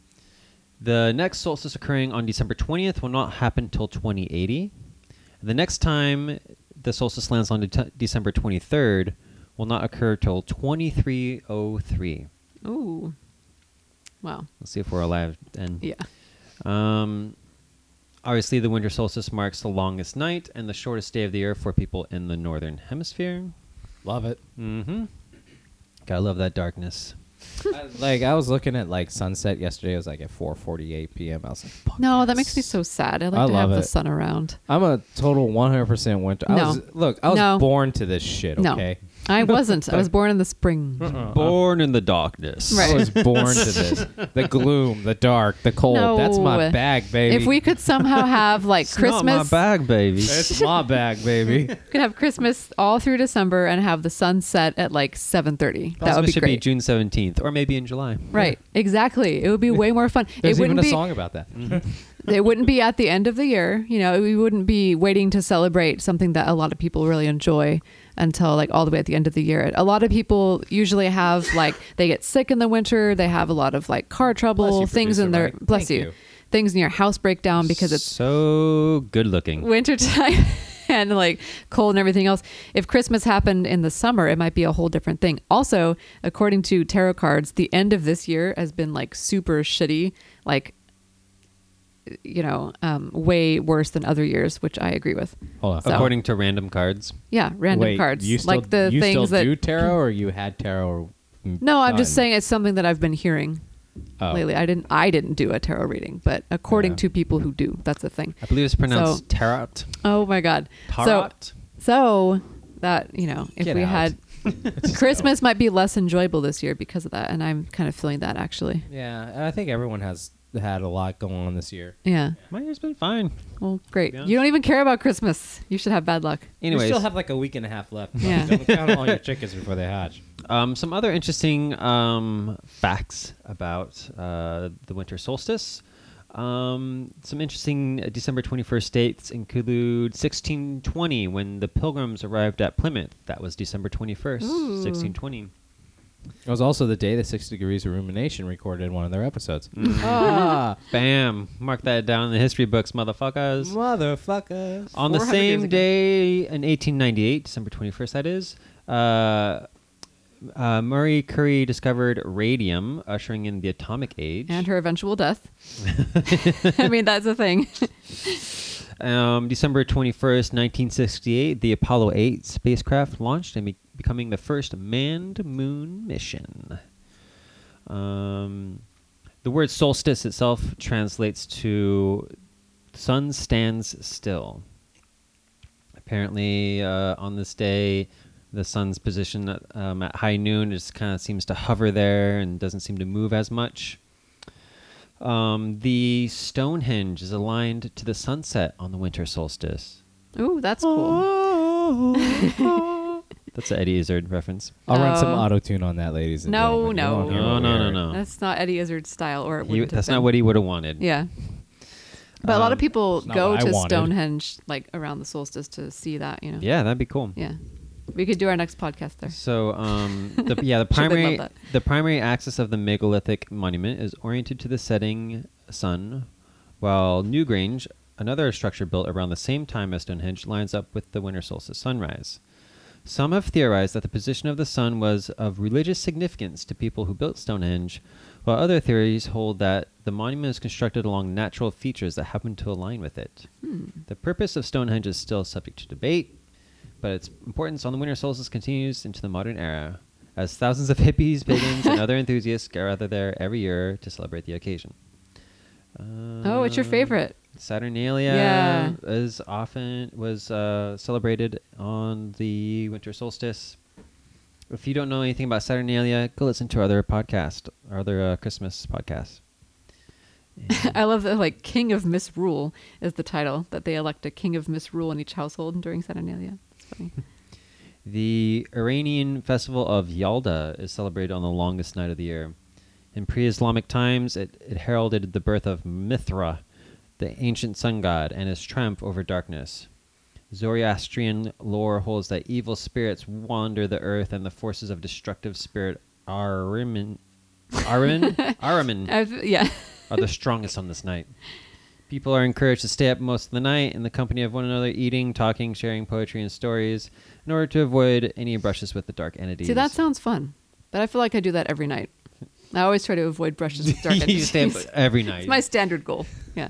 [SPEAKER 2] the next solstice occurring on December 20th will not happen till 2080. The next time the solstice lands on de- December 23rd will not occur till 2303.
[SPEAKER 1] Ooh. Wow.
[SPEAKER 2] Let's see if we're alive then.
[SPEAKER 1] Yeah.
[SPEAKER 2] Um, obviously, the winter solstice marks the longest night and the shortest day of the year for people in the northern hemisphere.
[SPEAKER 3] Love it.
[SPEAKER 2] Mm-hmm. Gotta love that darkness.
[SPEAKER 3] like I was looking at like sunset yesterday. It was like at 4:48 p.m. I was like, fuck
[SPEAKER 1] No, that
[SPEAKER 3] Oh, yes.
[SPEAKER 1] makes me so sad. I like
[SPEAKER 3] I
[SPEAKER 1] to have
[SPEAKER 3] love
[SPEAKER 1] the
[SPEAKER 3] it.
[SPEAKER 1] sun around.
[SPEAKER 3] I'm a total 100% winter. I
[SPEAKER 1] No.
[SPEAKER 3] was, look, I was
[SPEAKER 1] No.
[SPEAKER 3] born to this shit.
[SPEAKER 1] No.
[SPEAKER 3] Okay, Uh-uh.
[SPEAKER 1] I wasn't. I was born in the spring.
[SPEAKER 2] Born in the darkness.
[SPEAKER 1] Right.
[SPEAKER 3] I was born to this. The gloom, the dark, the cold. That's my
[SPEAKER 1] No.
[SPEAKER 3] bag, baby.
[SPEAKER 1] If we could somehow have like Christmas, we
[SPEAKER 2] bag, baby.
[SPEAKER 3] It's my bag, baby.
[SPEAKER 1] could have Christmas all through December and have the sunset at like 7:30. That would be
[SPEAKER 2] should
[SPEAKER 1] great.
[SPEAKER 2] be June 17th or maybe in July.
[SPEAKER 1] Right. Exactly. It would be way more fun.
[SPEAKER 3] There's
[SPEAKER 1] it
[SPEAKER 3] even
[SPEAKER 1] wouldn't
[SPEAKER 3] a
[SPEAKER 1] be
[SPEAKER 3] song about that.
[SPEAKER 2] Mm-hmm.
[SPEAKER 1] it wouldn't be at the end of the year. You know, we wouldn't be waiting to celebrate something that a lot of people really enjoy until like all the way at the end of the year. A lot of people usually have like they get sick in the winter, they have a lot of like car trouble,
[SPEAKER 3] you,
[SPEAKER 1] things in
[SPEAKER 3] producer
[SPEAKER 1] their
[SPEAKER 3] Mike.
[SPEAKER 1] bless
[SPEAKER 3] Thank
[SPEAKER 1] you,
[SPEAKER 3] you.
[SPEAKER 1] Things in your house break down because it's
[SPEAKER 2] so good looking.
[SPEAKER 1] wintertime and like cold and everything else. If Christmas happened in the summer, it might be a whole different thing. Also, according to tarot cards, the end of this year has been like super shitty, like you know, um, way worse than other years, which I agree with.
[SPEAKER 3] Hold on.
[SPEAKER 1] So-
[SPEAKER 2] According to random cards.
[SPEAKER 1] Yeah, random
[SPEAKER 3] Wait,
[SPEAKER 1] cards,
[SPEAKER 3] You still,
[SPEAKER 1] like the
[SPEAKER 3] you
[SPEAKER 1] things
[SPEAKER 3] still
[SPEAKER 1] that.
[SPEAKER 3] do tarot, or you had tarot?
[SPEAKER 1] no, I'm just
[SPEAKER 3] done?
[SPEAKER 1] saying it's something that I've been hearing
[SPEAKER 3] Oh.
[SPEAKER 1] lately. I didn't, I didn't do a tarot reading, but according
[SPEAKER 3] Yeah.
[SPEAKER 1] to people who do, that's the thing.
[SPEAKER 2] I believe it's pronounced
[SPEAKER 1] So-
[SPEAKER 2] tarot.
[SPEAKER 1] Oh my god! So-
[SPEAKER 2] Tarot.
[SPEAKER 1] So that you know, if
[SPEAKER 3] Get
[SPEAKER 1] we
[SPEAKER 3] out.
[SPEAKER 1] had Christmas might be less enjoyable this year because of that, and I'm kind of feeling that actually.
[SPEAKER 3] Yeah, and I think everyone has had a lot going on this year.
[SPEAKER 1] Yeah.
[SPEAKER 2] My year's been fine.
[SPEAKER 1] Well, great.
[SPEAKER 2] Yeah.
[SPEAKER 1] You don't even care about Christmas. You should have bad luck.
[SPEAKER 2] Anyways,
[SPEAKER 3] you still have like a week and a half left.
[SPEAKER 1] Yeah.
[SPEAKER 3] Don't count all your chickens before they hatch.
[SPEAKER 2] Um, some other interesting um, facts about uh, the winter solstice. Um, some interesting uh, December 21st dates include 1620, when the pilgrims arrived at Plymouth. That was December 21st,
[SPEAKER 1] Ooh.
[SPEAKER 2] 1620.
[SPEAKER 3] It was also the day that Six Degrees of Rumination recorded one of their episodes.
[SPEAKER 2] Mm-hmm.
[SPEAKER 1] Ah.
[SPEAKER 2] Bam! Mark that down in the history books, motherfuckers.
[SPEAKER 3] Motherfuckers.
[SPEAKER 2] On
[SPEAKER 1] 400
[SPEAKER 2] the
[SPEAKER 1] years
[SPEAKER 2] same
[SPEAKER 1] ago.
[SPEAKER 2] day in 1898, December 21st, that is, uh, uh, Murray Curry discovered radium, ushering in the atomic age.
[SPEAKER 1] and her eventual death. I mean, that's a thing.
[SPEAKER 2] Um, December 21st, 1968, the Apollo 8 spacecraft launched and be- becoming the first manned moon mission. Um, the word solstice itself translates to sun stands still. Apparently, uh, on this day, the sun's position at, um, at high noon just kind of seems to hover there and doesn't seem to move as much. Um, the Stonehenge is aligned to the sunset on the winter solstice.
[SPEAKER 1] Ooh, that's cool.
[SPEAKER 2] That's an Eddie Izzard reference.
[SPEAKER 3] I'll run some
[SPEAKER 1] Oh.
[SPEAKER 3] auto tune on that, ladies and
[SPEAKER 1] No,
[SPEAKER 3] gentlemen.
[SPEAKER 1] no.
[SPEAKER 3] You won't hear
[SPEAKER 2] No,
[SPEAKER 3] what
[SPEAKER 2] no,
[SPEAKER 3] we
[SPEAKER 2] no,
[SPEAKER 3] heard.
[SPEAKER 2] no.
[SPEAKER 1] That's not Eddie Izzard's style, or it
[SPEAKER 2] He,
[SPEAKER 1] wouldn't have
[SPEAKER 2] Oh. that's
[SPEAKER 1] been.
[SPEAKER 2] not what he Um, would have wanted.
[SPEAKER 1] Yeah. But a lot of people
[SPEAKER 3] not
[SPEAKER 1] go
[SPEAKER 3] what I
[SPEAKER 1] to
[SPEAKER 3] wanted.
[SPEAKER 1] Stonehenge like around the solstice to see that, you know.
[SPEAKER 2] Yeah, that'd be cool.
[SPEAKER 1] Yeah. We could do our next podcast there.
[SPEAKER 2] So, um, the, yeah, the
[SPEAKER 1] Sure, they'd
[SPEAKER 2] primary
[SPEAKER 1] love
[SPEAKER 2] the primary axis of the megalithic monument is oriented to the setting sun, while Newgrange, another structure built around the same time as Stonehenge, lines up with the winter solstice sunrise. Some have theorized that the position of the sun was of religious significance to people who built Stonehenge, while other theories hold that the monument is constructed along natural features that happen to align with it. The purpose of Stonehenge is still subject to debate, but its importance on the winter solstice continues into the modern era, as thousands of hippies, pagans, and other enthusiasts gather there every year to celebrate the occasion.
[SPEAKER 1] oh, it's your
[SPEAKER 2] Um,
[SPEAKER 1] favorite.
[SPEAKER 2] Saturnalia
[SPEAKER 1] Yeah.
[SPEAKER 2] is often was uh, celebrated on the winter solstice. If you don't know anything about Saturnalia, go listen to our other podcast, our other uh, Christmas podcast.
[SPEAKER 1] I love that like King of Misrule is the title that they elect a king of misrule in each household during Saturnalia. It's funny.
[SPEAKER 2] The Iranian festival of Yalda is celebrated on the longest night of the year. In pre Islamic times, it, it heralded the birth of Mithra, the ancient sun god, and his triumph over darkness. Zoroastrian lore holds that evil spirits wander the earth and the forces of destructive spirit Ahriman, Ahriman, Ahriman
[SPEAKER 1] I've, yeah.
[SPEAKER 2] are the strongest on this night. People are encouraged to stay up most of the night in the company of one another, eating, talking, sharing poetry and stories, in order to avoid any brushes with the dark entities.
[SPEAKER 1] See, that sounds fun. But I feel like I do that every night. I always try to avoid brushes with dark
[SPEAKER 2] you
[SPEAKER 1] entities.
[SPEAKER 2] stay up every night.
[SPEAKER 1] It's my standard goal. Yeah.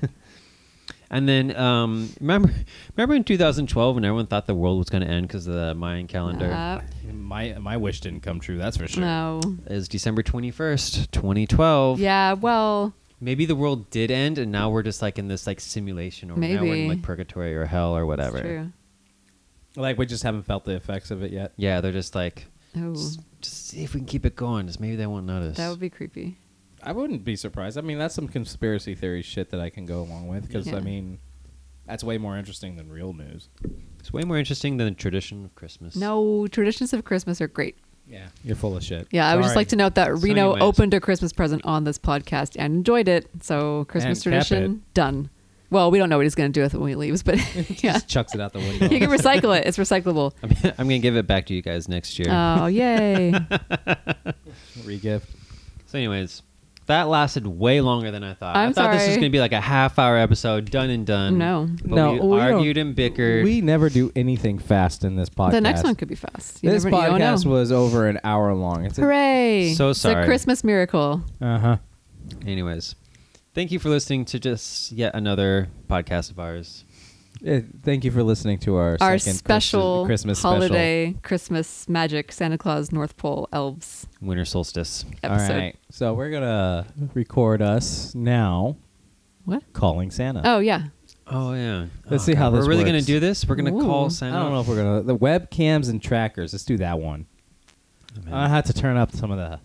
[SPEAKER 2] and then um, remember, remember in 2012 when everyone thought the world was going to end because of the Mayan calendar.
[SPEAKER 1] Uh,
[SPEAKER 3] My my wish didn't come true. That's for sure.
[SPEAKER 1] No.
[SPEAKER 2] It was December 21st, 2012.
[SPEAKER 1] Yeah, well,
[SPEAKER 2] Maybe the world did end, and now we're just like in this like simulation, or now we're in
[SPEAKER 1] Maybe.
[SPEAKER 2] like purgatory or hell or
[SPEAKER 1] that's
[SPEAKER 2] whatever.
[SPEAKER 1] true.
[SPEAKER 3] Like we just haven't felt the effects of it yet.
[SPEAKER 2] Yeah, they're just like,
[SPEAKER 1] Oh,
[SPEAKER 2] just, just see if we can keep it going. Just maybe they won't notice.
[SPEAKER 1] that would be creepy.
[SPEAKER 3] I wouldn't be surprised. I mean, that's some conspiracy theory shit that I can go along with because
[SPEAKER 1] Yeah.
[SPEAKER 3] I mean, that's way more interesting than real news.
[SPEAKER 2] It's way more interesting than the tradition of Christmas.
[SPEAKER 1] No, traditions of Christmas are great.
[SPEAKER 3] Yeah, you're full of shit.
[SPEAKER 1] Yeah, I would just
[SPEAKER 3] Sorry.
[SPEAKER 1] like to note that Reno
[SPEAKER 2] anyways-
[SPEAKER 1] opened a Christmas present on this podcast and enjoyed it. So Christmas
[SPEAKER 3] And kept
[SPEAKER 1] tradition done. Well, we don't know what he's going to do with it when he leaves, but yeah,
[SPEAKER 3] Just chucks it out the
[SPEAKER 1] you can
[SPEAKER 3] window.
[SPEAKER 1] recycle it. It's recyclable.
[SPEAKER 2] I'm, I'm gonna give it back to you guys next year.
[SPEAKER 1] Oh yay!
[SPEAKER 3] Regift.
[SPEAKER 2] so, anyways, that lasted way longer than I thought. I
[SPEAKER 1] I'm
[SPEAKER 2] thought this was
[SPEAKER 1] sorry.
[SPEAKER 2] gonna be like a half hour episode, done and done.
[SPEAKER 1] No.
[SPEAKER 2] But we, argued and bickered.
[SPEAKER 3] We never do anything fast in this podcast.
[SPEAKER 1] the next one could be fast. You
[SPEAKER 3] this
[SPEAKER 1] never- you don't
[SPEAKER 3] podcast
[SPEAKER 1] know.
[SPEAKER 3] was over an hour long. It's
[SPEAKER 1] hooray!
[SPEAKER 2] So
[SPEAKER 1] It's
[SPEAKER 2] sorry.
[SPEAKER 1] a Christmas miracle.
[SPEAKER 3] Uh huh.
[SPEAKER 2] anyways, thank you for listening to just yet another podcast of ours.
[SPEAKER 3] Eh, thank you for listening to our
[SPEAKER 1] Our
[SPEAKER 3] second
[SPEAKER 1] special
[SPEAKER 3] Christmas, Christmas
[SPEAKER 1] holiday Christmas magic Santa Claus North Pole elves
[SPEAKER 2] Winter solstice.
[SPEAKER 3] Special.
[SPEAKER 1] episode.
[SPEAKER 3] All right, so we're gonna record us now
[SPEAKER 1] What?
[SPEAKER 3] calling Santa.
[SPEAKER 1] Oh yeah.
[SPEAKER 2] Oh yeah.
[SPEAKER 3] Let's
[SPEAKER 2] Oh,
[SPEAKER 3] see how
[SPEAKER 2] we're
[SPEAKER 3] this
[SPEAKER 2] really gonna
[SPEAKER 3] works.
[SPEAKER 2] do this. We're gonna
[SPEAKER 1] Ooh.
[SPEAKER 2] call
[SPEAKER 3] I
[SPEAKER 2] Santa.
[SPEAKER 3] don't know if we're gonna the webcams and trackers. Let's do that one.
[SPEAKER 2] Oh, man.
[SPEAKER 3] I had to turn up some of the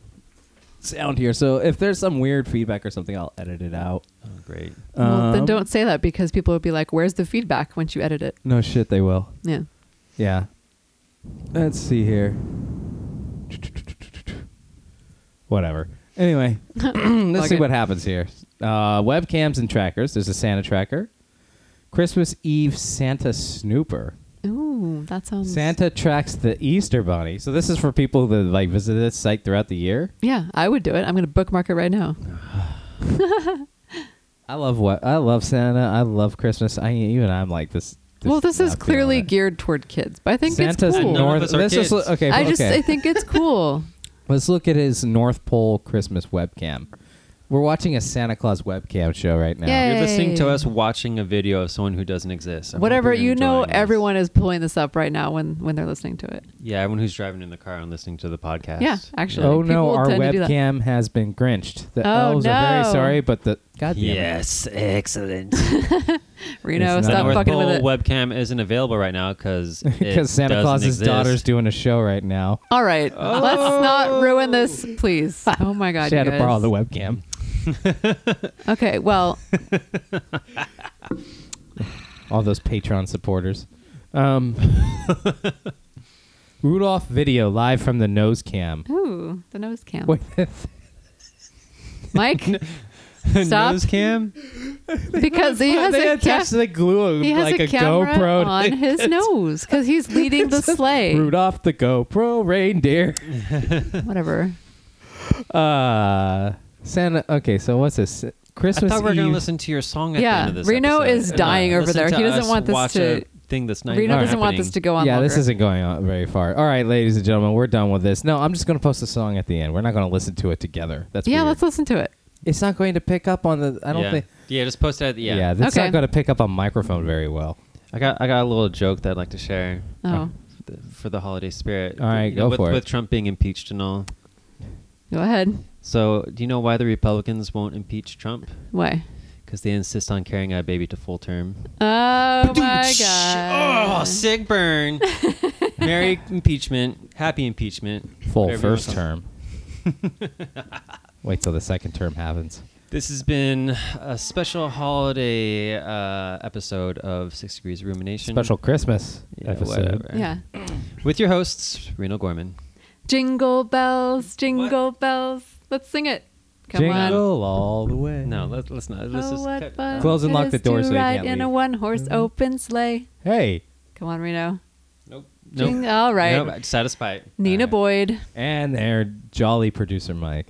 [SPEAKER 3] sound here. So if there's some weird feedback or something, I'll edit it out.
[SPEAKER 2] Oh, great.
[SPEAKER 1] well, then
[SPEAKER 3] Um,
[SPEAKER 1] don't say that because people would be like, "Where's the feedback?" Once you edit it.
[SPEAKER 3] No shit, they will.
[SPEAKER 1] Yeah.
[SPEAKER 3] Yeah. Let's see here. Whatever. Anyway, let's see
[SPEAKER 1] Okay.
[SPEAKER 3] what happens here. Uh, webcams and trackers. There's a Santa tracker. Christmas Eve Santa Snooper.
[SPEAKER 1] Ooh, that sounds.
[SPEAKER 3] Santa tracks the Easter Bunny. So this is for people that like visit this site throughout the year.
[SPEAKER 1] Yeah, I would do it. I'm going to bookmark it right now.
[SPEAKER 3] I love what I love Santa. I love Christmas. I even I'm like this.
[SPEAKER 1] well, this is
[SPEAKER 3] I'm feeling
[SPEAKER 1] clearly
[SPEAKER 3] it.
[SPEAKER 1] geared toward kids, but I think
[SPEAKER 3] Santa's
[SPEAKER 1] it's cool.
[SPEAKER 2] None of
[SPEAKER 3] North.
[SPEAKER 2] us are
[SPEAKER 3] Let's just
[SPEAKER 2] kids.
[SPEAKER 3] look, okay.
[SPEAKER 1] I just
[SPEAKER 3] okay.
[SPEAKER 1] I think it's cool.
[SPEAKER 3] Let's look at his North Pole Christmas webcam. We're watching a Santa Claus webcam show right now.
[SPEAKER 1] Yay.
[SPEAKER 2] You're listening to
[SPEAKER 1] Hey.
[SPEAKER 2] us watching a video of someone who doesn't exist. I'm
[SPEAKER 1] Whatever
[SPEAKER 2] hoping you're
[SPEAKER 1] you know,
[SPEAKER 2] enjoying this.
[SPEAKER 1] everyone is pulling this up right now when when they're listening to it.
[SPEAKER 2] Yeah, everyone who's driving in the car and listening to the podcast.
[SPEAKER 1] Yeah, actually.
[SPEAKER 3] Oh no,
[SPEAKER 1] People
[SPEAKER 3] our
[SPEAKER 1] tend to do that.
[SPEAKER 3] webcam has been grinched. The
[SPEAKER 1] Oh,
[SPEAKER 3] elves are
[SPEAKER 1] no.
[SPEAKER 3] very sorry, but the God damn it.
[SPEAKER 2] Yes, excellent.
[SPEAKER 1] Reno,
[SPEAKER 3] It's
[SPEAKER 2] the
[SPEAKER 3] not-
[SPEAKER 1] stop
[SPEAKER 2] North
[SPEAKER 1] fucking
[SPEAKER 2] Pole
[SPEAKER 1] with it.
[SPEAKER 2] webcam isn't available right now because
[SPEAKER 3] Because Santa Claus's daughter's
[SPEAKER 2] doing.
[SPEAKER 3] doing a show right now.
[SPEAKER 1] All right, let's not ruin this, please. Oh my god,
[SPEAKER 3] Oh. she
[SPEAKER 1] you
[SPEAKER 3] had to
[SPEAKER 1] guys.
[SPEAKER 3] borrow the webcam.
[SPEAKER 1] Okay, well,
[SPEAKER 3] All those Patreon supporters. Um, Rudolph video live from the nose cam.
[SPEAKER 1] Oh. ooh, the nose cam.
[SPEAKER 3] Wait,
[SPEAKER 1] Mike, stop
[SPEAKER 2] Nose cam.
[SPEAKER 1] because he has
[SPEAKER 3] they
[SPEAKER 1] a ca-
[SPEAKER 3] attached the glue
[SPEAKER 1] he has
[SPEAKER 3] like
[SPEAKER 1] a, camera
[SPEAKER 3] GoPro to
[SPEAKER 1] on his nose because he's leading the sleigh.
[SPEAKER 3] Rudolph the GoPro reindeer.
[SPEAKER 1] Whatever.
[SPEAKER 3] Uh, Santa. Okay, so what's this? Christmas
[SPEAKER 2] I thought we were
[SPEAKER 3] Eve.
[SPEAKER 2] going to listen to your song at the
[SPEAKER 1] Yeah,
[SPEAKER 2] end of this.
[SPEAKER 1] Reno
[SPEAKER 2] episode.
[SPEAKER 1] is dying over
[SPEAKER 2] listen
[SPEAKER 1] there.
[SPEAKER 2] to
[SPEAKER 1] He doesn't
[SPEAKER 2] us
[SPEAKER 1] want this
[SPEAKER 2] watch
[SPEAKER 1] to-
[SPEAKER 2] a thing that's not.
[SPEAKER 1] Reno
[SPEAKER 2] not
[SPEAKER 1] doesn't want
[SPEAKER 2] happening.
[SPEAKER 1] this to go on.
[SPEAKER 3] yeah,
[SPEAKER 1] longer.
[SPEAKER 3] this isn't going on very far. All right, ladies and gentlemen, we're done with this. No, I'm just going to post a song at the end. We're not going to listen to it together. That's
[SPEAKER 1] Yeah,
[SPEAKER 3] weird.
[SPEAKER 1] let's listen to it.
[SPEAKER 3] It's not going to pick up on the. I don't
[SPEAKER 2] yeah.
[SPEAKER 3] think.
[SPEAKER 2] Yeah, just post it at the
[SPEAKER 3] Yeah,
[SPEAKER 2] end.
[SPEAKER 3] that's
[SPEAKER 1] Okay.
[SPEAKER 3] not going to pick up on microphone very well.
[SPEAKER 2] I got I got a little joke that I'd like to share.
[SPEAKER 1] Oh,
[SPEAKER 2] th- For the holiday spirit.
[SPEAKER 3] All right,
[SPEAKER 2] You know,
[SPEAKER 3] go
[SPEAKER 2] with,
[SPEAKER 3] for it.
[SPEAKER 2] With Trump being impeached and all.
[SPEAKER 1] go ahead.
[SPEAKER 2] So, do you know why the Republicans won't impeach Trump?
[SPEAKER 1] Why?
[SPEAKER 2] Because they insist on carrying out a baby to full term.
[SPEAKER 1] Oh my
[SPEAKER 2] Badooch.
[SPEAKER 1] god.
[SPEAKER 2] Oh, sick burn. Merry impeachment. Happy impeachment.
[SPEAKER 3] Full
[SPEAKER 2] Whatever you
[SPEAKER 3] first
[SPEAKER 2] want.
[SPEAKER 3] term. Wait till the second term happens.
[SPEAKER 2] This has been a special holiday uh, episode of Six Degrees of Rumination.
[SPEAKER 3] Special Christmas
[SPEAKER 2] Yeah,
[SPEAKER 3] episode.
[SPEAKER 2] whatever.
[SPEAKER 1] Yeah.
[SPEAKER 2] With your hosts, Reno Gorman.
[SPEAKER 1] Jingle bells, jingle bells. Let's sing it. Come
[SPEAKER 2] Oh,
[SPEAKER 1] on.
[SPEAKER 3] Jingle all the way.
[SPEAKER 2] No, let, let's not. Let's
[SPEAKER 1] Oh,
[SPEAKER 2] just
[SPEAKER 1] what
[SPEAKER 2] cut-
[SPEAKER 1] fun
[SPEAKER 3] Close and
[SPEAKER 1] it
[SPEAKER 3] lock
[SPEAKER 1] is
[SPEAKER 3] the door
[SPEAKER 1] to
[SPEAKER 3] so they
[SPEAKER 1] ride
[SPEAKER 3] can't
[SPEAKER 1] in a
[SPEAKER 3] leave.
[SPEAKER 1] one-horse
[SPEAKER 2] Mm-hmm.
[SPEAKER 1] open sleigh.
[SPEAKER 3] Hey,
[SPEAKER 1] Come on, Reno.
[SPEAKER 2] Nope. Nope.
[SPEAKER 1] Jing- all right.
[SPEAKER 2] Nope. Satisfied.
[SPEAKER 1] Nina
[SPEAKER 3] All right.
[SPEAKER 1] Boyd.
[SPEAKER 3] and their jolly producer Mike.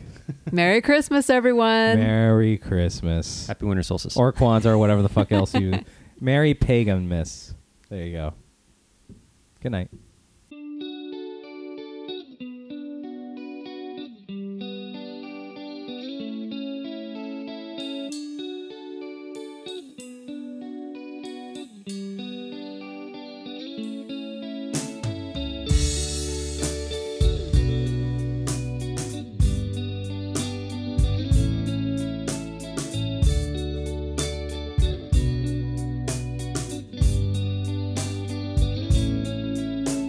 [SPEAKER 1] Merry Christmas, everyone.
[SPEAKER 3] Merry Christmas.
[SPEAKER 2] Happy winter solstice.
[SPEAKER 3] Or Kwanzaa or whatever the fuck else you. Merry Pagan Miss. There you go. Good night.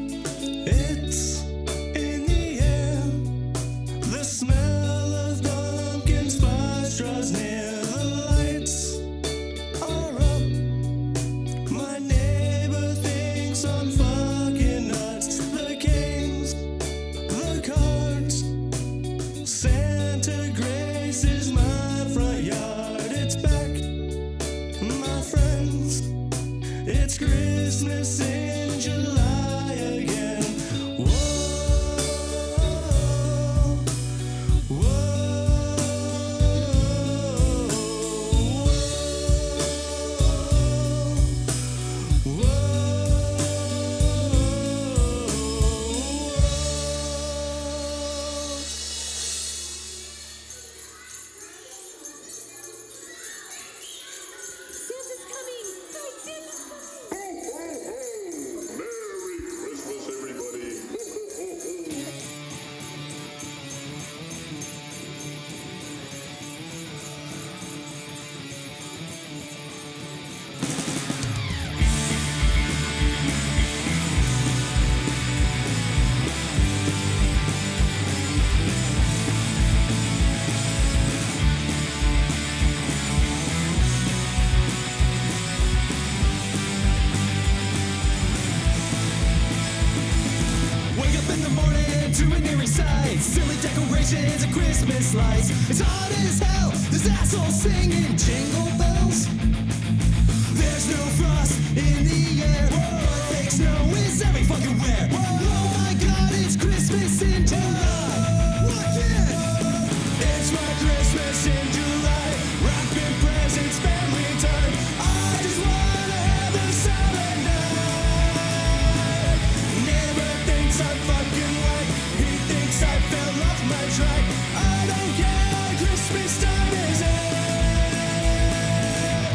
[SPEAKER 5] It's in the air. The smell of pumpkin spice draws near. The lights are up. My neighbor thinks I'm fucking nuts. The games, the cards. Santa Grace is my front yard. It's back, my friends. It's Christmas in July again. Whoa, whoa, whoa, whoa.
[SPEAKER 6] Santa's coming! My dinner's coming!
[SPEAKER 5] souvenir sites, silly decorations and Christmas lights. It's hot as hell, this asshole singing jingle bells. There's no frost in the air. But fake snow is every fucking where. Oh my god, it's Christmas in July. What yeah? It's my Christmas in July. Wrapping presents, family time. I just wanna have a silent night. Neighbor thinks I'm fucking white. He thinks I fell off my track. I don't care. Christmas time is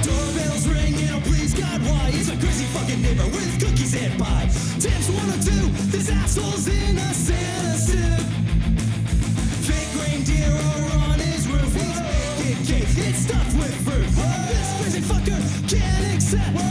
[SPEAKER 5] Doorbells ringing, oh please God, why? It's my crazy fucking neighbor with cookies and pie. Tips 102, this asshole's in a Santa suit. Fake reindeer are on his roof. He's making cake, it's stuffed with fruit. This crazy fucker can't accept